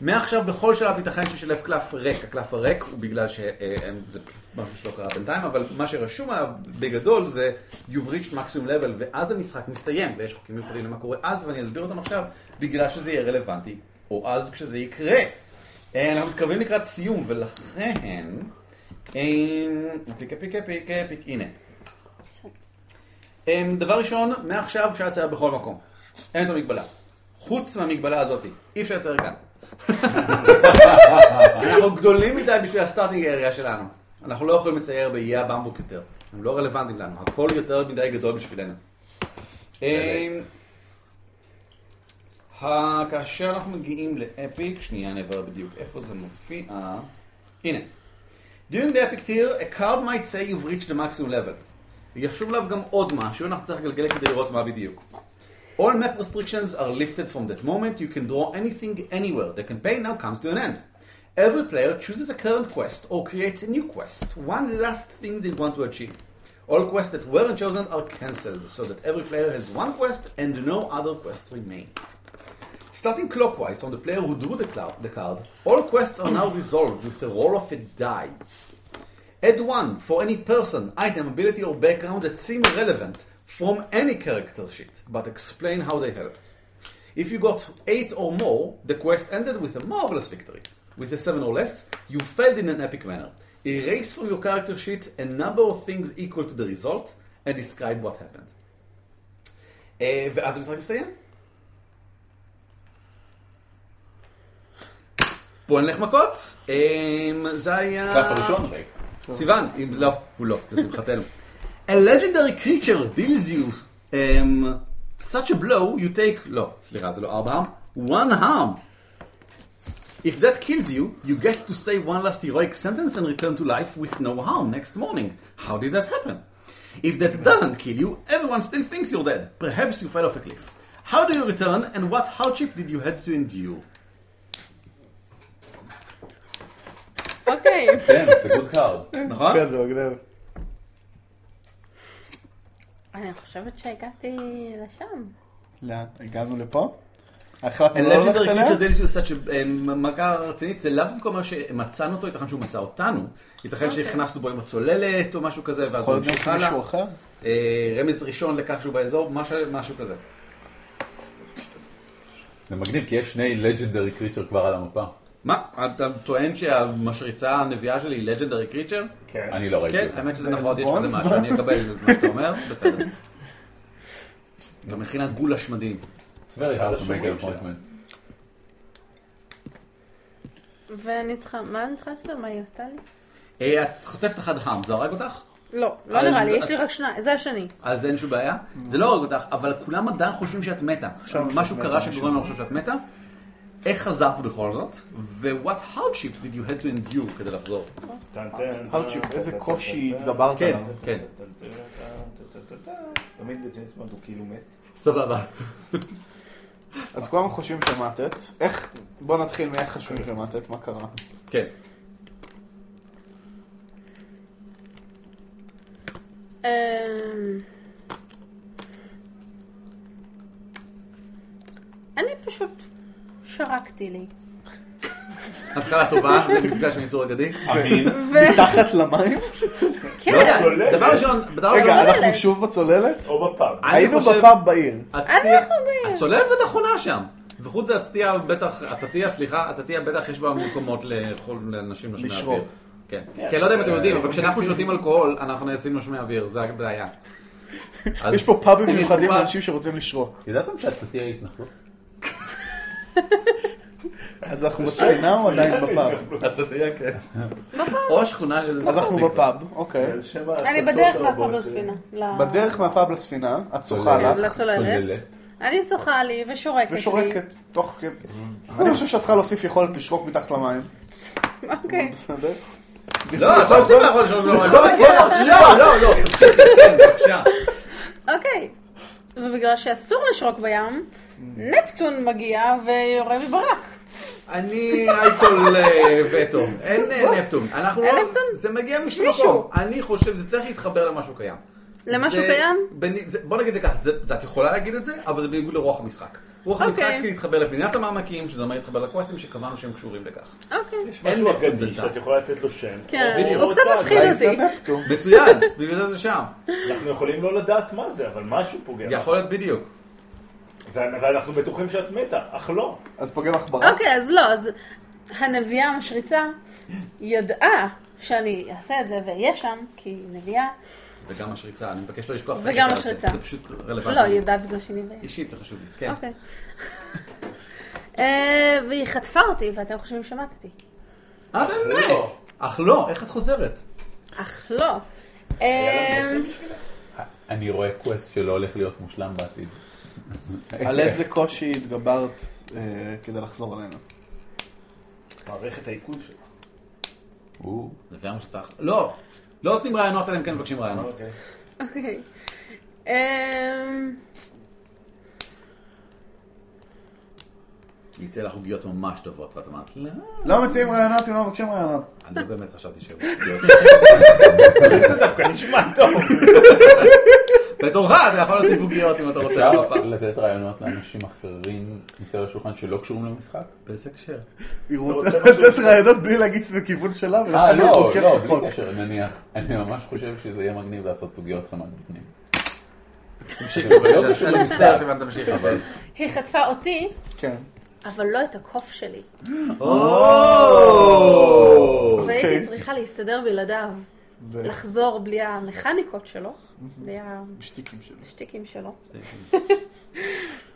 [SPEAKER 5] מעכשיו בכל שלב ייתכן ששילב קלף ריק. הקלף הריק הוא בגלל אה, שזה משהו שלא קרה בינתיים, אבל מה שרשום עליו בגדול זה You've reached maximum level, ואז המשחק מסתיים, ויש חוקים מיוחדים למה קורה אז, ואני אסביר אותם עכשיו, בגלל שזה יהיה רלוונטי, או אז כשזה יקרה. אה, אנחנו מתקרבים לקראת סיום, ולכן... אה, אפיק אפיק אפיק אפיק, הנה. אה, דבר ראשון, מעכשיו אפשר לצייר בכל מקום. אין את המגבלה. חוץ מהמגבלה הזאת, אי אפשר לצייר כאן. אנחנו גדולים מדי בשביל הסטארטינג האריה שלנו. אנחנו לא יכולים לצייר באיי הבמבוק יותר. הם לא רלוונטיים לנו, הכל יותר מדי גדול בשבילנו. אמ, ה- כאשר אנחנו מגיעים לאפיק, שנייה נברר בדיוק איפה זה מופיע. הנה. During the epic tier, a card might say you've reached the maximum level. ישוב עליו גם עוד משהו, אנחנו צריכים לגלגל כדי לראות מה בדיוק. All map restrictions are lifted from that moment. You can draw anything anywhere. The campaign now comes to an end. Every player chooses a current quest or creates a new quest, one last thing they want to achieve. All quests that weren't chosen are cancelled, so that every player has one quest and no other quests remain. Starting clockwise on the player who drew the, cloud, the card, all quests are now resolved with the roll of a die. Add one for any person, item, ability, or background that seem relevant from any character sheet, but explain how they helped. If you got eight or more, the quest ended with a marvelous victory. With a seven or less, you failed in an epic manner. Erase from your character sheet a number of things equal to the result and describe what happened. אה, ואז המשחק מסתיים. בואו נלך מכות. אה, זה היה...
[SPEAKER 1] קלף הראשון ריק.
[SPEAKER 5] סיוון, אם לא, הוא לא, לשמחתנו. A legendary creature deals you um, such a blow you take, לא, סליחה, זה לא ארבע harm, one harm. If that kills you, you get to say one last heroic sentence and return to life with no harm next morning. How did that happen? If that doesn't kill you, everyone still thinks you're dead. Perhaps you fell off a cliff. How do you return, and what hardship did you have to endure?
[SPEAKER 13] אוקיי.
[SPEAKER 1] כן, זה גוד קארד.
[SPEAKER 5] נכון?
[SPEAKER 8] כן, זה מגניב.
[SPEAKER 13] אני חושבת שהגעתי לשם.
[SPEAKER 8] לאן? הגענו לפה? החלטנו
[SPEAKER 5] A
[SPEAKER 8] לא
[SPEAKER 5] legendary
[SPEAKER 8] ללכת אליה?
[SPEAKER 5] creature deals you such a אה, מכה רצינית, זה לאו דווקא אומר שמצאנו אותו, ייתכן שהוא מצא אותנו, ייתכן שהכנסנו בו עם הצוללת או משהו כזה, ואז
[SPEAKER 8] אוקיי. יכול
[SPEAKER 5] הוא
[SPEAKER 8] להיות
[SPEAKER 5] המשיך
[SPEAKER 8] מישהו
[SPEAKER 5] הלאה.
[SPEAKER 8] אחר?
[SPEAKER 5] אה, רמז ראשון לכך שהוא באזור, משהו- משהו כזה.
[SPEAKER 1] זה מגניב, כי יש שני לג'נדרי קריצ'ר כבר על המפה.
[SPEAKER 5] מה, אתה טוען שהמשריצה הנביאה שלי היא legendary creature?
[SPEAKER 4] כן.
[SPEAKER 1] אני לא ראיתי
[SPEAKER 5] כן,
[SPEAKER 1] אותה.
[SPEAKER 5] האמת שזה נכון, יש כזה משהו, אני אקבל את מה שאתה אומר, בסדר. גם מכינת גולש מדהים.
[SPEAKER 1] It's very hard to make
[SPEAKER 4] השומרים
[SPEAKER 1] an
[SPEAKER 4] שלה.
[SPEAKER 1] appointment.
[SPEAKER 13] ואני צריכה, מה אני צריכה להסביר? מה היא עשתה לי?
[SPEAKER 5] אה, את חוטפת אחד האם, זה הרג אותך?
[SPEAKER 13] לא, לא
[SPEAKER 5] אז
[SPEAKER 13] נראה לי,
[SPEAKER 5] את-
[SPEAKER 13] יש לי רק שניים, זה השני.
[SPEAKER 5] אז אין שום בעיה. זה לא הורג אותך, אבל כולם עדיין חושבים שאת מתה. משהו קרה שגורם לנו לחשוב שאת מתה. איך חזרת בכל זאת? ו-what hardship did you had to endure כדי לחזור? אה,
[SPEAKER 8] הרצ'יפ, איזה קושי התגברת
[SPEAKER 5] כן,
[SPEAKER 8] עליו.
[SPEAKER 5] כן.
[SPEAKER 4] תמיד בג'יימס בונד הוא כאילו מת.
[SPEAKER 5] סבבה.
[SPEAKER 8] אז כולם חושבים שמטת. איך... בוא נתחיל מאיך חושבים שמטת, מה קרה?
[SPEAKER 5] כן.
[SPEAKER 13] אמ, אני פשוט שרקתי לי.
[SPEAKER 5] התחלה טובה למפגש עם יצור אגדי.
[SPEAKER 1] אמין.
[SPEAKER 8] מתחת למים?
[SPEAKER 13] כן,
[SPEAKER 5] דבר ראשון, דבר ראשון,
[SPEAKER 8] רגע, אנחנו שוב בצוללת?
[SPEAKER 4] או בפאב.
[SPEAKER 5] אני
[SPEAKER 8] היינו
[SPEAKER 5] חושב-
[SPEAKER 8] בפאב בעיר.
[SPEAKER 5] הצטייה, הצוללת בטח חונה שם. וחוץ זה הצטייה בטח, הצטייה, סליחה, הצטייה בטח יש בה מקומות לכל- לאנשים נושמי
[SPEAKER 8] לשרוק. אה,
[SPEAKER 5] אוויר. כן, כן, לא יודע אם אתם יודעים, אבל כשאנחנו שותים אלכוהול, אנחנו נעשים נושמי אוויר, זה הבעיה. אז-
[SPEAKER 8] יש פה פאבים
[SPEAKER 5] יש פה
[SPEAKER 8] מיוחדים
[SPEAKER 5] פאב.
[SPEAKER 8] לאנשים שרוצים לשרוק.
[SPEAKER 1] ידעתם שהצתי היא התנחלות?
[SPEAKER 8] אז אנחנו בספינה או עדיין בפאב?
[SPEAKER 4] אז אתה יודע, כן.
[SPEAKER 8] או השכונה של... אז אנחנו בפאב, אוקיי.
[SPEAKER 9] אני בדרך מהפאב לספינה. ל-
[SPEAKER 8] בדך מהפאב לספינה, את שוחה לך.
[SPEAKER 9] לצוללת. אני שוחה לי ושורקת לי.
[SPEAKER 8] ושורקת, תוך כדי. אני חושב שאת צריכה להוסיף יכולת לשרוק מתחת למים.
[SPEAKER 9] אוקיי.
[SPEAKER 8] בסדר?
[SPEAKER 5] לא, אתה רוצה לאכול לשרוק למים.
[SPEAKER 8] יכול להיות
[SPEAKER 5] לא,
[SPEAKER 8] עכשיו.
[SPEAKER 5] לא, לא.
[SPEAKER 9] אוקיי. ובגלל שאסור לשרוק בים, נפטון מגיע ויורה מברק.
[SPEAKER 5] אני אייטול אה, וטו. אין אה, נפטון. אנחנו לא... זה מגיע משום
[SPEAKER 9] מישהו.
[SPEAKER 5] מקום. אני חושב, זה צריך להתחבר למשהו קיים.
[SPEAKER 9] למשהו
[SPEAKER 5] זה-
[SPEAKER 9] קיים?
[SPEAKER 5] בני- זה- בוא נגיד את זה ככה, זה- זה- את יכולה להגיד את זה, אבל זה בניגוד לרוח המשחק. רוח
[SPEAKER 9] אוקיי.
[SPEAKER 5] המשחק היא להתחבר לפנינת המעמקים, שזה אומר להתחבר לקווסטים שקבענו שהם קשורים לכך.
[SPEAKER 9] אוקיי.
[SPEAKER 4] יש משהו
[SPEAKER 5] אין
[SPEAKER 4] אגדי
[SPEAKER 5] נפטון.
[SPEAKER 4] שאת יכולה לתת לו שם.
[SPEAKER 9] כן,
[SPEAKER 5] בדיוק.
[SPEAKER 9] הוא קצת
[SPEAKER 4] או צעד,
[SPEAKER 9] מפחיד
[SPEAKER 4] אולי
[SPEAKER 9] אותי.
[SPEAKER 4] זה נפטון.
[SPEAKER 5] מצוין, בגלל זה זה שם.
[SPEAKER 4] אנחנו יכולים לא לדעת מה זה, אבל משהו פוגע.
[SPEAKER 5] יכול להיות בדיוק.
[SPEAKER 4] ו- ואנחנו בטוחים שאת מתה, אך לא.
[SPEAKER 8] אז פוגע לך ברק?
[SPEAKER 9] אוקיי, אז לא, אז הנביאה המשריצה ידעה שאני אעשה את זה ואהיה שם, כי היא נביאה.
[SPEAKER 5] וגם השריצה, אני מבקש לא לשכוח. את
[SPEAKER 9] וגם
[SPEAKER 5] הקטע הזה.
[SPEAKER 9] השריצה.
[SPEAKER 5] זה פשוט רלוונטי.
[SPEAKER 9] לא, היא ידעה בגלל שהיא נביאה.
[SPEAKER 5] אישית זה חשוב לי. כן.
[SPEAKER 9] אוקיי. אה, והיא חטפה אותי, ואתם חושבים שמטתי.
[SPEAKER 5] אה, באמת? אך לא, איך את חוזרת?
[SPEAKER 9] אך לא. אה,
[SPEAKER 1] אני רואה קווסט שלא הולך להיות מושלם בעתיד.
[SPEAKER 8] על איזה קושי התגברת אה, כדי לחזור אלינו?
[SPEAKER 4] מערכת העיכול שלך.
[SPEAKER 5] זה פעם שצריך... לא, לא נותנים רעיונות, אלא אם כן מבקשים רעיונות.
[SPEAKER 9] אוקיי. אה,
[SPEAKER 5] יצא לך עוגיות ממש טובות, ואת אמרת, לא,
[SPEAKER 8] לא מציעים רעיונות אם לא מבקשים רעיונות.
[SPEAKER 5] אני לא באמת חשבתי שהן
[SPEAKER 4] זה דווקא נשמע טוב.
[SPEAKER 5] בתורך אתה יכול להוסיף עוגיות אם אתה לא רוצה.
[SPEAKER 1] אפשר לתת רעיונות לאנשים אחרים מסביב לשולחן שלא קשורים למשחק?
[SPEAKER 5] באיזה הקשר?
[SPEAKER 8] היא רוצה
[SPEAKER 1] רוצה
[SPEAKER 8] לתת רעיונות בלי להגיד שזה כיוון שלה,
[SPEAKER 1] אה,
[SPEAKER 8] ולכן הוא
[SPEAKER 1] לא,
[SPEAKER 8] עוקף
[SPEAKER 1] לא,
[SPEAKER 8] את
[SPEAKER 1] בלי קשר, נניח. אני ממש חושב שזה יהיה מגניב לעשות סוגיות חמת בפנים.
[SPEAKER 5] תמשיך,
[SPEAKER 1] אבל לא
[SPEAKER 5] בבקשה,
[SPEAKER 1] קשור
[SPEAKER 5] אני
[SPEAKER 1] למשחק.
[SPEAKER 5] מצטער סיוון, תמשיך.
[SPEAKER 1] אבל
[SPEAKER 9] היא חטפה אותי,
[SPEAKER 8] כן.
[SPEAKER 9] אבל לא את הקוף שלי.
[SPEAKER 8] אוקיי.
[SPEAKER 9] והייתי צריכה להסתדר בלעדיו.
[SPEAKER 8] ו-
[SPEAKER 9] לחזור בלי המכניקות שלו, בלי
[SPEAKER 8] שטיקים שלו.
[SPEAKER 9] השטיקים שלו.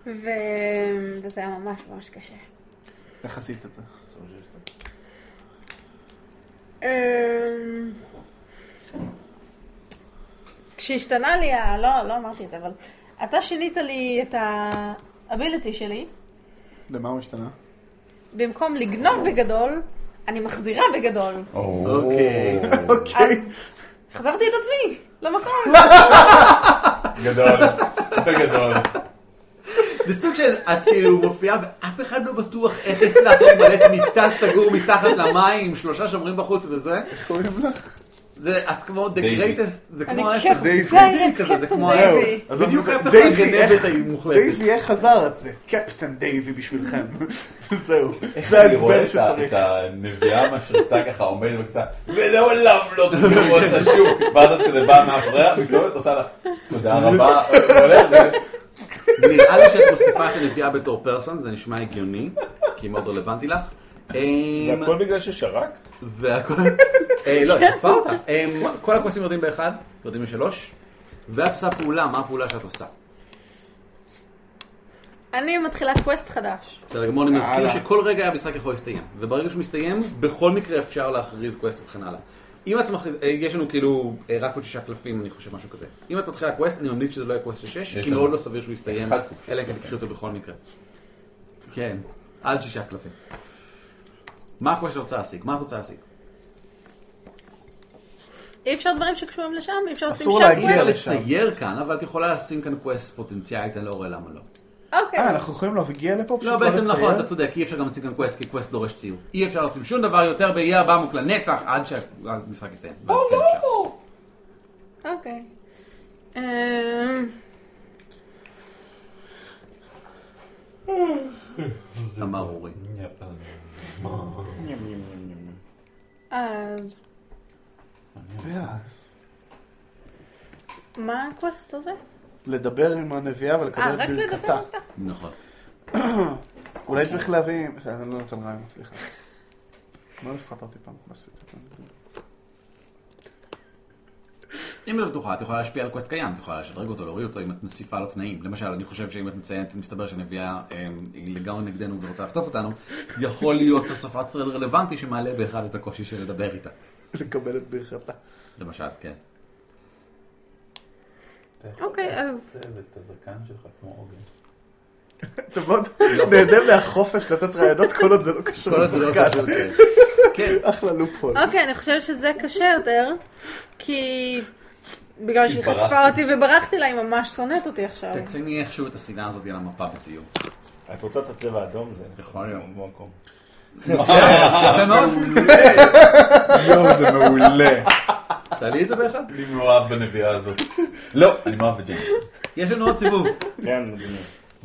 [SPEAKER 9] וזה היה ממש ממש קשה.
[SPEAKER 8] איך עשית את זה?
[SPEAKER 9] אמ, כשהשתנה לי, ה- לא, לא אמרתי את זה, אבל אתה שינית לי את האביליטי שלי,
[SPEAKER 8] למה הוא השתנה?
[SPEAKER 9] במקום לגנוב בגדול, אני מחזירה בגדול.
[SPEAKER 5] אוקיי. לא,
[SPEAKER 9] אז חזרתי את עצמי למקום.
[SPEAKER 1] גדול, בגדול.
[SPEAKER 5] זה סוג של, את כאילו מופיעה ואף אחד לא בטוח איך הצלחת למלט מיטה סגור מתחת למים עם שלושה שומרים בחוץ וזה.
[SPEAKER 8] איך קוראים לך?
[SPEAKER 5] זה, את כמו the
[SPEAKER 1] דייבי.
[SPEAKER 5] greatest, זה
[SPEAKER 9] אני
[SPEAKER 5] כמו ההפך.
[SPEAKER 9] קפטן
[SPEAKER 8] דייבי.
[SPEAKER 5] בדיוק
[SPEAKER 9] דייבי,
[SPEAKER 5] כזה, זה
[SPEAKER 9] קפטן
[SPEAKER 5] כמו
[SPEAKER 9] דייבי.
[SPEAKER 5] ההפך.
[SPEAKER 8] זהו, אז
[SPEAKER 5] בדיוק
[SPEAKER 8] אני-
[SPEAKER 5] ההפך
[SPEAKER 8] דייבי,
[SPEAKER 5] מהגנבת
[SPEAKER 8] איך-
[SPEAKER 5] המוחלטת.
[SPEAKER 8] דייבי, איך עזר את זה? קפטן דייבי בשבילכם. זהו. זה ההסבר
[SPEAKER 1] את
[SPEAKER 8] שצריך.
[SPEAKER 1] הנביאה המשריצה ככה עומדת בקצת, ולעולם לא תראו אותה שוב. ואז את כזה באה מאחוריה, מסתובבת, עושה לה, תודה רבה, הולכת,
[SPEAKER 5] נראה לי שאת מוסיפה את הנביאה בתור פרסון, זה נשמע הגיוני, כי מאוד רלוונטי לך. אמ,
[SPEAKER 4] והכל בגלל ששרקת?
[SPEAKER 5] והכל... אה,
[SPEAKER 1] כן.
[SPEAKER 5] לא, היא חטפה אותה. אמ, כל הכוסים יורדים באחד, יורדים לשלוש, ואת עושה פעולה, מה הפעולה שאת עושה?
[SPEAKER 9] אני מתחילה קווסט חדש.
[SPEAKER 5] בסדר גמור, אני מזכיר
[SPEAKER 8] הלאה.
[SPEAKER 5] שכל רגע המשחק יכול להסתיים, וברגע שהוא מסתיים, בכל מקרה אפשר להכריז קווסט וכן הלאה. אם את מכריז... אה, יש לנו כאילו אה, רק עוד שישה קלפים, אני חושב, משהו כזה. אם את מתחילה קווסט, אני ממליץ שזה לא יהיה קווסט של שש,
[SPEAKER 1] יש
[SPEAKER 5] כי
[SPEAKER 1] לנו.
[SPEAKER 5] מאוד לא סביר שהוא יסתיים,
[SPEAKER 1] אחד קופשי.
[SPEAKER 5] אלא אם כן תקחי אותו בכל מקרה. כן, עד שישה קלפים. מה הקווסט שאת רוצה להשיג? מה את רוצה להשיג?
[SPEAKER 9] אי אפשר דברים שקשורים לשם, אי אפשר לשים
[SPEAKER 8] אסור
[SPEAKER 9] שם
[SPEAKER 8] להגיע
[SPEAKER 5] אפשר
[SPEAKER 9] קווסט.
[SPEAKER 8] לשם.
[SPEAKER 5] לצייר כאן, אבל את יכולה לשים כאן קווסט פוטנציאלית, אני לא רואה למה לא.
[SPEAKER 9] אוקיי.
[SPEAKER 8] אה, אנחנו יכולים להגיע לפה? פשוט
[SPEAKER 5] לא, בעצם
[SPEAKER 8] לצייר?
[SPEAKER 5] נכון, אתה צודק, אי אפשר גם לשים כאן קווסט, כי קווסט דורש ציור. אי אפשר לשים שום דבר יותר באיי הבמוק לנצח עד שהמשחק יסתיים. ואז כן אפשר.
[SPEAKER 9] אוקיי. אמ,
[SPEAKER 5] אמר אורי.
[SPEAKER 9] אז
[SPEAKER 8] ואז
[SPEAKER 9] מה הקווסט הזה?
[SPEAKER 8] לדבר עם הנביאה
[SPEAKER 9] אה,
[SPEAKER 8] ולקבל את
[SPEAKER 9] רק לדבר
[SPEAKER 8] ברכתה.
[SPEAKER 9] איתה?
[SPEAKER 5] נכון.
[SPEAKER 8] אולי צריך להביא... בסדר, אני לא נותן רעיון, סליחה. לא הפחדת אותי פעם כמו שעשית.
[SPEAKER 5] אם לא בטוחה, את יכולה להשפיע על קווסט קיים, את יכולה לשדרג אותו, להוריד אותו אם את מוסיפה לו תנאים. למשל, אני חושב שאם את מציינת, מסתבר שנביאה אמ, היא לגמרי נגדנו ורוצה לחטוף אותנו, יכול להיות הוספת thread רלוונטי שמעלה באחד את הקושי של לדבר איתה.
[SPEAKER 8] לקבל את ברכתה.
[SPEAKER 5] למשל, כן.
[SPEAKER 13] אוקיי, אז-
[SPEAKER 1] אתה יכול לעצב את הזקן שלך כמו עוגן.
[SPEAKER 8] אתה מאוד נהנה מהחופש לתת רעיונות לא, כל עוד זה לא קשור
[SPEAKER 1] כל עוד זה לא
[SPEAKER 8] לשחקן.
[SPEAKER 1] קשור, כן.
[SPEAKER 8] אחלה לופול.
[SPEAKER 9] אה?
[SPEAKER 13] אוקיי, אני חושבת שזה קשה יותר, כי בגלל
[SPEAKER 5] כי
[SPEAKER 13] שהיא
[SPEAKER 5] ברחתי.
[SPEAKER 13] חטפה אותי וברחתי לה, היא ממש שונאת אותי עכשיו.
[SPEAKER 5] תצייני איכשהו את הסינה הזאת על המפה בציור.
[SPEAKER 4] את רוצה את הצבע האדום? זה
[SPEAKER 5] יכול להיות.
[SPEAKER 4] במקום.
[SPEAKER 5] יפה מאוד.
[SPEAKER 1] יואו, זה
[SPEAKER 4] מעולה.
[SPEAKER 5] תעלי את זה באחד.
[SPEAKER 1] אני מאוהב בנביאה הזאת.
[SPEAKER 5] לא.
[SPEAKER 1] אני מאוהב בג'יינס.
[SPEAKER 5] יש לנו עוד סיבוב.
[SPEAKER 4] כן,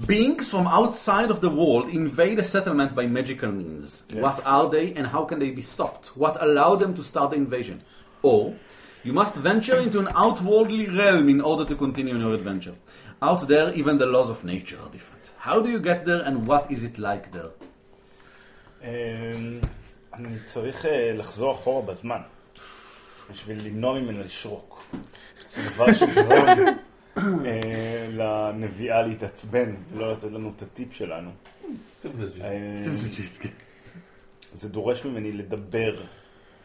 [SPEAKER 5] Beings from outside of the world invade a settlement by magical means.
[SPEAKER 10] Yes.
[SPEAKER 5] What are they and how can they be stopped? What allowed them to start the invasion? Or, you must venture into an outworldly realm in order to continue your adventure. Out there, even the laws of nature are different. How do you get there and what is it like there?
[SPEAKER 4] אמ, אני צריך אה, לחזור אחורה בזמן, בשביל למנוע ממנה לשרוק. דבר שגרם אה, לנביאה להתעצבן, ולא לתת לנו את הטיפ שלנו. אה, זה דורש ממני לדבר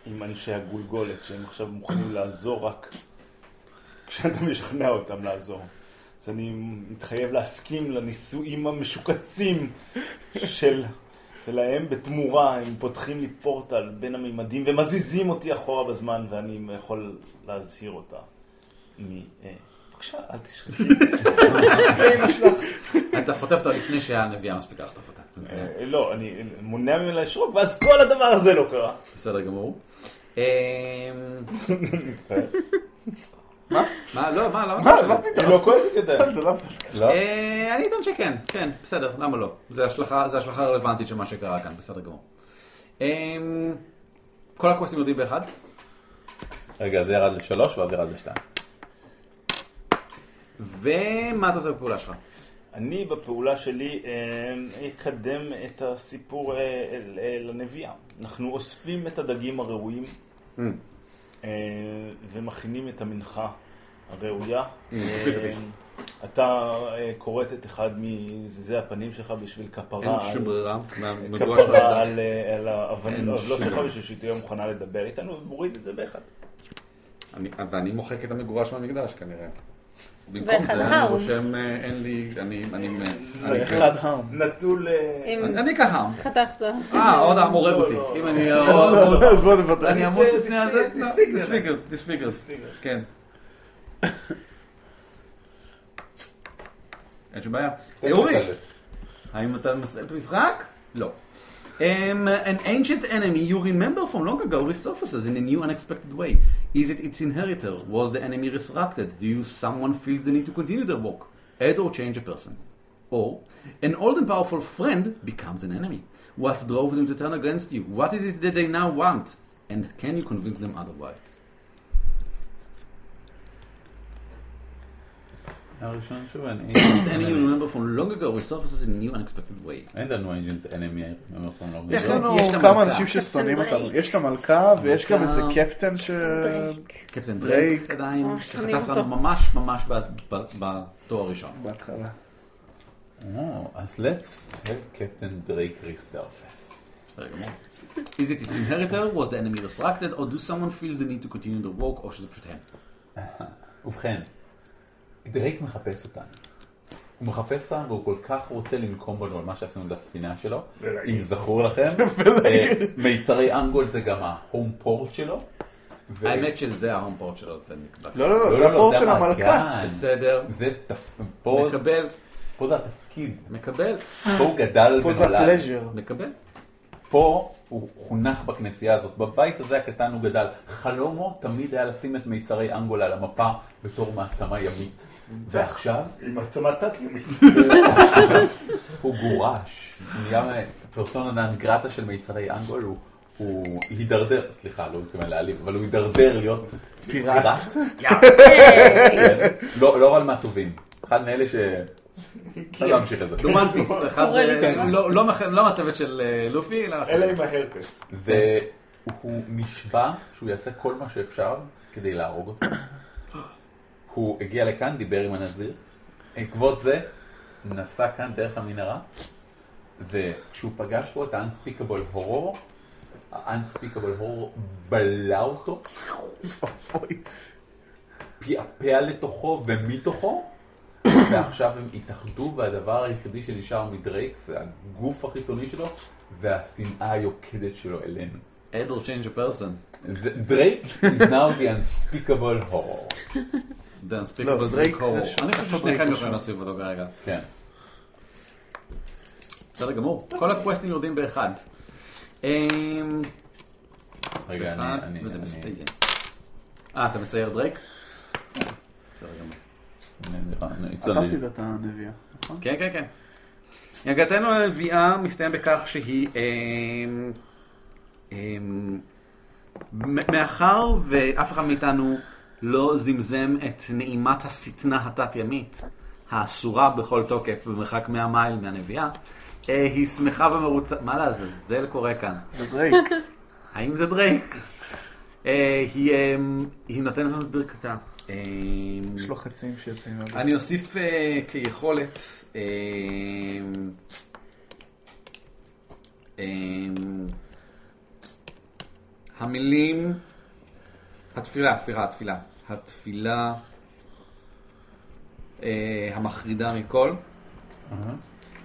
[SPEAKER 4] עם אנשי הגולגולת, שהם עכשיו מוכנים לעזור רק כשאתה משכנע אותם לעזור. אז אני מתחייב להסכים לנישואים המשוקצים של, שלהם בתמורה. הם פותחים לי פורטל בין המימדים ומזיזים אותי אחורה בזמן, ואני יכול להזהיר אותה. מ... אה, בבקשה, אל תשכחי.
[SPEAKER 5] אתה חוטף אותה לפני שהנביאה מספיקה לחטוף אותה. זה-
[SPEAKER 4] אה, לא, אני מונע ממנה לשרוק, ואז כל הדבר הזה לא קרה.
[SPEAKER 5] בסדר גמור. אמ, מה? לא, מה? למה?
[SPEAKER 4] מה? מה פתאום? היא לא כועסת יותר.
[SPEAKER 8] זה לא...
[SPEAKER 5] לא? אני אטען שכן, כן, בסדר, למה לא? זה השלכה זה השלכה רלוונטית של מה שקרה כאן, בסדר גמור. אמ, כל הקווסטים יודעים באחד?
[SPEAKER 1] רגע, זה ירד לשלוש ואז ירד לשתיים.
[SPEAKER 5] ומה אתה עושה בפעולה שלך?
[SPEAKER 4] אני בפעולה שלי אה, אקדם את הסיפור אה, אל- אה, לנביאה. אנחנו אוספים את הדגים הראויים
[SPEAKER 5] Mm.
[SPEAKER 4] אה, ומכינים את המנחה הראויה.
[SPEAKER 5] Mm.
[SPEAKER 4] אה, אתה אה, כורת את אחד מזיזי הפנים שלך בשביל כפרה
[SPEAKER 5] אין שום ברירה, מהמדוע שלך.
[SPEAKER 4] כפרה על, אה, על האבנים
[SPEAKER 5] אין
[SPEAKER 4] לא
[SPEAKER 5] שום
[SPEAKER 4] שלך
[SPEAKER 5] ברירה.
[SPEAKER 4] בשביל שהיא תהיה מוכנה לדבר איתנו ומוריד את זה באחד.
[SPEAKER 5] אני- ואני מוחק את המגורש מהמקדש כנראה. במקום
[SPEAKER 13] ואחד
[SPEAKER 5] זה אני
[SPEAKER 13] האום.
[SPEAKER 5] רושם, אה, אין לי, אני... אני- אני-
[SPEAKER 8] ואחד האום.
[SPEAKER 4] נטול... אה,
[SPEAKER 13] אם-
[SPEAKER 5] אני ככה.
[SPEAKER 13] חתכת.
[SPEAKER 5] אה, עוד העם הורג אותי. אם אני...
[SPEAKER 8] לא, אז בוא נוותר.
[SPEAKER 5] אני אמות לפני הזה? לא,
[SPEAKER 4] דיס- דיספיגר.
[SPEAKER 5] דיספיגר, דיספיגר. כן. אין שום בעיה. אה, אורי, האם אתה מסיים את המשחק? לא. Um, an ancient enemy you remember from long ago resurfaces in a new unexpected way. Is it its inheritor? Was the enemy resurrected? Do you someone feels the need to continue their walk? Add or change a person. Or, an old and powerful friend becomes an enemy. What drove them to turn against you? What is it that they now want? And can you convince them otherwise?
[SPEAKER 1] הראשון שוב, אני...
[SPEAKER 5] ancient enemy you remember from long ago resurfaces in a new unexpected way.
[SPEAKER 1] אין לנו אינג'נט אנמי, אני אומר פה לא
[SPEAKER 8] יש
[SPEAKER 1] גדול.
[SPEAKER 8] לנו
[SPEAKER 5] יש את
[SPEAKER 8] כמה
[SPEAKER 5] המלכה.
[SPEAKER 8] אנשים ששונאים
[SPEAKER 13] קפטן
[SPEAKER 8] אותנו. יש את המלכה ויש גם
[SPEAKER 5] המלכה.
[SPEAKER 8] איזה קפטן ש... אה,
[SPEAKER 5] קפטן
[SPEAKER 8] דרייק.
[SPEAKER 5] דרייק עדיין,
[SPEAKER 13] ממש שונאים
[SPEAKER 5] שחטף
[SPEAKER 13] אותו.
[SPEAKER 5] לנו ממש ממש ב- ב- בתואר הראשון.
[SPEAKER 8] בהתחלה.
[SPEAKER 1] Oh, אז let's have Captain Drake resurface.
[SPEAKER 5] בסדר גמור. Is it its inheritor? Was the enemy distracted? Or do someone feels the need to continue the walk? או שזה פשוט הם.
[SPEAKER 1] ובכן, דרייק מחפש אותנו. הוא מחפש אותנו והוא כל כך רוצה לנקום בנו על מה שעשינו לספינה שלו.
[SPEAKER 4] ולהעיר.
[SPEAKER 1] אם זכור לכם, אה, מיצרי אנגול זה גם ההום פורט שלו. ו-
[SPEAKER 5] האמת שזה ההום פורט שלו, זה נקבע.
[SPEAKER 8] לא, לא, לא, זה הפורט של המלכה.
[SPEAKER 1] המלכן.
[SPEAKER 5] בסדר.
[SPEAKER 1] זה תפ- פה-
[SPEAKER 5] מקבל,
[SPEAKER 1] פה זה התפקיד.
[SPEAKER 5] מקבל,
[SPEAKER 1] פה הוא גדל
[SPEAKER 8] פה זה
[SPEAKER 1] ונולד.
[SPEAKER 8] הפלז'ר.
[SPEAKER 5] מקבל.
[SPEAKER 1] פה הוא חונך בכנסייה הזאת, בבית הזה הקטן הוא גדל. חלומו תמיד היה לשים את מיצרי אנגולה על המפה בתור מעצמה ימית. ועכשיו
[SPEAKER 4] עם עצמת תת-יומית.
[SPEAKER 1] הוא גורש, הוא נהיה פרסונה נן גרטה של מיצרי אנגול, הוא- הוא הידרדר, סליחה, לא מתכוון להעליב, אבל הוא הידרדר להיות
[SPEAKER 8] פיראט.
[SPEAKER 1] כן. לא לא רע מהטובים, אחד מאלה ש... לא להמשיך את זה.
[SPEAKER 5] דומן פיס, אחד,
[SPEAKER 13] קורא לי.
[SPEAKER 10] כן.
[SPEAKER 5] אה, לא- לא מח- לא מהצוות של אה, לופי, אלא
[SPEAKER 4] אלא עם ההרפס.
[SPEAKER 1] והוא נשבע שהוא יעשה כל מה שאפשר כדי להרוג אותו. הוא הגיע לכאן, דיבר עם הנזיר, בעקבות זה נסע כאן דרך המנהרה, וכשהוא פגש פה את ה-unspeakable horror, ה-unspeakable horror בלע אותו, פעפע לתוכו ומתוכו, ועכשיו הם התאחדו, והדבר היחידי שנשאר מדרייק זה הגוף החיצוני שלו והשנאה היוקדת שלו אלינו.
[SPEAKER 10] Adult change a person.
[SPEAKER 1] דרייק is now the unspeakable horror.
[SPEAKER 10] The
[SPEAKER 5] לא,
[SPEAKER 10] unspeakable Drake horror. אני חושב ששניכם יכולים להוסיף אותו כרגע.
[SPEAKER 1] כן.
[SPEAKER 10] בסדר גמור. כל הקווסטים יורדים באחד. אמ,
[SPEAKER 1] רגע,
[SPEAKER 10] אחד,
[SPEAKER 1] אני- אני-
[SPEAKER 10] וזה
[SPEAKER 1] אני-
[SPEAKER 10] מסתיים. אה, אתה מצייר דרייק? בסדר גמור.
[SPEAKER 1] אה,
[SPEAKER 8] אתה עשית את הנביאה, נכון?
[SPEAKER 10] כן, כן, כן.
[SPEAKER 5] הגעתנו לנביאה מסתיים בכך שהיא... אמ, אמ, מ- מאחר ואף אחד מאיתנו לא זמזם את נעימת השטנה התת-ימית, האסורה בכל תוקף במרחק 100 מייל מהנביאה, אה, היא שמחה ומרוצה... מה לעזאזל קורה כאן?
[SPEAKER 8] זה דרייק.
[SPEAKER 5] האם זה דרייק? אה, היא, אמ, היא נותנת לנו את ברכתה. אמ,
[SPEAKER 8] יש לו חצים שיוצאים מהבית.
[SPEAKER 5] אני אוסיף אה, כיכולת. אה, אה, המילים, התפילה, סליחה, התפילה. התפילה אה, המחרידה מכל.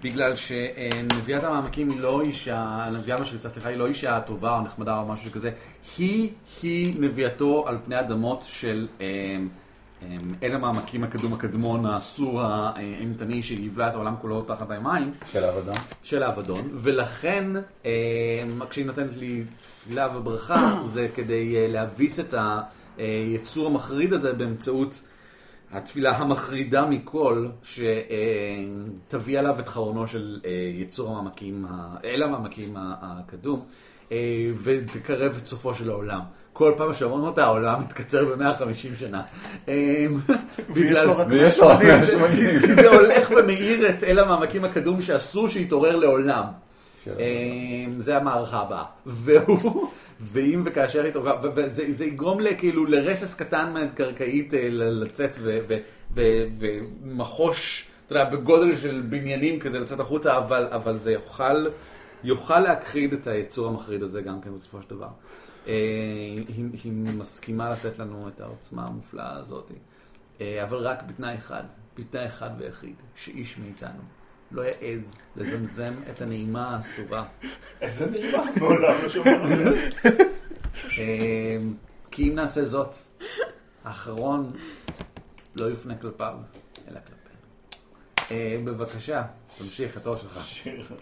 [SPEAKER 5] בגלל שנביאת המעמקים היא לא אישה, נביאה משריצה, סליחה, היא לא אישה טובה או נחמדה או משהו כזה. היא, היא נביאתו על פני אדמות של אה, אה, אל המעמקים הקדום הקדמון, האסור האימתני שהבלע את העולם כולו תחת המים.
[SPEAKER 1] של האבדון.
[SPEAKER 5] של האבדון, ולכן אה, כשהיא נותנת לי תפילה וברכה, זה כדי אה, להביס את היצור המחריד הזה באמצעות התפילה המחרידה מכל, שתביא עליו את חרונו של אה, יצור המעמקים, ה- אל המעמקים ה- הקדום, אה, ותקרב את סופו של העולם. כל פעם שאומרים אותה, העולם מתקצר ב-150 שנה. אה, בגלל-
[SPEAKER 8] לו רק ויש לו רק 180.
[SPEAKER 5] 180. כי זה הולך ומאיר את אל המעמקים הקדום שאסור שיתעורר לעולם. אה, זה המערכה הבאה. והוא, ואם וכאשר יתעורר, ו- וזה זה יגרום לכאילו לרסס קטן מהקרקעית אה, ל- לצאת ו- ו- ו- ומחוש, אתה יודע, בגודל של בניינים כזה לצאת החוצה, אבל, אבל זה יוכל, יוכל להכחיד את היצור המחריד הזה גם כן בסופו של דבר. אה, היא, היא מסכימה לתת לנו את העוצמה המופלאה הזאת. אה, אבל רק בתנאי אחד, בתנאי אחד ויחיד, שאיש מאיתנו לא יעז לזמזם את הנעימה האסורה.
[SPEAKER 4] איזה נעימה? מעולם לא שמענו עליה.
[SPEAKER 5] אה, כי אם נעשה זאת, האחרון לא יופנה כלפיו, אלא כלפינו. אה, בבקשה, תמשיך, התור שלך.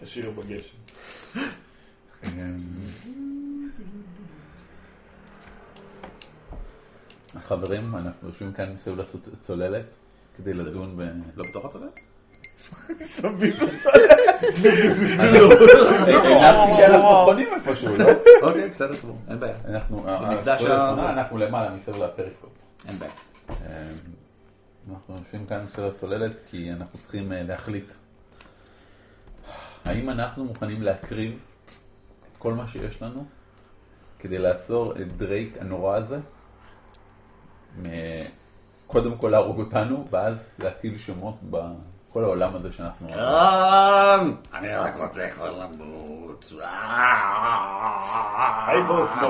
[SPEAKER 4] שיר בגשם.
[SPEAKER 1] חברים, אנחנו יושבים כאן מסביב לצוללת כדי לדון ב...
[SPEAKER 5] לא בתוך הצוללת?
[SPEAKER 8] סביב הצלחת.
[SPEAKER 1] הנחתי שאנחנו חונים איפשהו, לא?
[SPEAKER 5] אוקיי, בסדר גמור, אין בעיה.
[SPEAKER 1] אנחנו, אה,
[SPEAKER 5] במקדש
[SPEAKER 1] כל
[SPEAKER 5] ה-
[SPEAKER 1] התמונה, אנחנו למעלה מסביב לפריסקופ.
[SPEAKER 5] אין בעיה.
[SPEAKER 1] אה, אנחנו יושבים כאן של הצוללת כי אנחנו צריכים אה, להחליט האם אנחנו מוכנים להקריב את כל מה שיש לנו כדי לעצור את דרייק הנורא הזה, מ- קודם כל להרוג אותנו ואז להטיל שמות בכל העולם הזה שאנחנו...
[SPEAKER 10] כאן! אני רק רוצה כבר למות. אה. I
[SPEAKER 4] vote no.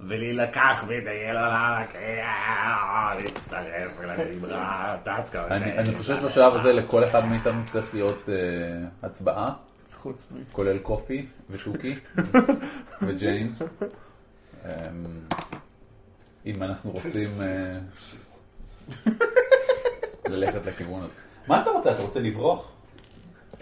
[SPEAKER 10] ולהילקח בידי אלונה לקריאה, להצטרף אל הסמרה, תת-קרקעית.
[SPEAKER 1] אני אני חושב שבשלב הזה לכל אחד מאיתנו צריך להיות אה, הצבעה,
[SPEAKER 8] חוץ מ-
[SPEAKER 1] כולל קופי ושוקי וג'יימס. אמ, אם אנחנו רוצים אה, ללכת לכיוון הזה. מה אתה רוצה? אתה רוצה לברוח?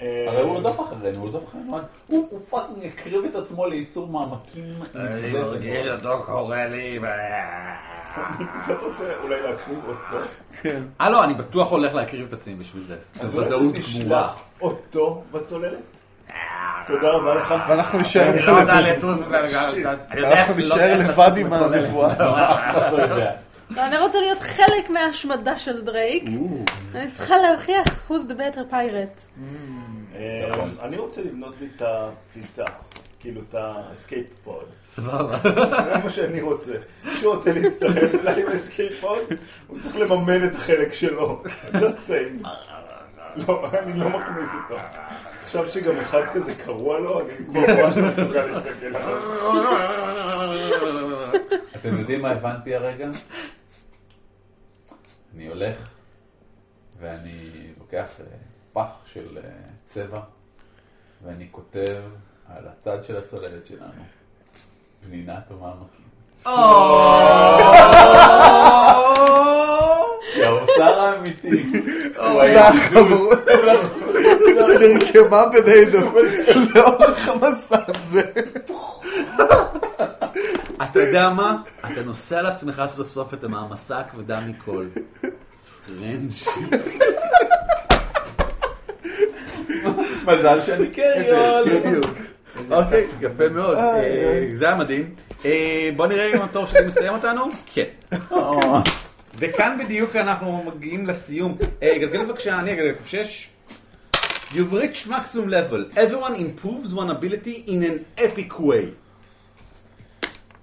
[SPEAKER 1] הרי הוא רודף אחרינו, הוא רודף אחרינו. הוא הוא פאקינג הקריב את עצמו ליצור מעמקים.
[SPEAKER 10] אני מרגיש אותו קורא לי, ו...
[SPEAKER 4] אני קצת רוצה אולי להקריב אותו.
[SPEAKER 5] אה לא, אני בטוח הולך להקריב את עצמי בשביל זה.
[SPEAKER 4] אז
[SPEAKER 5] זו
[SPEAKER 4] אולי
[SPEAKER 5] ודאות גמורה.
[SPEAKER 4] נשלח אותו בצוללת? תודה רבה לך.
[SPEAKER 8] ואנחנו נשאר
[SPEAKER 10] אני לא יודע לטוס בגלל... אני יודע איך
[SPEAKER 8] אנחנו
[SPEAKER 10] לא
[SPEAKER 8] נישאר
[SPEAKER 10] יודע איך
[SPEAKER 8] לבד
[SPEAKER 10] לטוס
[SPEAKER 8] עם
[SPEAKER 10] בצוללת.
[SPEAKER 8] הנבואה.
[SPEAKER 9] לא, אני רוצה להיות חלק מההשמדה של דרייק. אני צריכה להוכיח who's the better pirate.
[SPEAKER 4] אה, אני רוצה לבנות לי את הפיסה. כאילו את האסקייפ פוד.
[SPEAKER 10] סבבה.
[SPEAKER 4] זה מה שאני רוצה. כשהוא רוצה להצטרף אליי עם האסקייפ פוד, הוא צריך לממן את החלק שלו. Just saying. לא, אני לא מכניס אותו. עכשיו שגם אחד כזה קרוע לו, אני כבר ממש לא מסוגל להסתכל עליו.
[SPEAKER 1] אתם יודעים מה הבנתי הרגע? אני הולך ואני לוקח אה, פח של אה, צבע ואני כותב על הצד של הצוללת שלנו, פנינה תומה מקים. כי האוצר האמיתי הוא האישיות.
[SPEAKER 8] והחברות שנרקמה בינינו לאורך המסע הזה.
[SPEAKER 10] אתה יודע מה? אתה נושא על עצמך סוף סוף את המעמסה הכבדה מכל. פרנדשיפ.
[SPEAKER 1] מזל שאני כן קריון.
[SPEAKER 5] בדיוק. אוקיי, יפה מאוד. אה, זה היה מדהים. אה, בוא נראה אם התור שלי מסיים אותנו. כן. וכאן בדיוק אנחנו מגיעים לסיום. אה, גלגל בבקשה, אני אגלגל שש. You've reached maximum level. Everyone improves one ability in an epic way.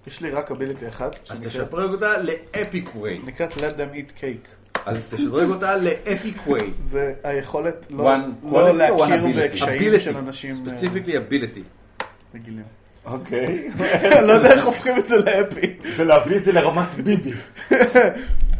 [SPEAKER 8] יש לי רק אביליטי אחת.
[SPEAKER 5] אז
[SPEAKER 8] שנקראת-
[SPEAKER 5] תשפרג אותה לאפיק ווי.
[SPEAKER 8] נקראת Let them eat cake.
[SPEAKER 5] אז תשדרג אותה לאפיק ווי.
[SPEAKER 8] זה היכולת לא-
[SPEAKER 5] One
[SPEAKER 8] לא
[SPEAKER 5] quality or one
[SPEAKER 8] להכיר
[SPEAKER 5] ability?
[SPEAKER 8] בקשיים
[SPEAKER 5] Ability.
[SPEAKER 8] של אנשים. אה,
[SPEAKER 5] ספציפיקלי אביליטי.
[SPEAKER 8] רגילים.
[SPEAKER 4] אוקיי.
[SPEAKER 8] אני לא יודע איך הופכים את זה לאפי.
[SPEAKER 4] זה להביא את זה לרמת ביבי.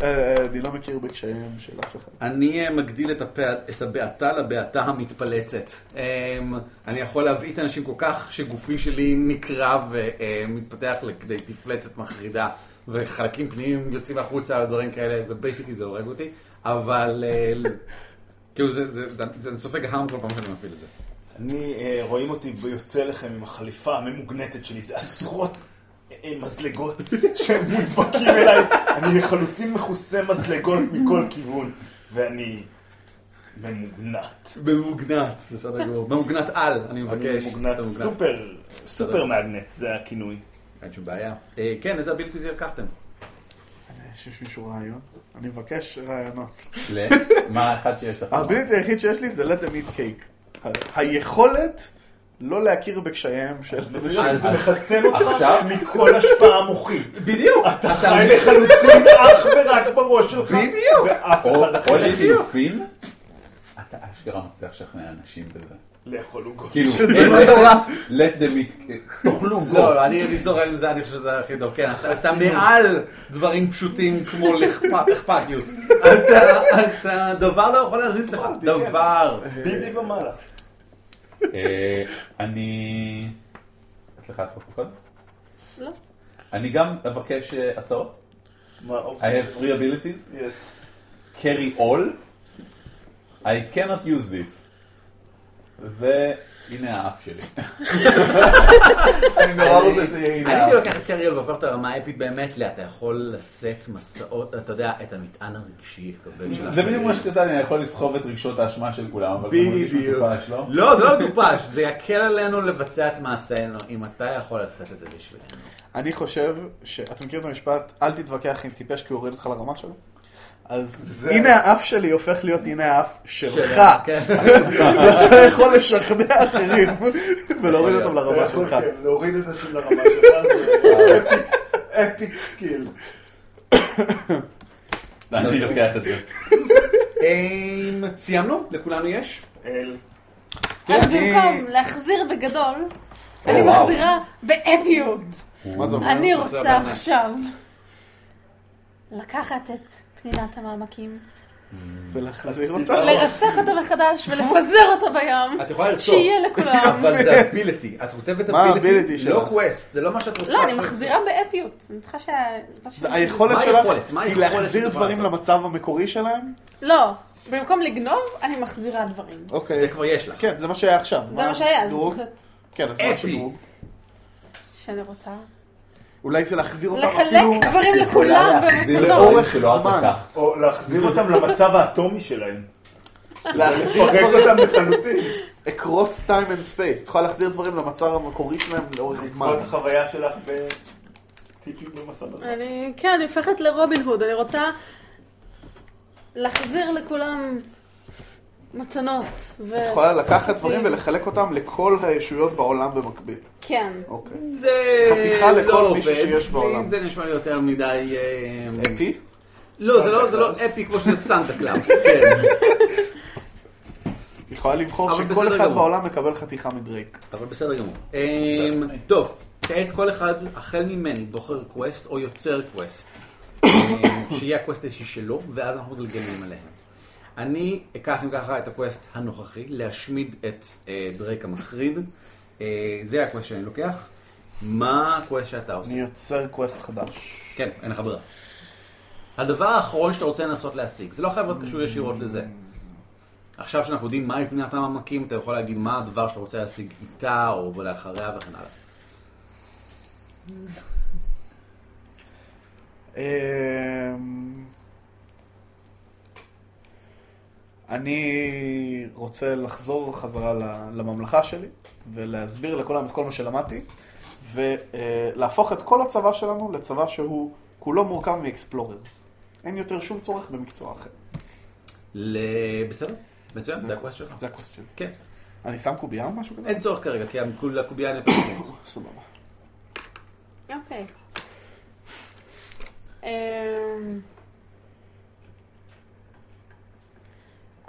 [SPEAKER 8] אה, אני לא מכיר בקשיים של אף אחד.
[SPEAKER 5] אני אה, מגדיל את, הפע... את הבעתה לבעתה המתפלצת. אמ, אני יכול להבעיט אנשים כל כך שגופי שלי נקרע ומתפתח לכדי תפלצת מחרידה, וחלקים פנימיים יוצאים החוצה ודברים כאלה, ובייסיקלי זה הורג אותי, אבל אה, ל- כאילו זה, זה, זה, זה, סופג הרם כל פעם שאני מפעיל את זה.
[SPEAKER 4] אני, אה, רואים אותי יוצא לכם עם החליפה הממוגנטת שלי, זה עשרות אה, מזלגות שהם מודבקים אליי, אני לחלוטין מכוסה מזלגות מכל כיוון, ואני ממוגנט.
[SPEAKER 5] במוגנט, בסדר גמור. אוקיי, במוגנט על, אני מבקש.
[SPEAKER 4] אוקיי, ממוגנט
[SPEAKER 5] אתה מוגנט.
[SPEAKER 4] סופר, סופר
[SPEAKER 5] תודה.
[SPEAKER 4] מגנט, זה הכינוי.
[SPEAKER 5] אין שום בעיה. אה, כן, איזה אביליטי זה לקחתם?
[SPEAKER 8] יש מישהו רעיון? אני מבקש רעיונות.
[SPEAKER 1] ל- מה האחד שיש לך?
[SPEAKER 8] הביליטי היחיד שיש לי זה let them eat cake. ה- היכולת לא להכיר בקשייהם של אנשים.
[SPEAKER 4] אז זה לא- מחסן אותך
[SPEAKER 1] עכשיו?
[SPEAKER 4] מכל השפעה מוחית.
[SPEAKER 5] בדיוק.
[SPEAKER 4] אתה חי לחלוטין אך ורק בראש שלך. בדיוק. ואף
[SPEAKER 1] או
[SPEAKER 4] אחד
[SPEAKER 1] או
[SPEAKER 4] אחר. לא
[SPEAKER 1] לחילופין, אתה אשכרה מצליח לשכנע אנשים בזה.
[SPEAKER 4] לאכול עוגות.
[SPEAKER 1] כאילו,
[SPEAKER 5] שזה לא
[SPEAKER 1] let-
[SPEAKER 5] נורא.
[SPEAKER 1] let them eat, תאכלו
[SPEAKER 5] לא,
[SPEAKER 1] עוגות.
[SPEAKER 5] לא, אני אני זורם עם זה, אני חושב שזה הכי טוב. כן, אתה- אתה מעל דברים פשוטים כמו לכפ- אכפתיות. אתה- אתה דבר לא יכול להזיז לך. דבר.
[SPEAKER 1] כן.
[SPEAKER 4] ביבי ומעלה.
[SPEAKER 1] אה, אני... סליחה, את רוצה קודם?
[SPEAKER 9] לא.
[SPEAKER 1] אני גם אבקש אה, הצעות.
[SPEAKER 4] מה, אוקיי.
[SPEAKER 1] I have three abilities.
[SPEAKER 4] Yes.
[SPEAKER 1] carry all, I cannot use this. והנה האף שלי. אני נורא רוצה שזה יהיה
[SPEAKER 5] אני
[SPEAKER 1] הנה
[SPEAKER 5] הייתי
[SPEAKER 1] האף.
[SPEAKER 5] לוקח את קרייר והופך את הרמה האפית באמת ל... אתה יכול לשאת מסעות, אתה יודע, את המטען הרגשי הכבד שלך.
[SPEAKER 1] זה בדיוק מה שכתבתי, אני יכול לסחוב את רגשות האשמה של כולם, אבל זה מרגיש
[SPEAKER 5] בדיוק.
[SPEAKER 1] מטופש, לא?
[SPEAKER 5] לא, זה לא מטופש, זה יקל עלינו לבצע את מעשינו, אם אתה יכול לשאת את זה בשבילנו.
[SPEAKER 8] אני חושב שאתה מכיר את המשפט אל תתווכח עם טיפש כי הוא הוריד אותך לרמה שלו? אז הנה האף שלי הופך להיות הנה האף שלך.
[SPEAKER 5] כן.
[SPEAKER 8] ואתה יכול לשכנע אחרים ולהוריד אותם
[SPEAKER 1] לא,
[SPEAKER 8] לרמה שלך.
[SPEAKER 4] כן, להוריד את השם לרמה שלך. זה אפיק- אפיק סקיל.
[SPEAKER 1] אני לוקח את זה.
[SPEAKER 5] אמ, סיימנו? לכולנו יש?
[SPEAKER 4] אל.
[SPEAKER 9] אז
[SPEAKER 8] כן, אני-
[SPEAKER 9] במקום להחזיר בגדול, אני
[SPEAKER 1] וואו.
[SPEAKER 9] מחזירה באפיות.
[SPEAKER 8] מה זה אומר?
[SPEAKER 9] אני
[SPEAKER 5] זה
[SPEAKER 9] רוצה
[SPEAKER 5] הבנה.
[SPEAKER 9] עכשיו לקחת את פנינת המעמקים,
[SPEAKER 8] ולהחזיר אותה?
[SPEAKER 9] לרסק אותה מחדש ולפזר אותה בים,
[SPEAKER 8] אה,
[SPEAKER 5] את יכולה לרצות.
[SPEAKER 9] שיהיה לכולם.
[SPEAKER 5] אבל זה אביליטי, את כותבת
[SPEAKER 8] מה
[SPEAKER 5] אביליטי,
[SPEAKER 8] ה-ability
[SPEAKER 5] לא
[SPEAKER 8] שלך?
[SPEAKER 5] קווסט, זה לא מה שאת רוצה.
[SPEAKER 9] לא, אני מחזירה באפיות. אני צריכה שה... מה
[SPEAKER 8] זה
[SPEAKER 9] שאני-
[SPEAKER 8] היכולת
[SPEAKER 5] מה
[SPEAKER 8] שלך
[SPEAKER 5] היכולת? מה
[SPEAKER 8] היא
[SPEAKER 5] היכולת
[SPEAKER 8] להחזיר
[SPEAKER 5] לדבר
[SPEAKER 8] דברים
[SPEAKER 5] הזה?
[SPEAKER 8] למצב המקורי שלהם?
[SPEAKER 9] לא, במקום לגנוב, אני מחזירה דברים.
[SPEAKER 5] זה
[SPEAKER 8] אוקיי.
[SPEAKER 5] כבר יש לך.
[SPEAKER 8] כן, זה מה שהיה עכשיו.
[SPEAKER 9] זה מה שהיה, זה
[SPEAKER 8] השדרוג?
[SPEAKER 9] צריך להיות
[SPEAKER 8] כן, אז מה
[SPEAKER 5] אפי.
[SPEAKER 8] השדרוג?
[SPEAKER 9] שאני רוצה.
[SPEAKER 8] אולי זה להחזיר אותם לא, אפילו...
[SPEAKER 9] לחלק דברים
[SPEAKER 1] יכולה
[SPEAKER 9] לכולם
[SPEAKER 1] להחזיר
[SPEAKER 9] במתנות.
[SPEAKER 8] לאורך
[SPEAKER 1] לאורך שלא את
[SPEAKER 8] זמן.
[SPEAKER 1] לקחת.
[SPEAKER 4] או להחזיר אותם למצב האטומי שלהם.
[SPEAKER 8] להחזיר
[SPEAKER 4] לפרק אותם
[SPEAKER 8] דברים...
[SPEAKER 4] לחלוטין.
[SPEAKER 8] across time and space. תוכל להחזיר דברים למצב המקורי שלהם לאורך זמן.
[SPEAKER 4] זאת החוויה שלך ב... טיפי במסד הזה.
[SPEAKER 9] אני, כן, אני הופכת לרובין הוד, אני רוצה להחזיר לכולם מתנות. ו...
[SPEAKER 8] את יכולה לקחת דברים ולחלק אותם לכל הישויות בעולם במקביל.
[SPEAKER 9] כן.
[SPEAKER 8] אוקיי.
[SPEAKER 5] זה
[SPEAKER 8] חתיכה
[SPEAKER 5] לא
[SPEAKER 8] לכל מישהו
[SPEAKER 5] עובד.
[SPEAKER 8] שיש
[SPEAKER 5] לי
[SPEAKER 8] בעולם.
[SPEAKER 5] זה נשמע לי יותר מדי... אה,
[SPEAKER 8] אפי?
[SPEAKER 5] לא, זה לא- זה לא
[SPEAKER 8] סנטה
[SPEAKER 5] אפי כמו שזה סנטה קלאוס, כן.
[SPEAKER 8] יכולה לבחור
[SPEAKER 5] אבל
[SPEAKER 8] שכל
[SPEAKER 5] בסדר
[SPEAKER 8] אחד
[SPEAKER 5] גמור.
[SPEAKER 8] בעולם מקבל חתיכה מדרייק.
[SPEAKER 5] אבל בסדר גמור. אמ, טוב, כעת כל אחד, החל ממני, בוחר קווסט או יוצר קווסט. אמ, שיהיה הקווסט האישי שלו, ואז אנחנו מגלגלים עליהם. אני אקח אם ככה את הקווסט הנוכחי, להשמיד את אה, דרייק המחריד. אה, זה הקווסט שאני לוקח. מה הקווסט שאתה עושה?
[SPEAKER 8] אני יוצר קווסט חדש.
[SPEAKER 5] כן, אין לך ברירה. הדבר האחרון שאתה רוצה לנסות להשיג, זה לא חייב להיות קשור ישירות לזה. עכשיו שאנחנו יודעים מהי פניית המעמקים, אתה יכול להגיד מה הדבר שאתה רוצה להשיג איתה, או לאחריה וכן הלאה.
[SPEAKER 8] אמ, אני רוצה לחזור חזרה ל- לממלכה שלי ולהסביר לכולם את כל מה שלמדתי ולהפוך את כל הצבא שלנו לצבא שהוא כולו מורכב מאקספלוררס. אין יותר שום צורך במקצוע אחר.
[SPEAKER 5] ל- בסדר? מצוין, זה הקווסט שלך.
[SPEAKER 8] זה הקווסט שלי.
[SPEAKER 5] כן. אה,
[SPEAKER 8] אני שם קובייה או משהו כזה?
[SPEAKER 5] אין צורך כרגע, כי הכול- הקובייה היא יותר קטנה.
[SPEAKER 8] סבבה.
[SPEAKER 13] אוקיי. אמ,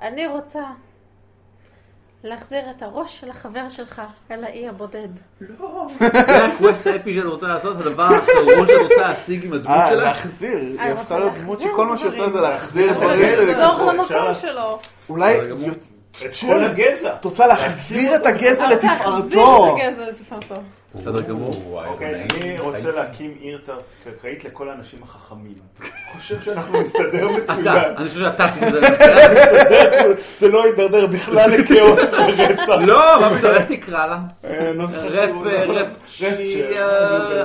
[SPEAKER 9] אני רוצה להחזיר את הראש של החבר שלך אל האי הבודד. לא.
[SPEAKER 5] זה הקווסט האפי שאת רוצה לעשות, הדבר האחרון שאת רוצה להשיג עם הדמות
[SPEAKER 8] אה,
[SPEAKER 5] שלך.
[SPEAKER 8] להחזיר.
[SPEAKER 9] אני
[SPEAKER 8] היא
[SPEAKER 9] רוצה
[SPEAKER 8] הפכה להיות דמות שכל מה שהיא עושה אוקיי, זה להחזיר
[SPEAKER 9] אבל
[SPEAKER 8] דברים של
[SPEAKER 9] לחזור למקום שלו.
[SPEAKER 8] אולי...
[SPEAKER 4] את כל הגזע.
[SPEAKER 8] את רוצה להחזיר את הגזע
[SPEAKER 9] אתה
[SPEAKER 8] לתפארתו.
[SPEAKER 9] תחזיר את הגזע לתפארתו.
[SPEAKER 5] בסדר גמור.
[SPEAKER 4] אוקיי,
[SPEAKER 1] הירונאים
[SPEAKER 4] אני
[SPEAKER 1] חיים.
[SPEAKER 4] רוצה להקים עיר תת-קרקעית לכל האנשים החכמים. חושב שאנחנו נסתדר מצוין.
[SPEAKER 5] אתה, אני חושב שאתה תסתדר.
[SPEAKER 4] נסתדר, זה לא יידרדר בכלל לכאוס ורצח.
[SPEAKER 5] לא, מה פתאום, איך תקרא לה?
[SPEAKER 4] אה, לא זוכר.
[SPEAKER 5] ראפ, אה,
[SPEAKER 4] ראפ,
[SPEAKER 5] ראפ, שהיא
[SPEAKER 8] לא
[SPEAKER 4] ראפ.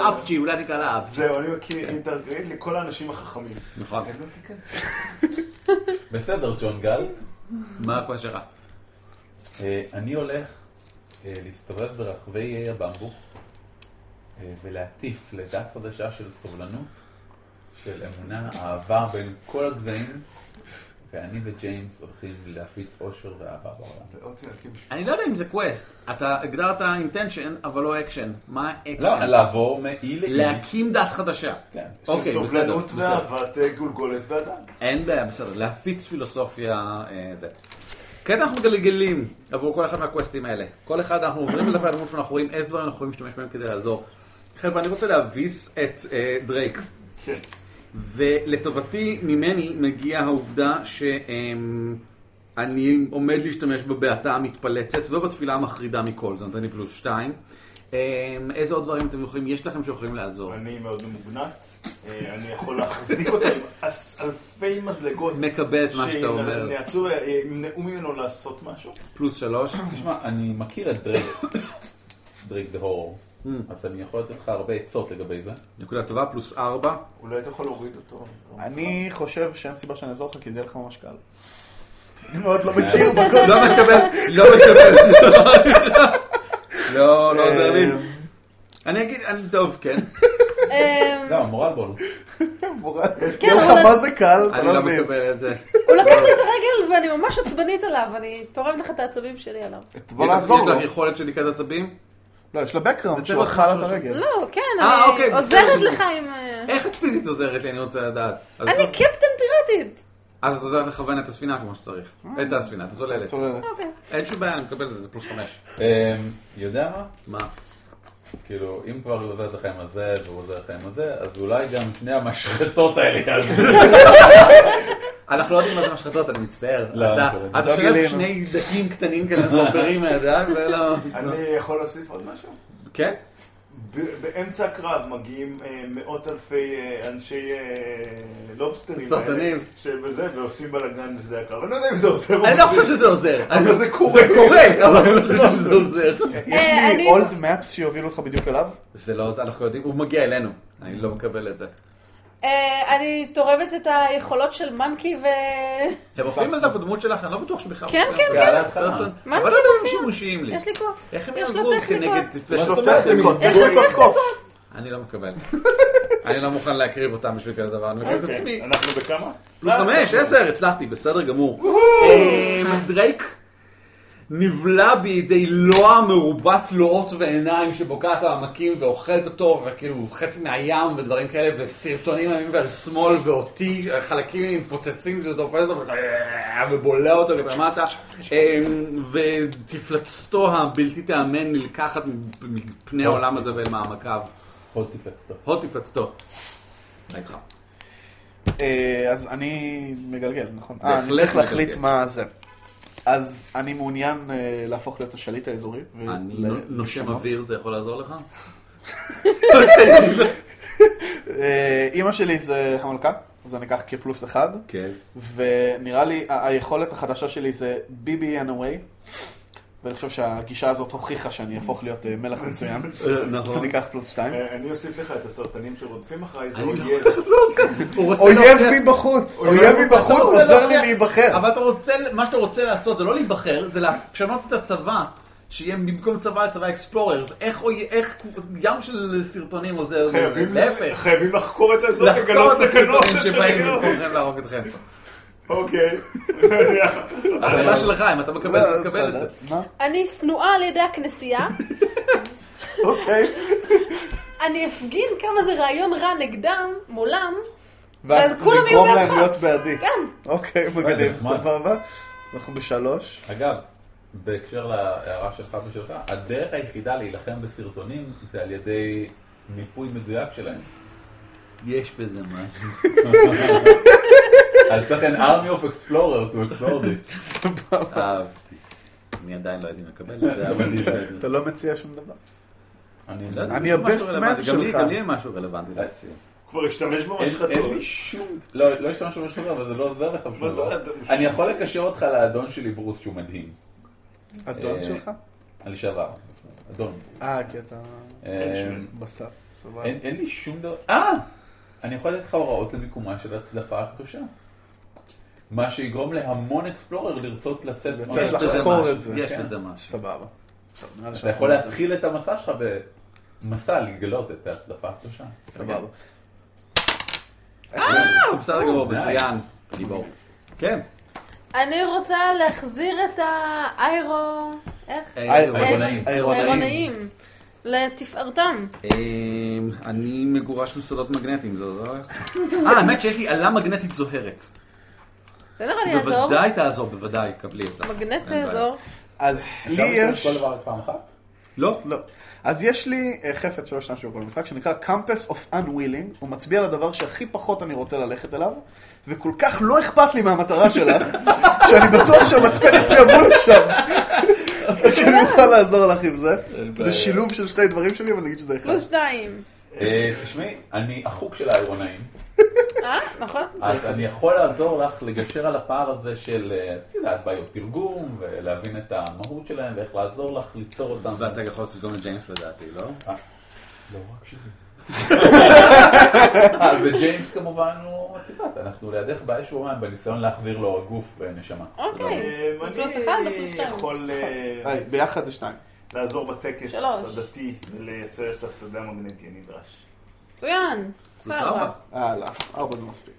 [SPEAKER 5] אה, אפצ'י, אולי נקרא לה אפצ'י.
[SPEAKER 4] זהו, אני מקים עיר תת-קרקעית לכל האנשים החכמים.
[SPEAKER 5] נכון.
[SPEAKER 4] הם לא תיכנסו.
[SPEAKER 1] בסדר, ג'ון גל.
[SPEAKER 5] מה הקווה שלך?
[SPEAKER 1] אה, אני הולך אה, להסתובב ברחבי איי הבמבו אה, ולהטיף לדת חדשה של סובלנות, של אמונה, אהבה בין כל הגזעים, ואני וג'יימס הולכים להפיץ אושר ואהבה בעולם.
[SPEAKER 5] אני לא יודע אם זה קווסט. אתה הגדרת אינטנשן, אבל לא אקשן. מה האקשן?
[SPEAKER 1] לא, לעבור מאי לאי.
[SPEAKER 5] להקים דת חדשה.
[SPEAKER 1] כן.
[SPEAKER 5] אוקיי, בסדר.
[SPEAKER 4] סובלנות
[SPEAKER 5] בסדר.
[SPEAKER 4] ואהבת אה, גולגולת ואדם.
[SPEAKER 5] אין בעיה, בסדר. להפיץ פילוסופיה, אה, זה. כעת אנחנו מגלגלים עבור כל אחד מהקווסטים האלה. כל אחד אנחנו עוברים לדף הדמות ואנחנו רואים איזה דברים אנחנו יכולים להשתמש בהם כדי לעזור. חבר'ה, אני רוצה להביס את אה, דרייק.
[SPEAKER 4] כן.
[SPEAKER 5] ולטובתי ממני מגיעה העובדה שאני עומד להשתמש בבעתה המתפלצת ובתפילה המחרידה מכל, זה נותן לי פלוס שתיים. אה, איזה עוד דברים אתם יכולים, יש לכם שיכולים לעזור?
[SPEAKER 4] אני מאוד ממוגנת, אה, אני יכול להחזיק אותה עם אס- אלפי מזלגות.
[SPEAKER 5] מקבל את מה שאתה אומר.
[SPEAKER 4] שנעצו, אה, ימנעו ממנו לעשות משהו.
[SPEAKER 5] פלוס שלוש.
[SPEAKER 1] תשמע, אני מכיר את דרייק, דרייק דה הורור, אז אני יכול לתת לך הרבה עצות לגבי זה.
[SPEAKER 5] Hmm, נקודה טובה, פלוס ארבע.
[SPEAKER 4] אולי אתה יכול להוריד אותו. אה,
[SPEAKER 8] אני חושב שאין סיבה שאני אעזור לך, כי זה יהיה לך ממש קל. אני מאוד לא מכיר בקושי.
[SPEAKER 5] לא מקבל, לא מקבל. לא,
[SPEAKER 8] אה,
[SPEAKER 5] לא עוזר לי. אני אגיד, אני טוב, כן.
[SPEAKER 9] אמ,
[SPEAKER 5] לא.
[SPEAKER 1] למה, מורל בונוס.
[SPEAKER 8] מורה,
[SPEAKER 9] כן,
[SPEAKER 8] אה, יהיה
[SPEAKER 9] אבל-
[SPEAKER 8] לך מה זה קל, אתה
[SPEAKER 5] אני
[SPEAKER 8] לא
[SPEAKER 5] לא
[SPEAKER 8] מבין.
[SPEAKER 5] מקבל את זה.
[SPEAKER 9] הוא לקח לי את הרגל ואני ממש עצבנית עליו, אני תורמת לך את העצבים שלי עליו.
[SPEAKER 5] כן.
[SPEAKER 8] בוא לעזור
[SPEAKER 5] יש
[SPEAKER 8] לו.
[SPEAKER 5] לך יכולת של ניקת עצבים?
[SPEAKER 8] לא, יש לה background
[SPEAKER 5] זה
[SPEAKER 8] שהוא
[SPEAKER 5] צריך
[SPEAKER 8] אכל לה את
[SPEAKER 5] לחשוב
[SPEAKER 8] הרגל.
[SPEAKER 9] לא, כן,
[SPEAKER 5] אה, אוקיי,
[SPEAKER 9] אני
[SPEAKER 5] בסדר,
[SPEAKER 9] עוזרת
[SPEAKER 5] בסדר.
[SPEAKER 9] לך עם... אה,
[SPEAKER 5] איך את פיזית עוזרת לי, אני רוצה לדעת. אז
[SPEAKER 9] אני כן.
[SPEAKER 5] לא-
[SPEAKER 9] קפטן פיראטית.
[SPEAKER 5] אז את עוזרת לכוון את הספינה כמו שצריך. את הספינה, את הצוללת.
[SPEAKER 8] צוללת.
[SPEAKER 9] אוקיי.
[SPEAKER 5] אין שום בעיה, אני מקבל את זה, זה פלוס חמש.
[SPEAKER 1] אמ, יודע מה?
[SPEAKER 5] מה?
[SPEAKER 1] כאילו, אם כבר הוא עוזר לכם על זה, והוא עוזר לכם על זה, אז אולי גם שני המשחטות האלה יעזרו.
[SPEAKER 5] אנחנו לא יודעים מה זה משחטות, אני מצטער.
[SPEAKER 1] לא,
[SPEAKER 5] אתה-
[SPEAKER 1] אנחנו לא
[SPEAKER 5] אתה
[SPEAKER 8] יודעים.
[SPEAKER 5] שולף
[SPEAKER 8] לא
[SPEAKER 5] שני דקים קטנים כאלה מעוברים מהידיים, זה לא...
[SPEAKER 4] אני יכול להוסיף עוד משהו?
[SPEAKER 5] כן?
[SPEAKER 4] ב- באמצע הקרב מגיעים אה, מאות אלפי אה, אנשי אה, לובסטרים.
[SPEAKER 5] סרטנים.
[SPEAKER 4] האלה, שבזה, ועושים בלאגן בשדה הקרב. אני לא יודע אם זה עוזר. או
[SPEAKER 5] אני לא
[SPEAKER 4] מזיק.
[SPEAKER 5] חושב שזה עוזר.
[SPEAKER 4] אבל זה קורה.
[SPEAKER 5] זה קורה, אבל אני לא חושב שזה עוזר.
[SPEAKER 8] יש
[SPEAKER 9] אה,
[SPEAKER 8] לי
[SPEAKER 9] אני-
[SPEAKER 8] אולד מאפס שיובילו אותך בדיוק אליו?
[SPEAKER 5] זה לא עוזר, אנחנו יודעים, הוא מגיע אלינו. אני לא מקבל את זה.
[SPEAKER 9] אה, אני תורמת את היכולות של מנקי ו...
[SPEAKER 5] הם עושים על דף הדמות שלך, אני לא בטוח שבכלל...
[SPEAKER 9] כן, כן,
[SPEAKER 1] זה על
[SPEAKER 9] כן.
[SPEAKER 1] ההתחלה.
[SPEAKER 5] אבל לא יודע אם הם שימושיים לי.
[SPEAKER 9] יש לי כוח.
[SPEAKER 5] איך הם
[SPEAKER 9] יש לו
[SPEAKER 5] יעזרו
[SPEAKER 9] טכניקות.
[SPEAKER 5] כנגד...
[SPEAKER 8] מה זאת אומרת? טכניקות, טכניקות קוף.
[SPEAKER 5] אני לא מקבל.
[SPEAKER 16] אני לא מוכן להקריב אותם בשביל כזה דבר, אני מקריב את
[SPEAKER 4] אוקיי,
[SPEAKER 16] עצמי.
[SPEAKER 4] אנחנו בכמה?
[SPEAKER 5] פלוס
[SPEAKER 4] לא,
[SPEAKER 5] חמש,
[SPEAKER 4] לא.
[SPEAKER 5] עשר, הצלחתי, בסדר גמור.
[SPEAKER 17] אה,
[SPEAKER 5] דרייק נבלע בידי לוע מרובת תלועות ועיניים שבוקעת העמקים ואוכלת אותו, וכאילו חצי מהים ודברים כאלה, וסרטונים על ימין ועל שמאל, ואותי, חלקים מתפוצצים כשזה תופס אותו, ו- ובולע אותו כלפי מטה, אה, ותפלצתו הבלתי תיאמן נלקחת מפני העולם הזה ואל מעמקיו.
[SPEAKER 1] הוד תפלצתו.
[SPEAKER 5] הוד תפלצתו. נגחה.
[SPEAKER 8] אה, אז אני מגלגל, נכון? אה, אני
[SPEAKER 5] בהחלט
[SPEAKER 8] צריך להחליט
[SPEAKER 5] מגלגל.
[SPEAKER 8] מה זה. אז אני מעוניין אה, להפוך להיות השליט האזורי. ו-
[SPEAKER 5] אני
[SPEAKER 8] ל-
[SPEAKER 5] נושם
[SPEAKER 8] לשנות.
[SPEAKER 5] אוויר, זה יכול לעזור לך?
[SPEAKER 8] אה, אימא שלי זה המלכה, אז אני אקח כפלוס אחד.
[SPEAKER 5] כן.
[SPEAKER 8] ונראה לי, ה- היכולת החדשה שלי זה ביבי and away. ואני חושב שהגישה הזאת הוכיחה שאני אהפוך להיות אה, מלך מצוין.
[SPEAKER 5] אה, נכון.
[SPEAKER 8] אז אני אקח פלוס שתיים.
[SPEAKER 4] אה, אני אוסיף לך את הסרטנים שרודפים אחריי, זה
[SPEAKER 5] אני לא
[SPEAKER 4] אויב.
[SPEAKER 8] אויב מבחוץ, אויב מבחוץ עוזר לי להיבחר.
[SPEAKER 5] אבל אתה רוצה, מה שאתה רוצה לעשות זה לא להיבחר, זה לשנות את הצבא, שיהיה במקום צבא צבא אקספלוררס. איך אוי- איך ים של סרטונים עוזר לזה?
[SPEAKER 4] חייבים-
[SPEAKER 5] להפך.
[SPEAKER 4] חייבים לחקור את האזור,
[SPEAKER 5] לחקור
[SPEAKER 4] לגלות
[SPEAKER 5] את
[SPEAKER 4] סכנות.
[SPEAKER 5] הסרטונים שבאים
[SPEAKER 4] של היום.
[SPEAKER 5] במקומכם להרוג אתכם.
[SPEAKER 4] אוקיי.
[SPEAKER 5] החלטה שלך אם אתה מקבל,
[SPEAKER 8] לא,
[SPEAKER 5] תקבל את זה.
[SPEAKER 8] מה?
[SPEAKER 9] אני שנואה על ידי הכנסייה,
[SPEAKER 8] אוקיי.
[SPEAKER 9] אני אפגין כמה זה רעיון רע נגדם, מולם,
[SPEAKER 8] ואז
[SPEAKER 9] ואז כולם
[SPEAKER 8] זה
[SPEAKER 9] יהיו
[SPEAKER 8] יגרום להם
[SPEAKER 9] בעדך.
[SPEAKER 8] להיות בעדי.
[SPEAKER 9] כן.
[SPEAKER 8] אוקיי, מגניב,
[SPEAKER 1] נחמד.
[SPEAKER 8] סבבה. אנחנו בשלוש.
[SPEAKER 1] אגב, בהקשר להערה שלך ושלך, הדרך היחידה להילחם בסרטונים זה על ידי מיפוי מדויק שלהם.
[SPEAKER 5] יש בזה משהו.
[SPEAKER 1] אז צריך an army of explorer to explore this.
[SPEAKER 5] אהבתי. אני עדיין לא הייתי מקבל את זה, אבל בסדר.
[SPEAKER 8] אתה לא מציע שום דבר.
[SPEAKER 1] אני
[SPEAKER 5] לא יודע,
[SPEAKER 8] אני
[SPEAKER 5] יש משהו
[SPEAKER 8] הבסט
[SPEAKER 5] רלוונטי.
[SPEAKER 8] man
[SPEAKER 5] גם לי-
[SPEAKER 8] שלך.
[SPEAKER 5] גם לי אין משהו רלוונטי להציע.
[SPEAKER 4] כבר השתמש במה
[SPEAKER 1] אין
[SPEAKER 4] שלך
[SPEAKER 1] אין
[SPEAKER 4] טוב.
[SPEAKER 1] לי שום... לא, לא השתמשנו בשום דבר, אבל זה לא עוזר לך בשום
[SPEAKER 4] מה זאת
[SPEAKER 1] דבר.
[SPEAKER 4] אומרת?
[SPEAKER 1] אני יכול לקשר אותך לאדון שלי ברוס שהוא מדהים.
[SPEAKER 8] אדון
[SPEAKER 1] אה,
[SPEAKER 8] שלך?
[SPEAKER 1] לשעבר. אדון.
[SPEAKER 8] אה, כי אתה
[SPEAKER 1] אה,
[SPEAKER 8] בשר. סבבה.
[SPEAKER 1] אין אין לי שום דבר... אה! אני יכול לתת לך הוראות למיקומה של הצדפה הקדושה. מה שיגרום להמון אקספלורר לרצות לצאת.
[SPEAKER 8] צריך
[SPEAKER 5] יש בזה
[SPEAKER 8] לחקור
[SPEAKER 5] משהו,
[SPEAKER 8] את זה.
[SPEAKER 5] יש
[SPEAKER 1] כן.
[SPEAKER 5] בזה משהו.
[SPEAKER 8] סבבה. טוב, נראה לי
[SPEAKER 1] אתה
[SPEAKER 8] שאנחנו-
[SPEAKER 1] יכול להתחיל את המסע שלך במסע לגלות את ההצדפה הקדושה. אוקיי.
[SPEAKER 8] סבבה.
[SPEAKER 5] אה, בסדר גמור, מצוין. גיבור. כן.
[SPEAKER 9] אני רוצה להחזיר את האיירו... איך?
[SPEAKER 5] אה,
[SPEAKER 8] אה,
[SPEAKER 1] העירונאים.
[SPEAKER 9] העירונאים. לתפארתם.
[SPEAKER 5] אמ, אני מגורש מסודות מגנטיים, זה עוזר לך? אה, האמת שיש לי עלה מגנטית זוהרת.
[SPEAKER 9] בסדר,
[SPEAKER 8] אה,
[SPEAKER 9] אני אעזור.
[SPEAKER 5] בוודאי תעזור, בוודאי, קבלי אותה.
[SPEAKER 9] מגנט
[SPEAKER 5] אין בעיה.
[SPEAKER 9] תעזור.
[SPEAKER 8] אז לי
[SPEAKER 1] אפשר לעשות
[SPEAKER 8] יש...
[SPEAKER 1] כל דבר רק פעם אחת?
[SPEAKER 5] לא,
[SPEAKER 8] לא. אז יש לי אה, חפץ שלא השתמשתי בו כל המשחק, שנקרא Compass of Unwilling, הוא מצביע על הדבר שהכי פחות אני רוצה ללכת אליו, וכל כך לא אכפת לי מהמטרה שלך, שאני בטוח שהמצפן יצביע בול שם.
[SPEAKER 1] אוקיי.
[SPEAKER 8] אז אני מוכן לעזור לך עם זה. זה שילוב של שתי דברים שלי, אבל נגיד שזה אחד.
[SPEAKER 4] לא,
[SPEAKER 1] לא,
[SPEAKER 9] פלוס שתיים.
[SPEAKER 1] אה, תשמעי, אני החוג של העירונאים,
[SPEAKER 9] אה? נכון?
[SPEAKER 1] אז אני יכול לעזור לך לגשר על הפער הזה של, אה, את יודעת, בעיות תרגום, ולהבין את המהות שלהם, ואיך לעזור לך ליצור אותם.
[SPEAKER 5] ואתה יכול לעשות גם לג'יימס לדעתי, לא?
[SPEAKER 1] לא רק שלי. אה, וג'יימס כמובן הוא, את יודעת, אנחנו לידך באיזשהו מים בניסיון להחזיר לו גוף ונשמה.
[SPEAKER 9] אוקיי.
[SPEAKER 4] אה,
[SPEAKER 9] פלוס אחד או פלוס
[SPEAKER 4] אני
[SPEAKER 9] שתיים?
[SPEAKER 4] יכול אה,
[SPEAKER 8] היי, ביחד זה שניים.
[SPEAKER 4] לעזור בטקס
[SPEAKER 9] שלוש.
[SPEAKER 4] הדתי ולייצר את השדה המגנטי הנדרש.
[SPEAKER 9] מצוין.
[SPEAKER 5] ארבע.
[SPEAKER 9] סבבה.
[SPEAKER 8] הלאה, ארבע זה מספיק.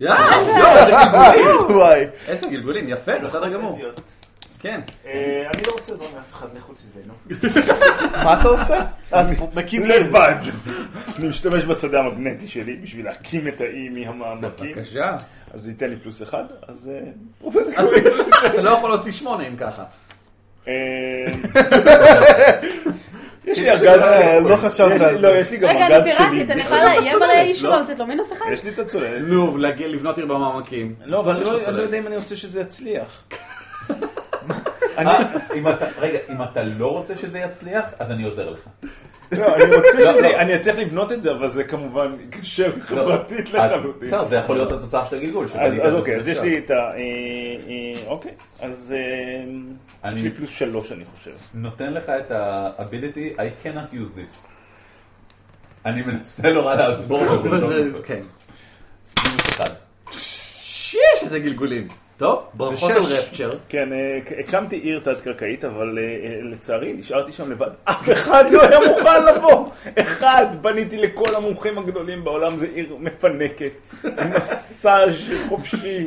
[SPEAKER 5] יאה, יואו, איזה גלגולים.
[SPEAKER 8] וואי.
[SPEAKER 5] איזה גלגולים, יפה, בסדר גמור.
[SPEAKER 4] אידיוט.
[SPEAKER 5] כן.
[SPEAKER 4] אה, אני לא רוצה לעזור מאף אחד, לכו תזדיינו.
[SPEAKER 8] מה אתה עושה? את מקים עיר.
[SPEAKER 4] לבד. אני משתמש בשדה המגנטי שלי בשביל להקים את האי מהמעמקים.
[SPEAKER 5] בבקשה.
[SPEAKER 4] אז זה ייתן לי פלוס אחד, אז... אה,
[SPEAKER 5] אתה לא יכול להוציא שמונה אם ככה.
[SPEAKER 4] אה, יש לי ארגז
[SPEAKER 8] אה,
[SPEAKER 4] כלים.
[SPEAKER 8] לא חשבת
[SPEAKER 4] יש לי-
[SPEAKER 8] על
[SPEAKER 4] לא,
[SPEAKER 8] זה.
[SPEAKER 4] יש לי גם
[SPEAKER 9] רגע, אני
[SPEAKER 4] ארגז לא,
[SPEAKER 9] פיראטית, אני
[SPEAKER 4] כלים.
[SPEAKER 9] יכולה לאיים על האיש שלו לתת לו מינוס אחד?
[SPEAKER 4] יש לי את הצוללת.
[SPEAKER 5] נו, להגיע- לבנות עיר במעמקים.
[SPEAKER 4] לא, אבל
[SPEAKER 5] יש
[SPEAKER 4] אני
[SPEAKER 5] לו
[SPEAKER 4] לא- אני
[SPEAKER 5] צוללת.
[SPEAKER 4] לא יודע אם אני רוצה שזה יצליח.
[SPEAKER 1] אה, אם אתה- רגע, אם אתה לא רוצה שזה יצליח, אז אני עוזר לך.
[SPEAKER 4] לא, לא. אני רוצה שזה... אני אצליח לבנות את זה, אבל זה כמובן קשה חברתית לחלוטין.
[SPEAKER 1] בסדר, זה יכול להיות התוצאה של הגלגול.
[SPEAKER 4] אז
[SPEAKER 1] שבנית
[SPEAKER 4] אז
[SPEAKER 1] את
[SPEAKER 4] אוקיי, אז יש
[SPEAKER 1] התוצאה.
[SPEAKER 4] לי את ה... אה, אה, אוקיי, אז אה,
[SPEAKER 1] אני-
[SPEAKER 4] יש לי פלוס שלוש, אני חושב.
[SPEAKER 1] נותן לך את ה-ability, I cannot use this. אני מנסה נורא לעזור לך.
[SPEAKER 5] וזה- כן.
[SPEAKER 1] מינוס אחד.
[SPEAKER 5] שיש איזה גלגולים. טוב, ברכות על רפצ'ר.
[SPEAKER 4] כן, אה, ק- הקמתי עיר תת-קרקעית, אבל אה, אה, לצערי נשארתי שם לבד. אף אחד לא היה מוכן לבוא. אחד, בניתי לכל המומחים הגדולים בעולם, זו עיר מפנקת. מסאז' חופשי,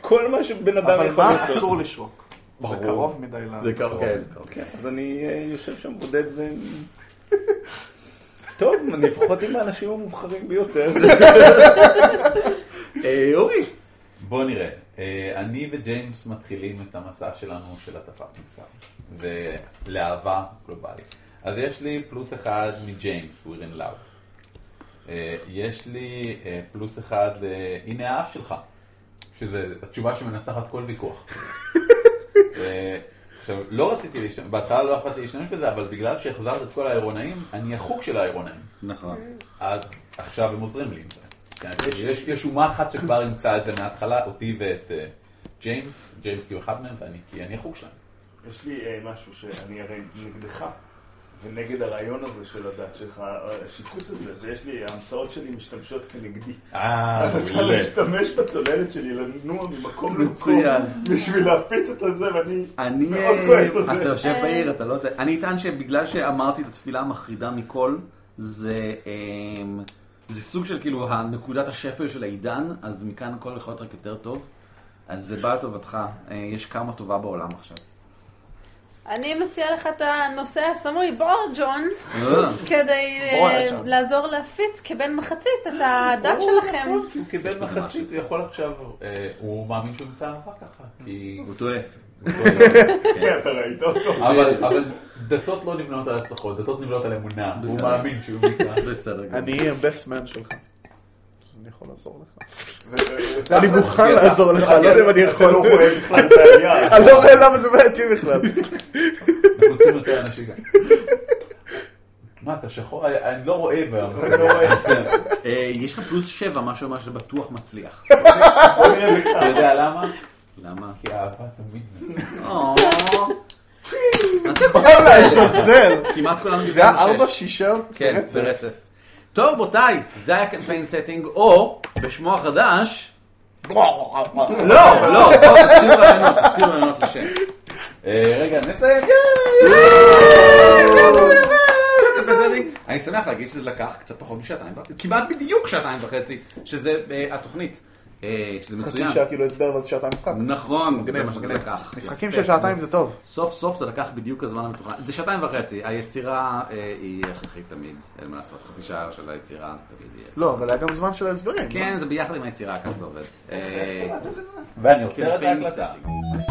[SPEAKER 4] כל מה שבן אדם
[SPEAKER 8] אבל
[SPEAKER 4] יכול
[SPEAKER 8] בה
[SPEAKER 4] לעשות.
[SPEAKER 8] אסור לשרוק. זה
[SPEAKER 4] ברור.
[SPEAKER 8] קרוב מדי ל...
[SPEAKER 4] זה קרוב, כן, כן. אז אני אה, יושב שם בודד ו... טוב, אני לפחות עם האנשים המובחרים ביותר.
[SPEAKER 5] אורי.
[SPEAKER 1] בוא נראה. אה, אני וג'יימס מתחילים את המסע שלנו של הטפת מוסר. ולאהבה גלובלית. אז יש לי פלוס אחד מג'יימס, We're in love. אה, יש לי אה, פלוס אחד, אה, הנה האף שלך. שזה התשובה שמנצחת כל ויכוח. אה, עכשיו, לא רציתי להשתמש, בהתחלה לא יכולתי להשתמש בזה, אבל בגלל שהחזרת את כל האירונאים, אני החוג של האירונאים.
[SPEAKER 5] נכון.
[SPEAKER 1] אז עכשיו הם עוזרים לי עם זה. כן, יש- יש אומה אחת שכבר אימצה את זה מההתחלה, אותי ואת אה, ג'יימס, ג'יימס כי הוא אחד מהם, ואני, כי אני החוג שלהם.
[SPEAKER 4] יש לי אה, משהו שאני הרי נגדך, ונגד הרעיון הזה של הדת שלך, אה, השיקוץ הזה, ויש לי, ההמצאות שלי משתמשות כנגדי.
[SPEAKER 1] אה,
[SPEAKER 4] אז אתה
[SPEAKER 1] מעולה.
[SPEAKER 4] משתמש בצוללת שלי לנוע ממקום למקום,
[SPEAKER 5] מצוין.
[SPEAKER 4] בשביל להפיץ את הזה, ואני
[SPEAKER 5] אני,
[SPEAKER 4] מאוד כועס על זה.
[SPEAKER 5] אתה יושב בעיר, אתה לא זה. אני אטען שבגלל שאמרתי את התפילה המחרידה מכל, זה אמ, זה סוג של כאילו הנקודת השפל של העידן, אז מכאן הכל יכול להיות רק יותר טוב. אז זה בא לטובתך, אה, יש כמה טובה בעולם עכשיו.
[SPEAKER 13] אני מציעה לך את הנושא הסמוי, בורג'ון,
[SPEAKER 5] אה.
[SPEAKER 13] כדי אה,
[SPEAKER 1] בורג'ון.
[SPEAKER 13] לעזור להפיץ כבן מחצית את הדת שלכם.
[SPEAKER 4] נכון.
[SPEAKER 1] כי הוא קיבל מחצית, הוא יכול עכשיו, אה, הוא מאמין שהוא ימצא אהבה ככה, כי...
[SPEAKER 5] הוא טועה.
[SPEAKER 4] כן, אתה ראית אותו.
[SPEAKER 1] אבל אבל דתות לא נבנות על הצלחות, דתות נבנות על אמונה. הוא
[SPEAKER 8] בסדר.
[SPEAKER 1] מאמין שהוא ימצא.
[SPEAKER 5] בסדר
[SPEAKER 8] אני הבסט מן שלך. אני יכול לעזור לך.
[SPEAKER 4] ו-
[SPEAKER 8] אני מוכן לעזור לך,
[SPEAKER 4] אתה-
[SPEAKER 8] לא יודע אם אני
[SPEAKER 4] אתה
[SPEAKER 8] יכול.
[SPEAKER 4] לא רואה בכלל את העלייה.
[SPEAKER 8] אני לא רואה למה זה בעייתי בכלל.
[SPEAKER 1] אנחנו צריכים יותר אנשים. מה, אתה שחור? אני- אני לא רואה
[SPEAKER 4] אני לא רואה.
[SPEAKER 5] אה, יש לך פלוס שבע, מה שאומר שזה בטוח מצליח.
[SPEAKER 1] אתה יודע למה?
[SPEAKER 5] למה?
[SPEAKER 1] כי האהבה תמיד...
[SPEAKER 5] או.
[SPEAKER 8] וואלה, עזאזל.
[SPEAKER 5] כמעט כולנו
[SPEAKER 8] זה היה
[SPEAKER 5] דיברנו שש.
[SPEAKER 8] ארבע, שישה?
[SPEAKER 5] כן, ברצף. טוב, רבותיי, זה היה קמפיין סטינג, או בשמו החדש... לא, לא, בואו תציעו רעיונות, תציעו רעיונות לשם.
[SPEAKER 1] אה, רגע, נסיים.
[SPEAKER 5] אני שמח להגיד שזה לקח קצת פחות משעתיים וחצי, כמעט בדיוק שעתיים וחצי, שזה אה, התוכנית, אה, שזה
[SPEAKER 8] חצי
[SPEAKER 5] מצוין.
[SPEAKER 8] שעה כאילו הסבר ואז שעתיים משחק.
[SPEAKER 5] נכון, זה
[SPEAKER 8] מגניב,
[SPEAKER 5] מה שזה
[SPEAKER 8] מגניב.
[SPEAKER 5] לקח.
[SPEAKER 8] משחקים
[SPEAKER 5] יפה.
[SPEAKER 8] של שעתיים זה טוב.
[SPEAKER 5] סוף סוף זה לקח בדיוק הזמן המתוכנן. זה שעתיים וחצי, היצירה אה, היא הכרחית תמיד, אין מה לעשות, חצי שעה של היצירה זה תמיד יהיה.
[SPEAKER 8] לא, אבל היה גם זמן של ההסברים.
[SPEAKER 5] כן, זה ביחד עם היצירה, ככה זה עובד. אה,
[SPEAKER 1] ואני רוצה
[SPEAKER 5] קמפיין
[SPEAKER 1] לדעת
[SPEAKER 5] סטינג.